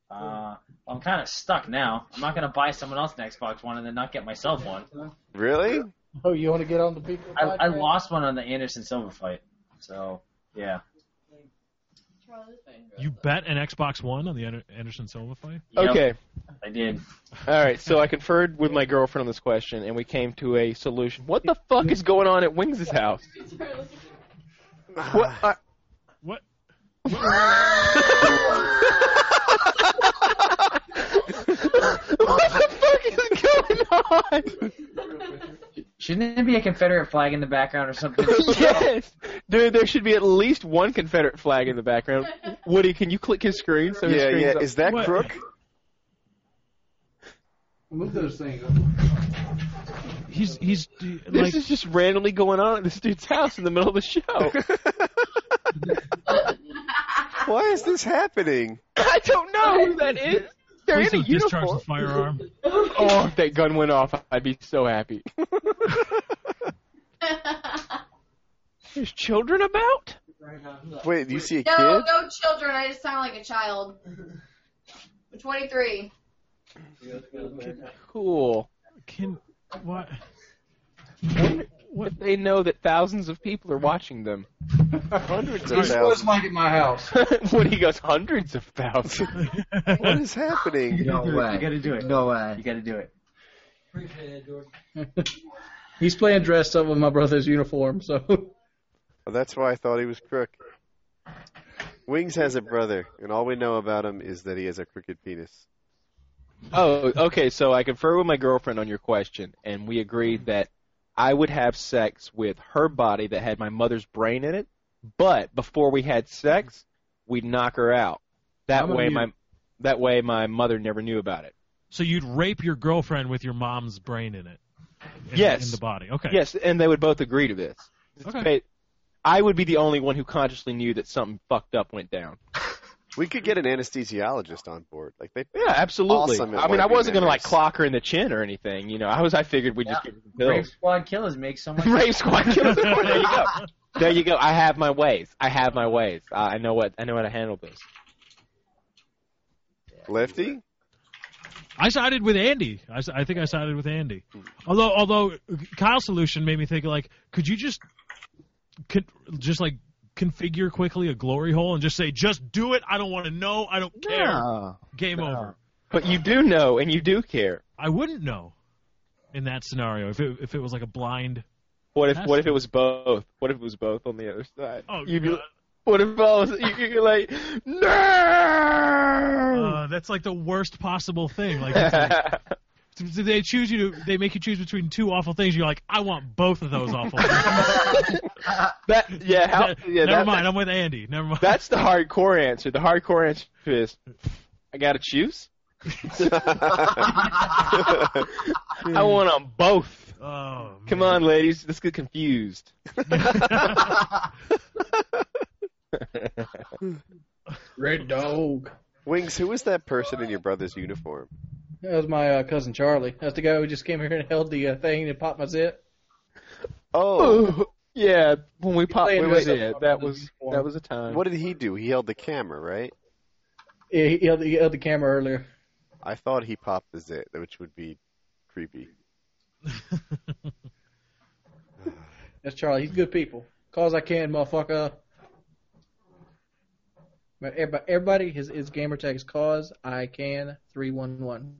F: Uh, I'm kind of stuck now. I'm not gonna buy someone else an Xbox One and then not get myself one.
A: Really?
B: Oh, you want to get on the people?
F: I, I lost one on the Anderson Silva fight, so yeah.
E: You bet an Xbox One on the Ander- Anderson Silva fight?
F: Yep,
D: Okay,
F: I did.
D: all right. So I conferred with my girlfriend on this question, and we came to a solution. What the fuck is going on at Wings' house? What? I,
E: Ah. What?
D: what the fuck is going on?
E: [LAUGHS]
F: Shouldn't there be a Confederate flag in the background or
A: [LAUGHS]
F: something?
D: yes, dude. There should be at least one Confederate flag in the background. Woody, can you click his screen? So
A: [SIGHS]
D: his
A: yeah,
D: screen's
A: yeah.
D: up?
A: Is that
E: What?
A: Crook?
B: Move those things. [LAUGHS]
E: He's he's d-
D: This
E: like Oh.
D: is just randomly going on at this dude's house in the middle of the
A: Oh.
D: show.
A: [LAUGHS] Why is this happening?
D: [LAUGHS] I don't know who that is. They're
E: please
D: in a
E: don't discharge
D: uniform.
E: the firearm.
D: Oh, if that gun went off, I'd be so
E: [LAUGHS]
D: happy.
J: [LAUGHS]
D: There's children about?
A: Wait, do you see a
J: No,
A: kid?
J: no children. I just sound like a child. 23.
D: Cool.
E: Can
D: [LAUGHS]
E: what?
D: What they know that thousands of people are watching them.
A: Hundreds of
H: This was
A: thousands.
H: like at my house.
D: [LAUGHS] when he goes hundreds of thousands.
A: What is happening?
C: No
F: do it.
C: way.
F: You gotta do it.
C: No way.
F: You got to do it.
B: [LAUGHS] He's playing dressed up with my brother's uniform, so
A: Well, Oh, that's why I thought he was crook. Wings has a brother, and all we know about him is that he has a crooked penis.
D: [LAUGHS] Oh, okay. So I confer with my girlfriend on your question, and we agreed that I would have sex with her body that had my mother's brain in it. But before we had sex, we'd knock her out. That
H: I'm a
D: way,
H: mute.
D: my that way my mother never knew about it.
E: So you'd rape your girlfriend with your mom's brain in it? In,
D: Yes.
E: In the body. Okay.
D: Yes, and they would both agree to this. It's
E: Okay.
D: ba- I would be the only one who consciously knew that something fucked up went down.
A: We could get an anesthesiologist on board. Like they
D: Yeah, absolutely.
A: Awesome at
D: I mean, I
A: wiping
D: wasn't gonna like
A: memories.
D: clock her in the chin or anything. You know, I was. I figured we'd just
F: Yeah.
D: give her some
F: Brave
D: pills.
F: [LAUGHS] Squad Killers make so much.
D: Rape squad killers. There you go. [LAUGHS] There you go. I have my ways. I have my ways. I I know what I know how to handle this.
A: lefty. [LAUGHS]
E: I sided with Andy. I, s- I think I sided with Andy. Although, although Kyle's solution made me think like, could you just, could, just like configure quickly a glory hole and just say, just do it. I don't want to know. I don't care. Game over.
D: But you do know and you do care.
E: I wouldn't know in that scenario if it if it was like a blind.
D: What if
E: That's
D: what if it was both? What if it was both on the other side?
E: Oh,
D: You'd be-
E: God.
D: what if I was, you, you're like [LAUGHS] no?
E: Uh, that's like the worst possible thing.
D: [LAUGHS]
E: Like, it's like so they choose you to, they make you choose between two awful things. You're like, I want both of those awful. things.
D: that [LAUGHS] yeah,
E: [LAUGHS]
D: how, yeah
E: Never
D: that,
E: mind. I'm with Andy. Never mind.
D: That's the hardcore answer. The hardcore answer is I gotta choose. I want them both.
E: oh,
D: Come
E: man.
D: on, ladies, let's get confused.
H: Red dog.
A: Wings, who was that person in your brother's uniform?
B: that was my uh, cousin Charlie. That's the guy who just came here and held the uh, thing and popped my zit.
A: Oh,
D: [LAUGHS] yeah, when we popped,
B: played
D: wait,
B: with
D: wait,
B: the-
D: yeah, that was that was a time.
A: what did he do? He held the camera, right?
B: Yeah, he held, he held the camera earlier.
A: I thought he popped the zit, which would be creepy.
B: That's Charlie. He's good people. Cause I can, motherfucker. But everybody, everybody his, his gamer tag is cause I can three one one.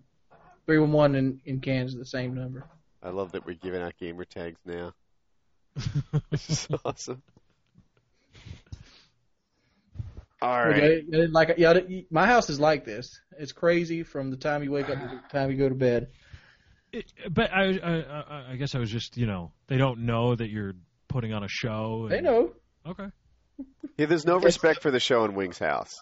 B: Three one one in in cans is the same number.
A: I love that we're giving out gamer tags now. [LAUGHS]
E: [LAUGHS]
A: This is awesome. All
B: Look, I
A: right.
B: didn't- I didn't like it. yeah, I didn't- my house is like this. It's crazy from the time you wake up to the time you go to bed.
E: It- but I, I, I, I guess I was just, you know, they don't know that you're putting on a show. and-
B: They know.
E: Okay.
A: Yeah, there's no respect for the show in Wings House.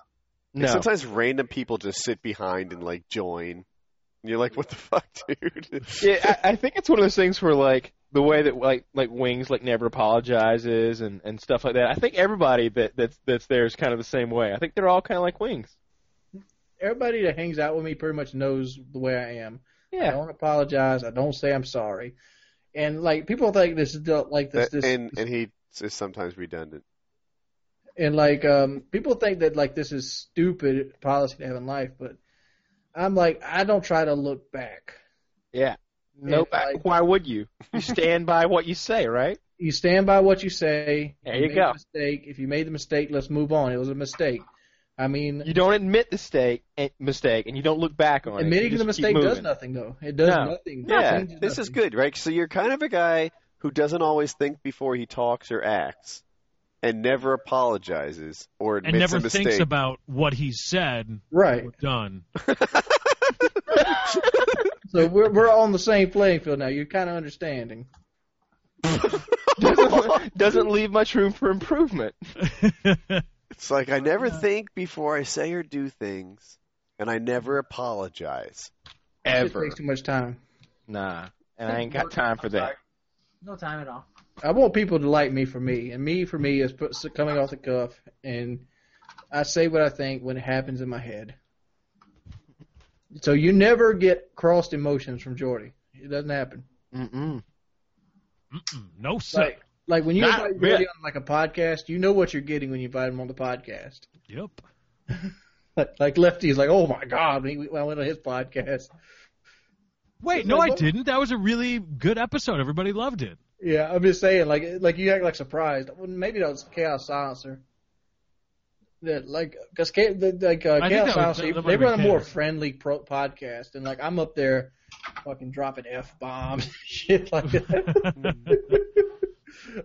A: And
D: no,
A: Sometimes random people just sit behind and like join. And you're like, what the fuck, [LAUGHS] dude?
D: yeah, I, I think it's one of those things where like the way that like like Wings like never apologizes and and stuff like that. I think everybody that that's that's there is kind of the same way. I think they're all kind of like Wings.
B: Everybody that hangs out with me pretty much knows the way I am. I
D: Yeah,
B: don't apologize. I don't say I'm sorry. And like people think this is the, like this,
A: That-
B: this
A: and and he is sometimes redundant.
B: and like um people think that like this is stupid policy to have in life, but I'm like I don't try to look back.
D: yeah. Nope.
B: Yeah, like-
D: why would you? You stand by what you say, right?
B: You stand by what you say.
D: There
B: If
D: you
B: made
D: go.
B: a Mistake. If you made the mistake, let's move on. It was a mistake. I mean,
D: You don't admit the mistake, eh, mistake, and you don't look back on it. You
B: admitting
D: just
B: the
D: keep
B: mistake does
D: moving.
B: nothing though. It does
D: No.
B: nothing. It
A: Yeah,
B: changes
A: this is
B: nothing.
A: good, right? So you're kind of a guy who doesn't always think before he talks or acts, and never apologizes or admits
E: And never
A: a mistake.
E: thinks about what he said
B: Right.
E: or done. [LAUGHS]
B: So we're we're on the same playing field now. You're kind of understanding.
D: [LAUGHS] doesn't, doesn't leave much room for improvement.
A: It's like I never think before I say or do things, and I never apologize.
B: It takes too much time.
D: Nah, and I ain't got time for that.
F: No time at all.
B: I want people to like me for me, and me for me is put, coming off the cuff, and I say what I think when it happens in my head. So you never get crossed emotions from Jordy. It doesn't happen.
D: Mm-mm.
E: Mm-mm. no, sir.
B: Like like when you
D: Not
B: invite Jordy
D: really.
B: on like a podcast, you know what you're getting when you invite him on the podcast.
E: Yep.
B: Like, like Lefty's like, oh my god, he, I went on his podcast.
E: Wait, no, I didn't. That was a really good episode. Everybody loved it. [LAUGHS]
B: Yeah, I'm just saying, like, like you act like surprised. Well, maybe that was Chaos Silencer. That like, cause Ca- the, like uh,
E: I think
B: Chaos
E: that was-
B: Silencer,
E: that might
B: they
E: have been
B: run a more
E: Chaos.
B: friendly pro- podcast, and like I'm up there, fucking dropping f bombs, [LAUGHS] shit
E: [LAUGHS]
B: like that.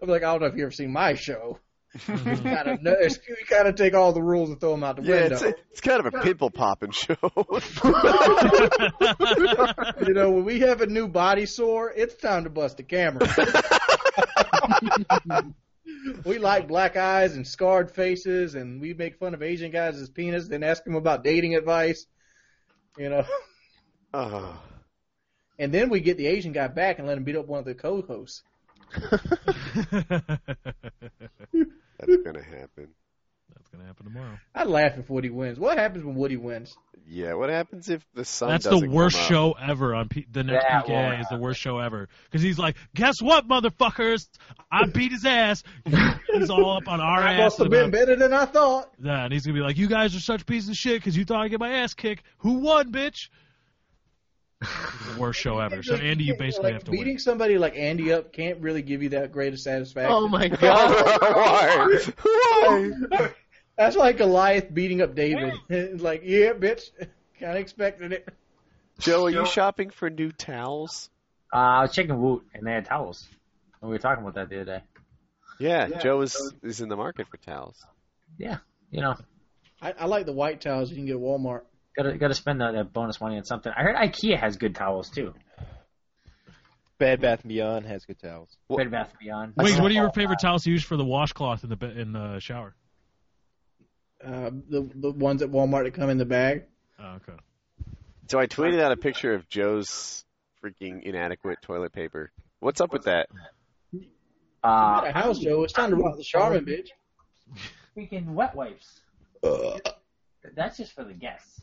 B: I'm like, I don't know if you ever seen my show. you gotta, know- [LAUGHS] you gotta take all the rules and throw them out the
A: Yeah, it's,
B: window.
A: it's kind of a pimple popping show. [LAUGHS]
B: you know, when we have a new body sore, it's time to bust the camera. we like black eyes and scarred faces, and we make fun of Asian guys' as penis, then ask them about dating advice. You know,
A: oh.
B: and then we get the Asian guy back and let him beat up one of the co-hosts.
E: That's
A: That's gonna happen.
E: gonna happen tomorrow.
B: I laugh if Woody wins. What happens when Woody wins?
A: Yeah, what happens if the sun?
E: That's the
A: doesn't
E: worst
A: come up?
E: show ever on P- the next
C: That won't
E: PKA is the worst show ever because he's like, guess what, motherfuckers? I beat his ass. [LAUGHS] he's all up on our
B: I
E: ass.
B: must have been better than I thought.
E: Yeah, and he's gonna be like, "You guys are such pieces of shit because you thought I get my ass kicked. Who won, bitch?" It's the worst show ever. So
B: Like,
E: Andy, you basically
B: like,
E: have to
B: beating
E: win.
B: somebody like Andy up can't really give you that great of satisfaction.
D: Oh
B: [LAUGHS]
D: my god.
A: [LAUGHS] Why? Why?
B: [LAUGHS] That's like Goliath beating up David. [LAUGHS] like, yeah, bitch, [LAUGHS] kind of expected it.
A: Joe, are you shopping for new towels?
F: Uh, I was checking Woot, and they had towels. And we were talking about that the other day.
A: Yeah,
G: Yeah,
A: Joe is is in the market for towels.
F: You know,
B: I, I like the white towels you can get at Walmart.
F: gotta gotta spend that, that bonus money on something. I heard IKEA has good towels too.
D: Bad Bath and Beyond has good [LAUGHS] towels.
A: Well-
F: Bed Bath Beyond.
E: Wait, what are your favorite towels to use for the washcloth in the be- in the shower?
B: Uh, the the ones at Walmart that come in the bag.
E: Oh, okay.
A: So I tweeted out a picture of Joe's freaking inadequate toilet paper. What's up with that? [LAUGHS]
B: Out
F: Uh,
B: of house, Joe. It's time to rock the Charmin, bitch.
F: freaking wet wipes. That's just for the guests.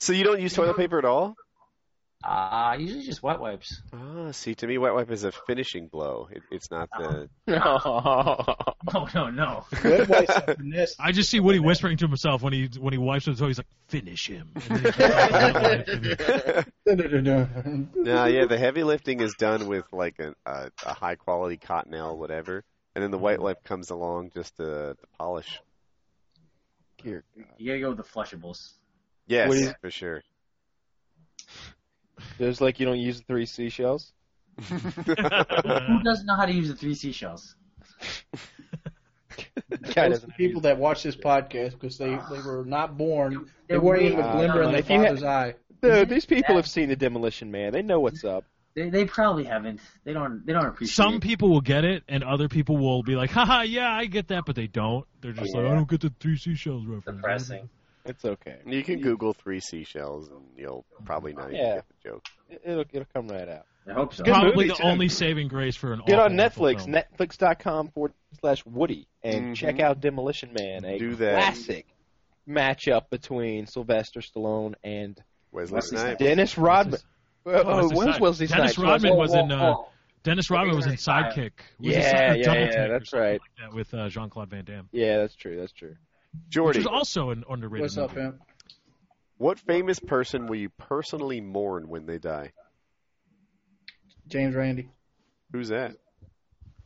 A: so you don't use toilet paper at all?
F: Uh, usually just wet
E: [LAUGHS]
F: wipes.
A: Ah, see, to me, wet wipe is a finishing blow. It, it's not the.
E: Oh,
F: No, no, no.
B: Red White's a finesse.
E: I just see Woody whispering to himself when he when he wipes his toe. He's like, "Finish him." And [LAUGHS] then he just-
A: [LAUGHS]
D: [LAUGHS]
A: no, yeah, the heavy lifting is done with like a, a, a high quality cottonelle, whatever, and then the
D: Mm-hmm.
A: white wipe comes along just to, to polish.
D: Here.
F: You gotta go with the flushables.
A: Yes,
D: What do you-
A: for
D: [LAUGHS]
A: sure. [LAUGHS]
D: There's like you don't use the three seashells.
E: Mm.
F: Who doesn't know how to use the three seashells?
D: Guy
B: Those are
D: doesn't
B: the
D: have
B: people that watch this podcast because they, they were not born. They
F: They're
B: weren't
F: way uh,
B: even with
F: out
B: glimmer
F: of
B: in their
D: If you had-
B: father's eye.
D: Dude, these people have seen the Demolition Man. They know what's up.
F: They, they probably haven't. They don't. They don't appreciate.
E: Some
F: it.
E: people will get it, and other people will be like, "Haha, yeah, I get that," but they don't. They're just like, "I don't get the three seashells reference."
F: depressing.
D: It's okay.
A: You can Google three seashells, and you'll probably not even
D: Yeah.
A: get the joke.
D: It- It'll it'll come right out.
F: I hope so.
D: Good
E: Probably
D: movie,
E: the
D: too.
E: only saving grace for an
D: Get on
E: awful, awful
D: Netflix,
E: film.
D: netflix.com forward slash Woody, and
A: Mhm.
D: check out Demolition Man, a
A: Do that.
D: classic matchup between Sylvester Stallone and
A: Wesley
F: Wesley
A: Snipes.
D: Dennis Rodman. Oh,
E: Wesley
D: when's
E: Snipes.
D: Wesley
E: Dennis
D: Snipes?
E: Rodman
D: Oh,
E: was
D: oh,
E: in, uh,
D: oh.
E: Dennis Rodman was in
F: Sorry.
E: Sidekick. Was
D: Yeah,
E: it Sidekick
D: yeah,
E: Double
D: yeah,
E: Take or
D: that's
E: something
D: right.
E: Like that with uh, Jean Claude Van Damme,
D: Yeah, that's true. That's true.
E: which
A: Jordy,
E: was also an underrated
B: What's up,
E: movie.
B: pimp?
A: what famous person will you personally mourn when they die?
B: James Randy.
A: Who's that?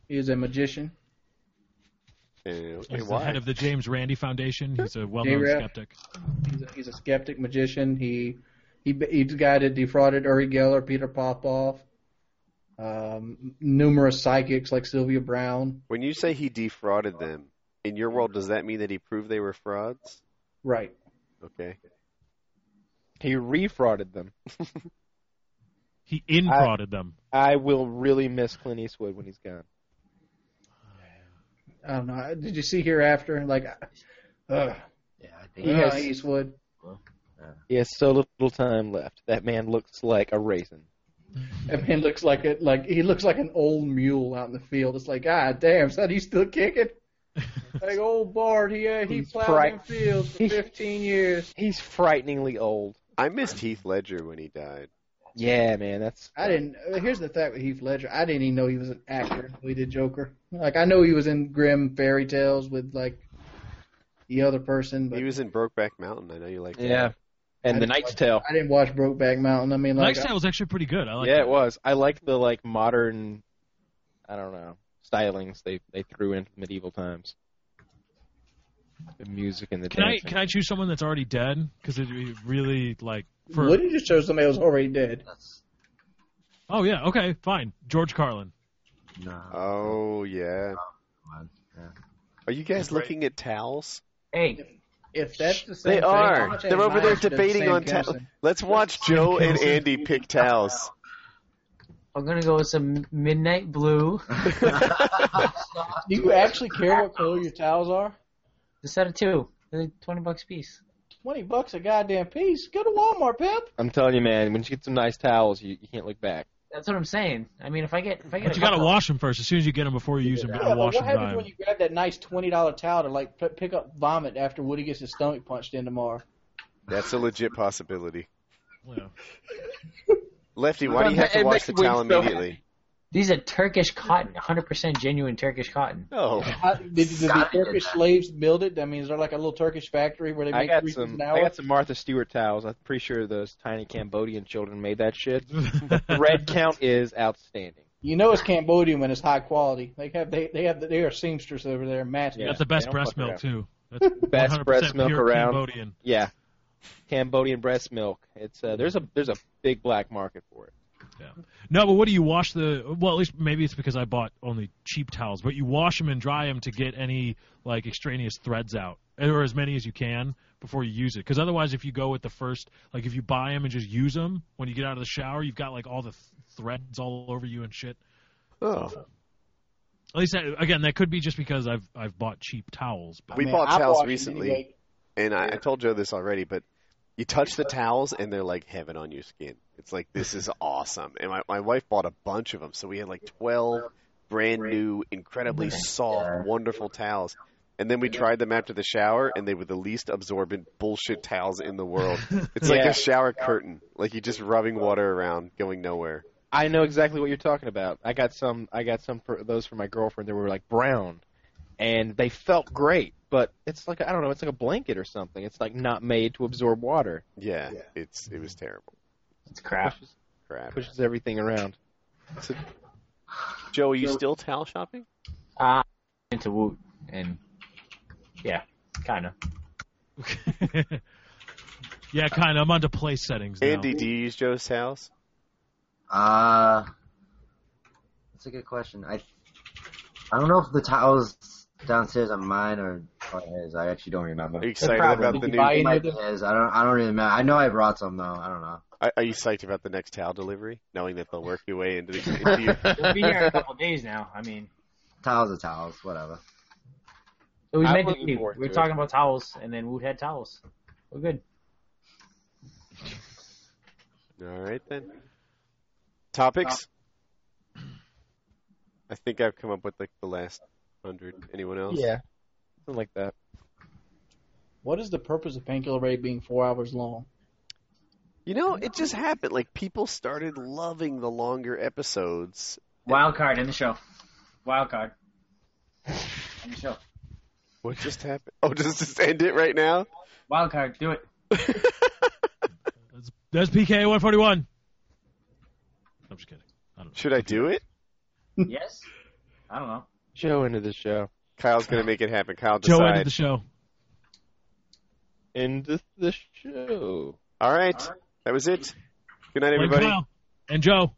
B: He is a magician.
A: And,
E: He's
A: and
E: the
A: why?
E: head of the James Randi Foundation. He's a well-known
B: J-Rap.
E: skeptic.
B: He's a, he's a skeptic magician. He he he's the guy that defrauded Uri Geller, Peter Popoff, um, numerous psychics like Sylvia Brown.
A: When you say he defrauded them, in your world, does that mean that he proved they were frauds?
B: Right.
A: Okay.
D: He refrauded them.
E: He infrauded them.
D: I will really miss Clint Eastwood when he's gone.
B: I don't know. Did you see Hereafter? Like, uh,
F: Yeah, I think.
B: he
D: Yes.
B: Eastwood.
D: He has so little time left. That man looks like a raisin.
B: That man looks like a like he looks like an old mule out in the field. It's like, God damn, son, he's still kicking. like old Bard, he uh, he
D: He's
B: plowed
D: fright-
B: them fields for
D: He-
B: 15 years.
D: He's frighteningly old.
A: I missed Heath Ledger when he died.
D: Yeah, man, that's
B: I didn't. uh, Here's the fact with Heath Ledger. I didn't even know he was an actor. until He did Joker. Like I know he was in grim fairy tales with like
H: the other person. But
A: He was in Brokeback Mountain. I know you like that.
D: Yeah. And The Knight's Tale.
H: I didn't watch Brokeback Mountain. I mean, like,
E: Next time was actually pretty good. I like
D: yeah,
E: that.
D: it was. I liked the like modern, I don't know, stylings they they threw in from medieval times. The music and the
E: Can I
D: dancing.
E: can I choose someone that's already dead? Because it'd be really like for
H: Woody just chose somebody who's already dead.
C: That's,
E: oh yeah okay fine George Carlin.
C: nah.
A: Oh yeah. Are you guys looking at towels?
F: Hey,
H: If that's the same
A: They
H: thing,
A: are.
H: I'll change
A: They're over
H: mine
A: there
H: to the
A: debating
H: same
A: on towels.
H: person.
A: Let's watch Joe and Andy pick towels.
F: I'm gonna go with some midnight [LAUGHS] blue.
H: Do you actually care what color your towels are?
F: The set of two, They're twenty bucks a piece.
H: Twenty bucks a goddamn piece. Go to Walmart, pimp.
D: I'm telling you, man. When you get some nice towels, you, you can't look back.
F: That's what I'm saying. I mean, if I get if I get
E: But
F: a
E: you gotta
F: couple-
E: wash them first. As soon as you get them, before you use them, you gotta
H: but
E: wash
H: what
E: them
H: happens
E: dry.
H: when
E: [LAUGHS]
H: you grab that nice twenty dollar towel to like p- pick up vomit after Woody gets his stomach punched in tomorrow?
A: That's a legit possibility.
E: Yeah.
A: Lefty, why do you have to
D: It
A: wash
D: makes
A: the
D: me
A: towel
D: so
A: immediately?
F: These are Turkish cotton, 100% genuine Turkish cotton.
A: Oh,
H: How, did, did the
C: Scotty did
H: Turkish
C: that.
H: slaves build it? I mean, is there like a little Turkish factory where they
D: I
H: make
D: got
H: three
D: some.
H: an hour?
D: I got some Martha Stewart towels. I'm pretty sure those tiny Cambodian children made
H: [LAUGHS]
D: that shit. The [LAUGHS] red count is outstanding.
H: You know it's Cambodian when it's high quality. They have they they have they are seamstress over there, master.
D: Yeah.
E: That's the best
D: They don't
E: breast
D: fuck
E: milk
D: around.
E: too. That's
D: Best
E: 100%
D: breast milk
E: pure
D: around.
E: Cambodian.
D: Yeah, Cambodian breast milk. It's uh, there's a there's a big black market for it.
E: No, but what do you wash the? Well, at least maybe it's because I bought only cheap towels. But you wash them and dry them to get any like extraneous threads out, or as many as you can before you use it. Because otherwise, if you go with the first, like if you buy them and just use them when you get out of the shower, you've got like all the th- threads all over you and shit.
A: oh.
E: At least that, again, that could be just because I've I've bought cheap towels. But [LAUGHS]
A: We
H: Man,
A: bought
H: I
A: towels
H: bought it
A: recently.
H: anyway.
A: And I, I told Joe this already, but you touch the towels and they're like heaven on your skin. It's like this is awesome. And my my wife bought a bunch of them, so we had like twelve brand new, incredibly soft, wonderful towels. And then we tried them after the shower, and they were the least absorbent bullshit towels in the world. It's like
D: Yeah.
A: a shower curtain, like you're just rubbing water around, going nowhere.
D: I know exactly what you're talking about. I got some. I got some for those for my girlfriend. They were like brown, and they felt great. But it's like I don't know. It's like a blanket or something. It's like not made to absorb water.
A: Yeah, it's it was terrible.
F: It's crap.
D: Pushes,
A: Crap.
D: pushes everything around.
A: Joe, are you still towel shopping?
F: Uh, into Woot, and yeah, kind of.
E: yeah, kind of. I'm onto place settings now.
A: Andy, do you use Joe's towels?
C: Uh, that's a good question. I I don't know if the towels downstairs are mine or, or his. I actually don't remember.
A: Are you excited
H: Probably.
A: about the
H: Did you
A: new?
H: buy
C: It
H: any
C: might
H: of
C: be
H: them?
C: his. I don't. I don't really remember. I know I brought some though. I don't know.
A: Are, are you psyched about the next towel delivery, knowing that they'll work your way
E: [LAUGHS]
A: into the into you?
F: [LAUGHS] We'll be here in a couple days now. I mean,
C: Towels are towels. Whatever.
F: it was
D: I'm
F: meant to
D: looking
F: be. We
D: forward
F: were
D: to it.
F: talking about towels, and then Woot had towels. We're good.
A: [LAUGHS] All right then. Topics. I think I've come up with like the last hundred. Anyone else?
D: Yeah, something like that.
H: What is the purpose of Painkiller Ray being four hours long?
A: You know, it just happened. Like people started loving the longer episodes.
F: Wild card in the show. Wild card in the show.
A: What just happened? Oh, just just end it right now. [LAUGHS]
F: Wild card, do [LAUGHS] it.
E: That's, that's PK 141. I'm just kidding. I don't know.
A: Should I do it?
F: yes. I don't know.
D: Joe into the show.
A: Kyle's gonna make it happen. Kyle
E: Joe
A: decide.
E: ended the show.
D: Into the show.
A: All right, that was it. Good night,
E: Blame
A: everybody.
E: Kyle and Joe.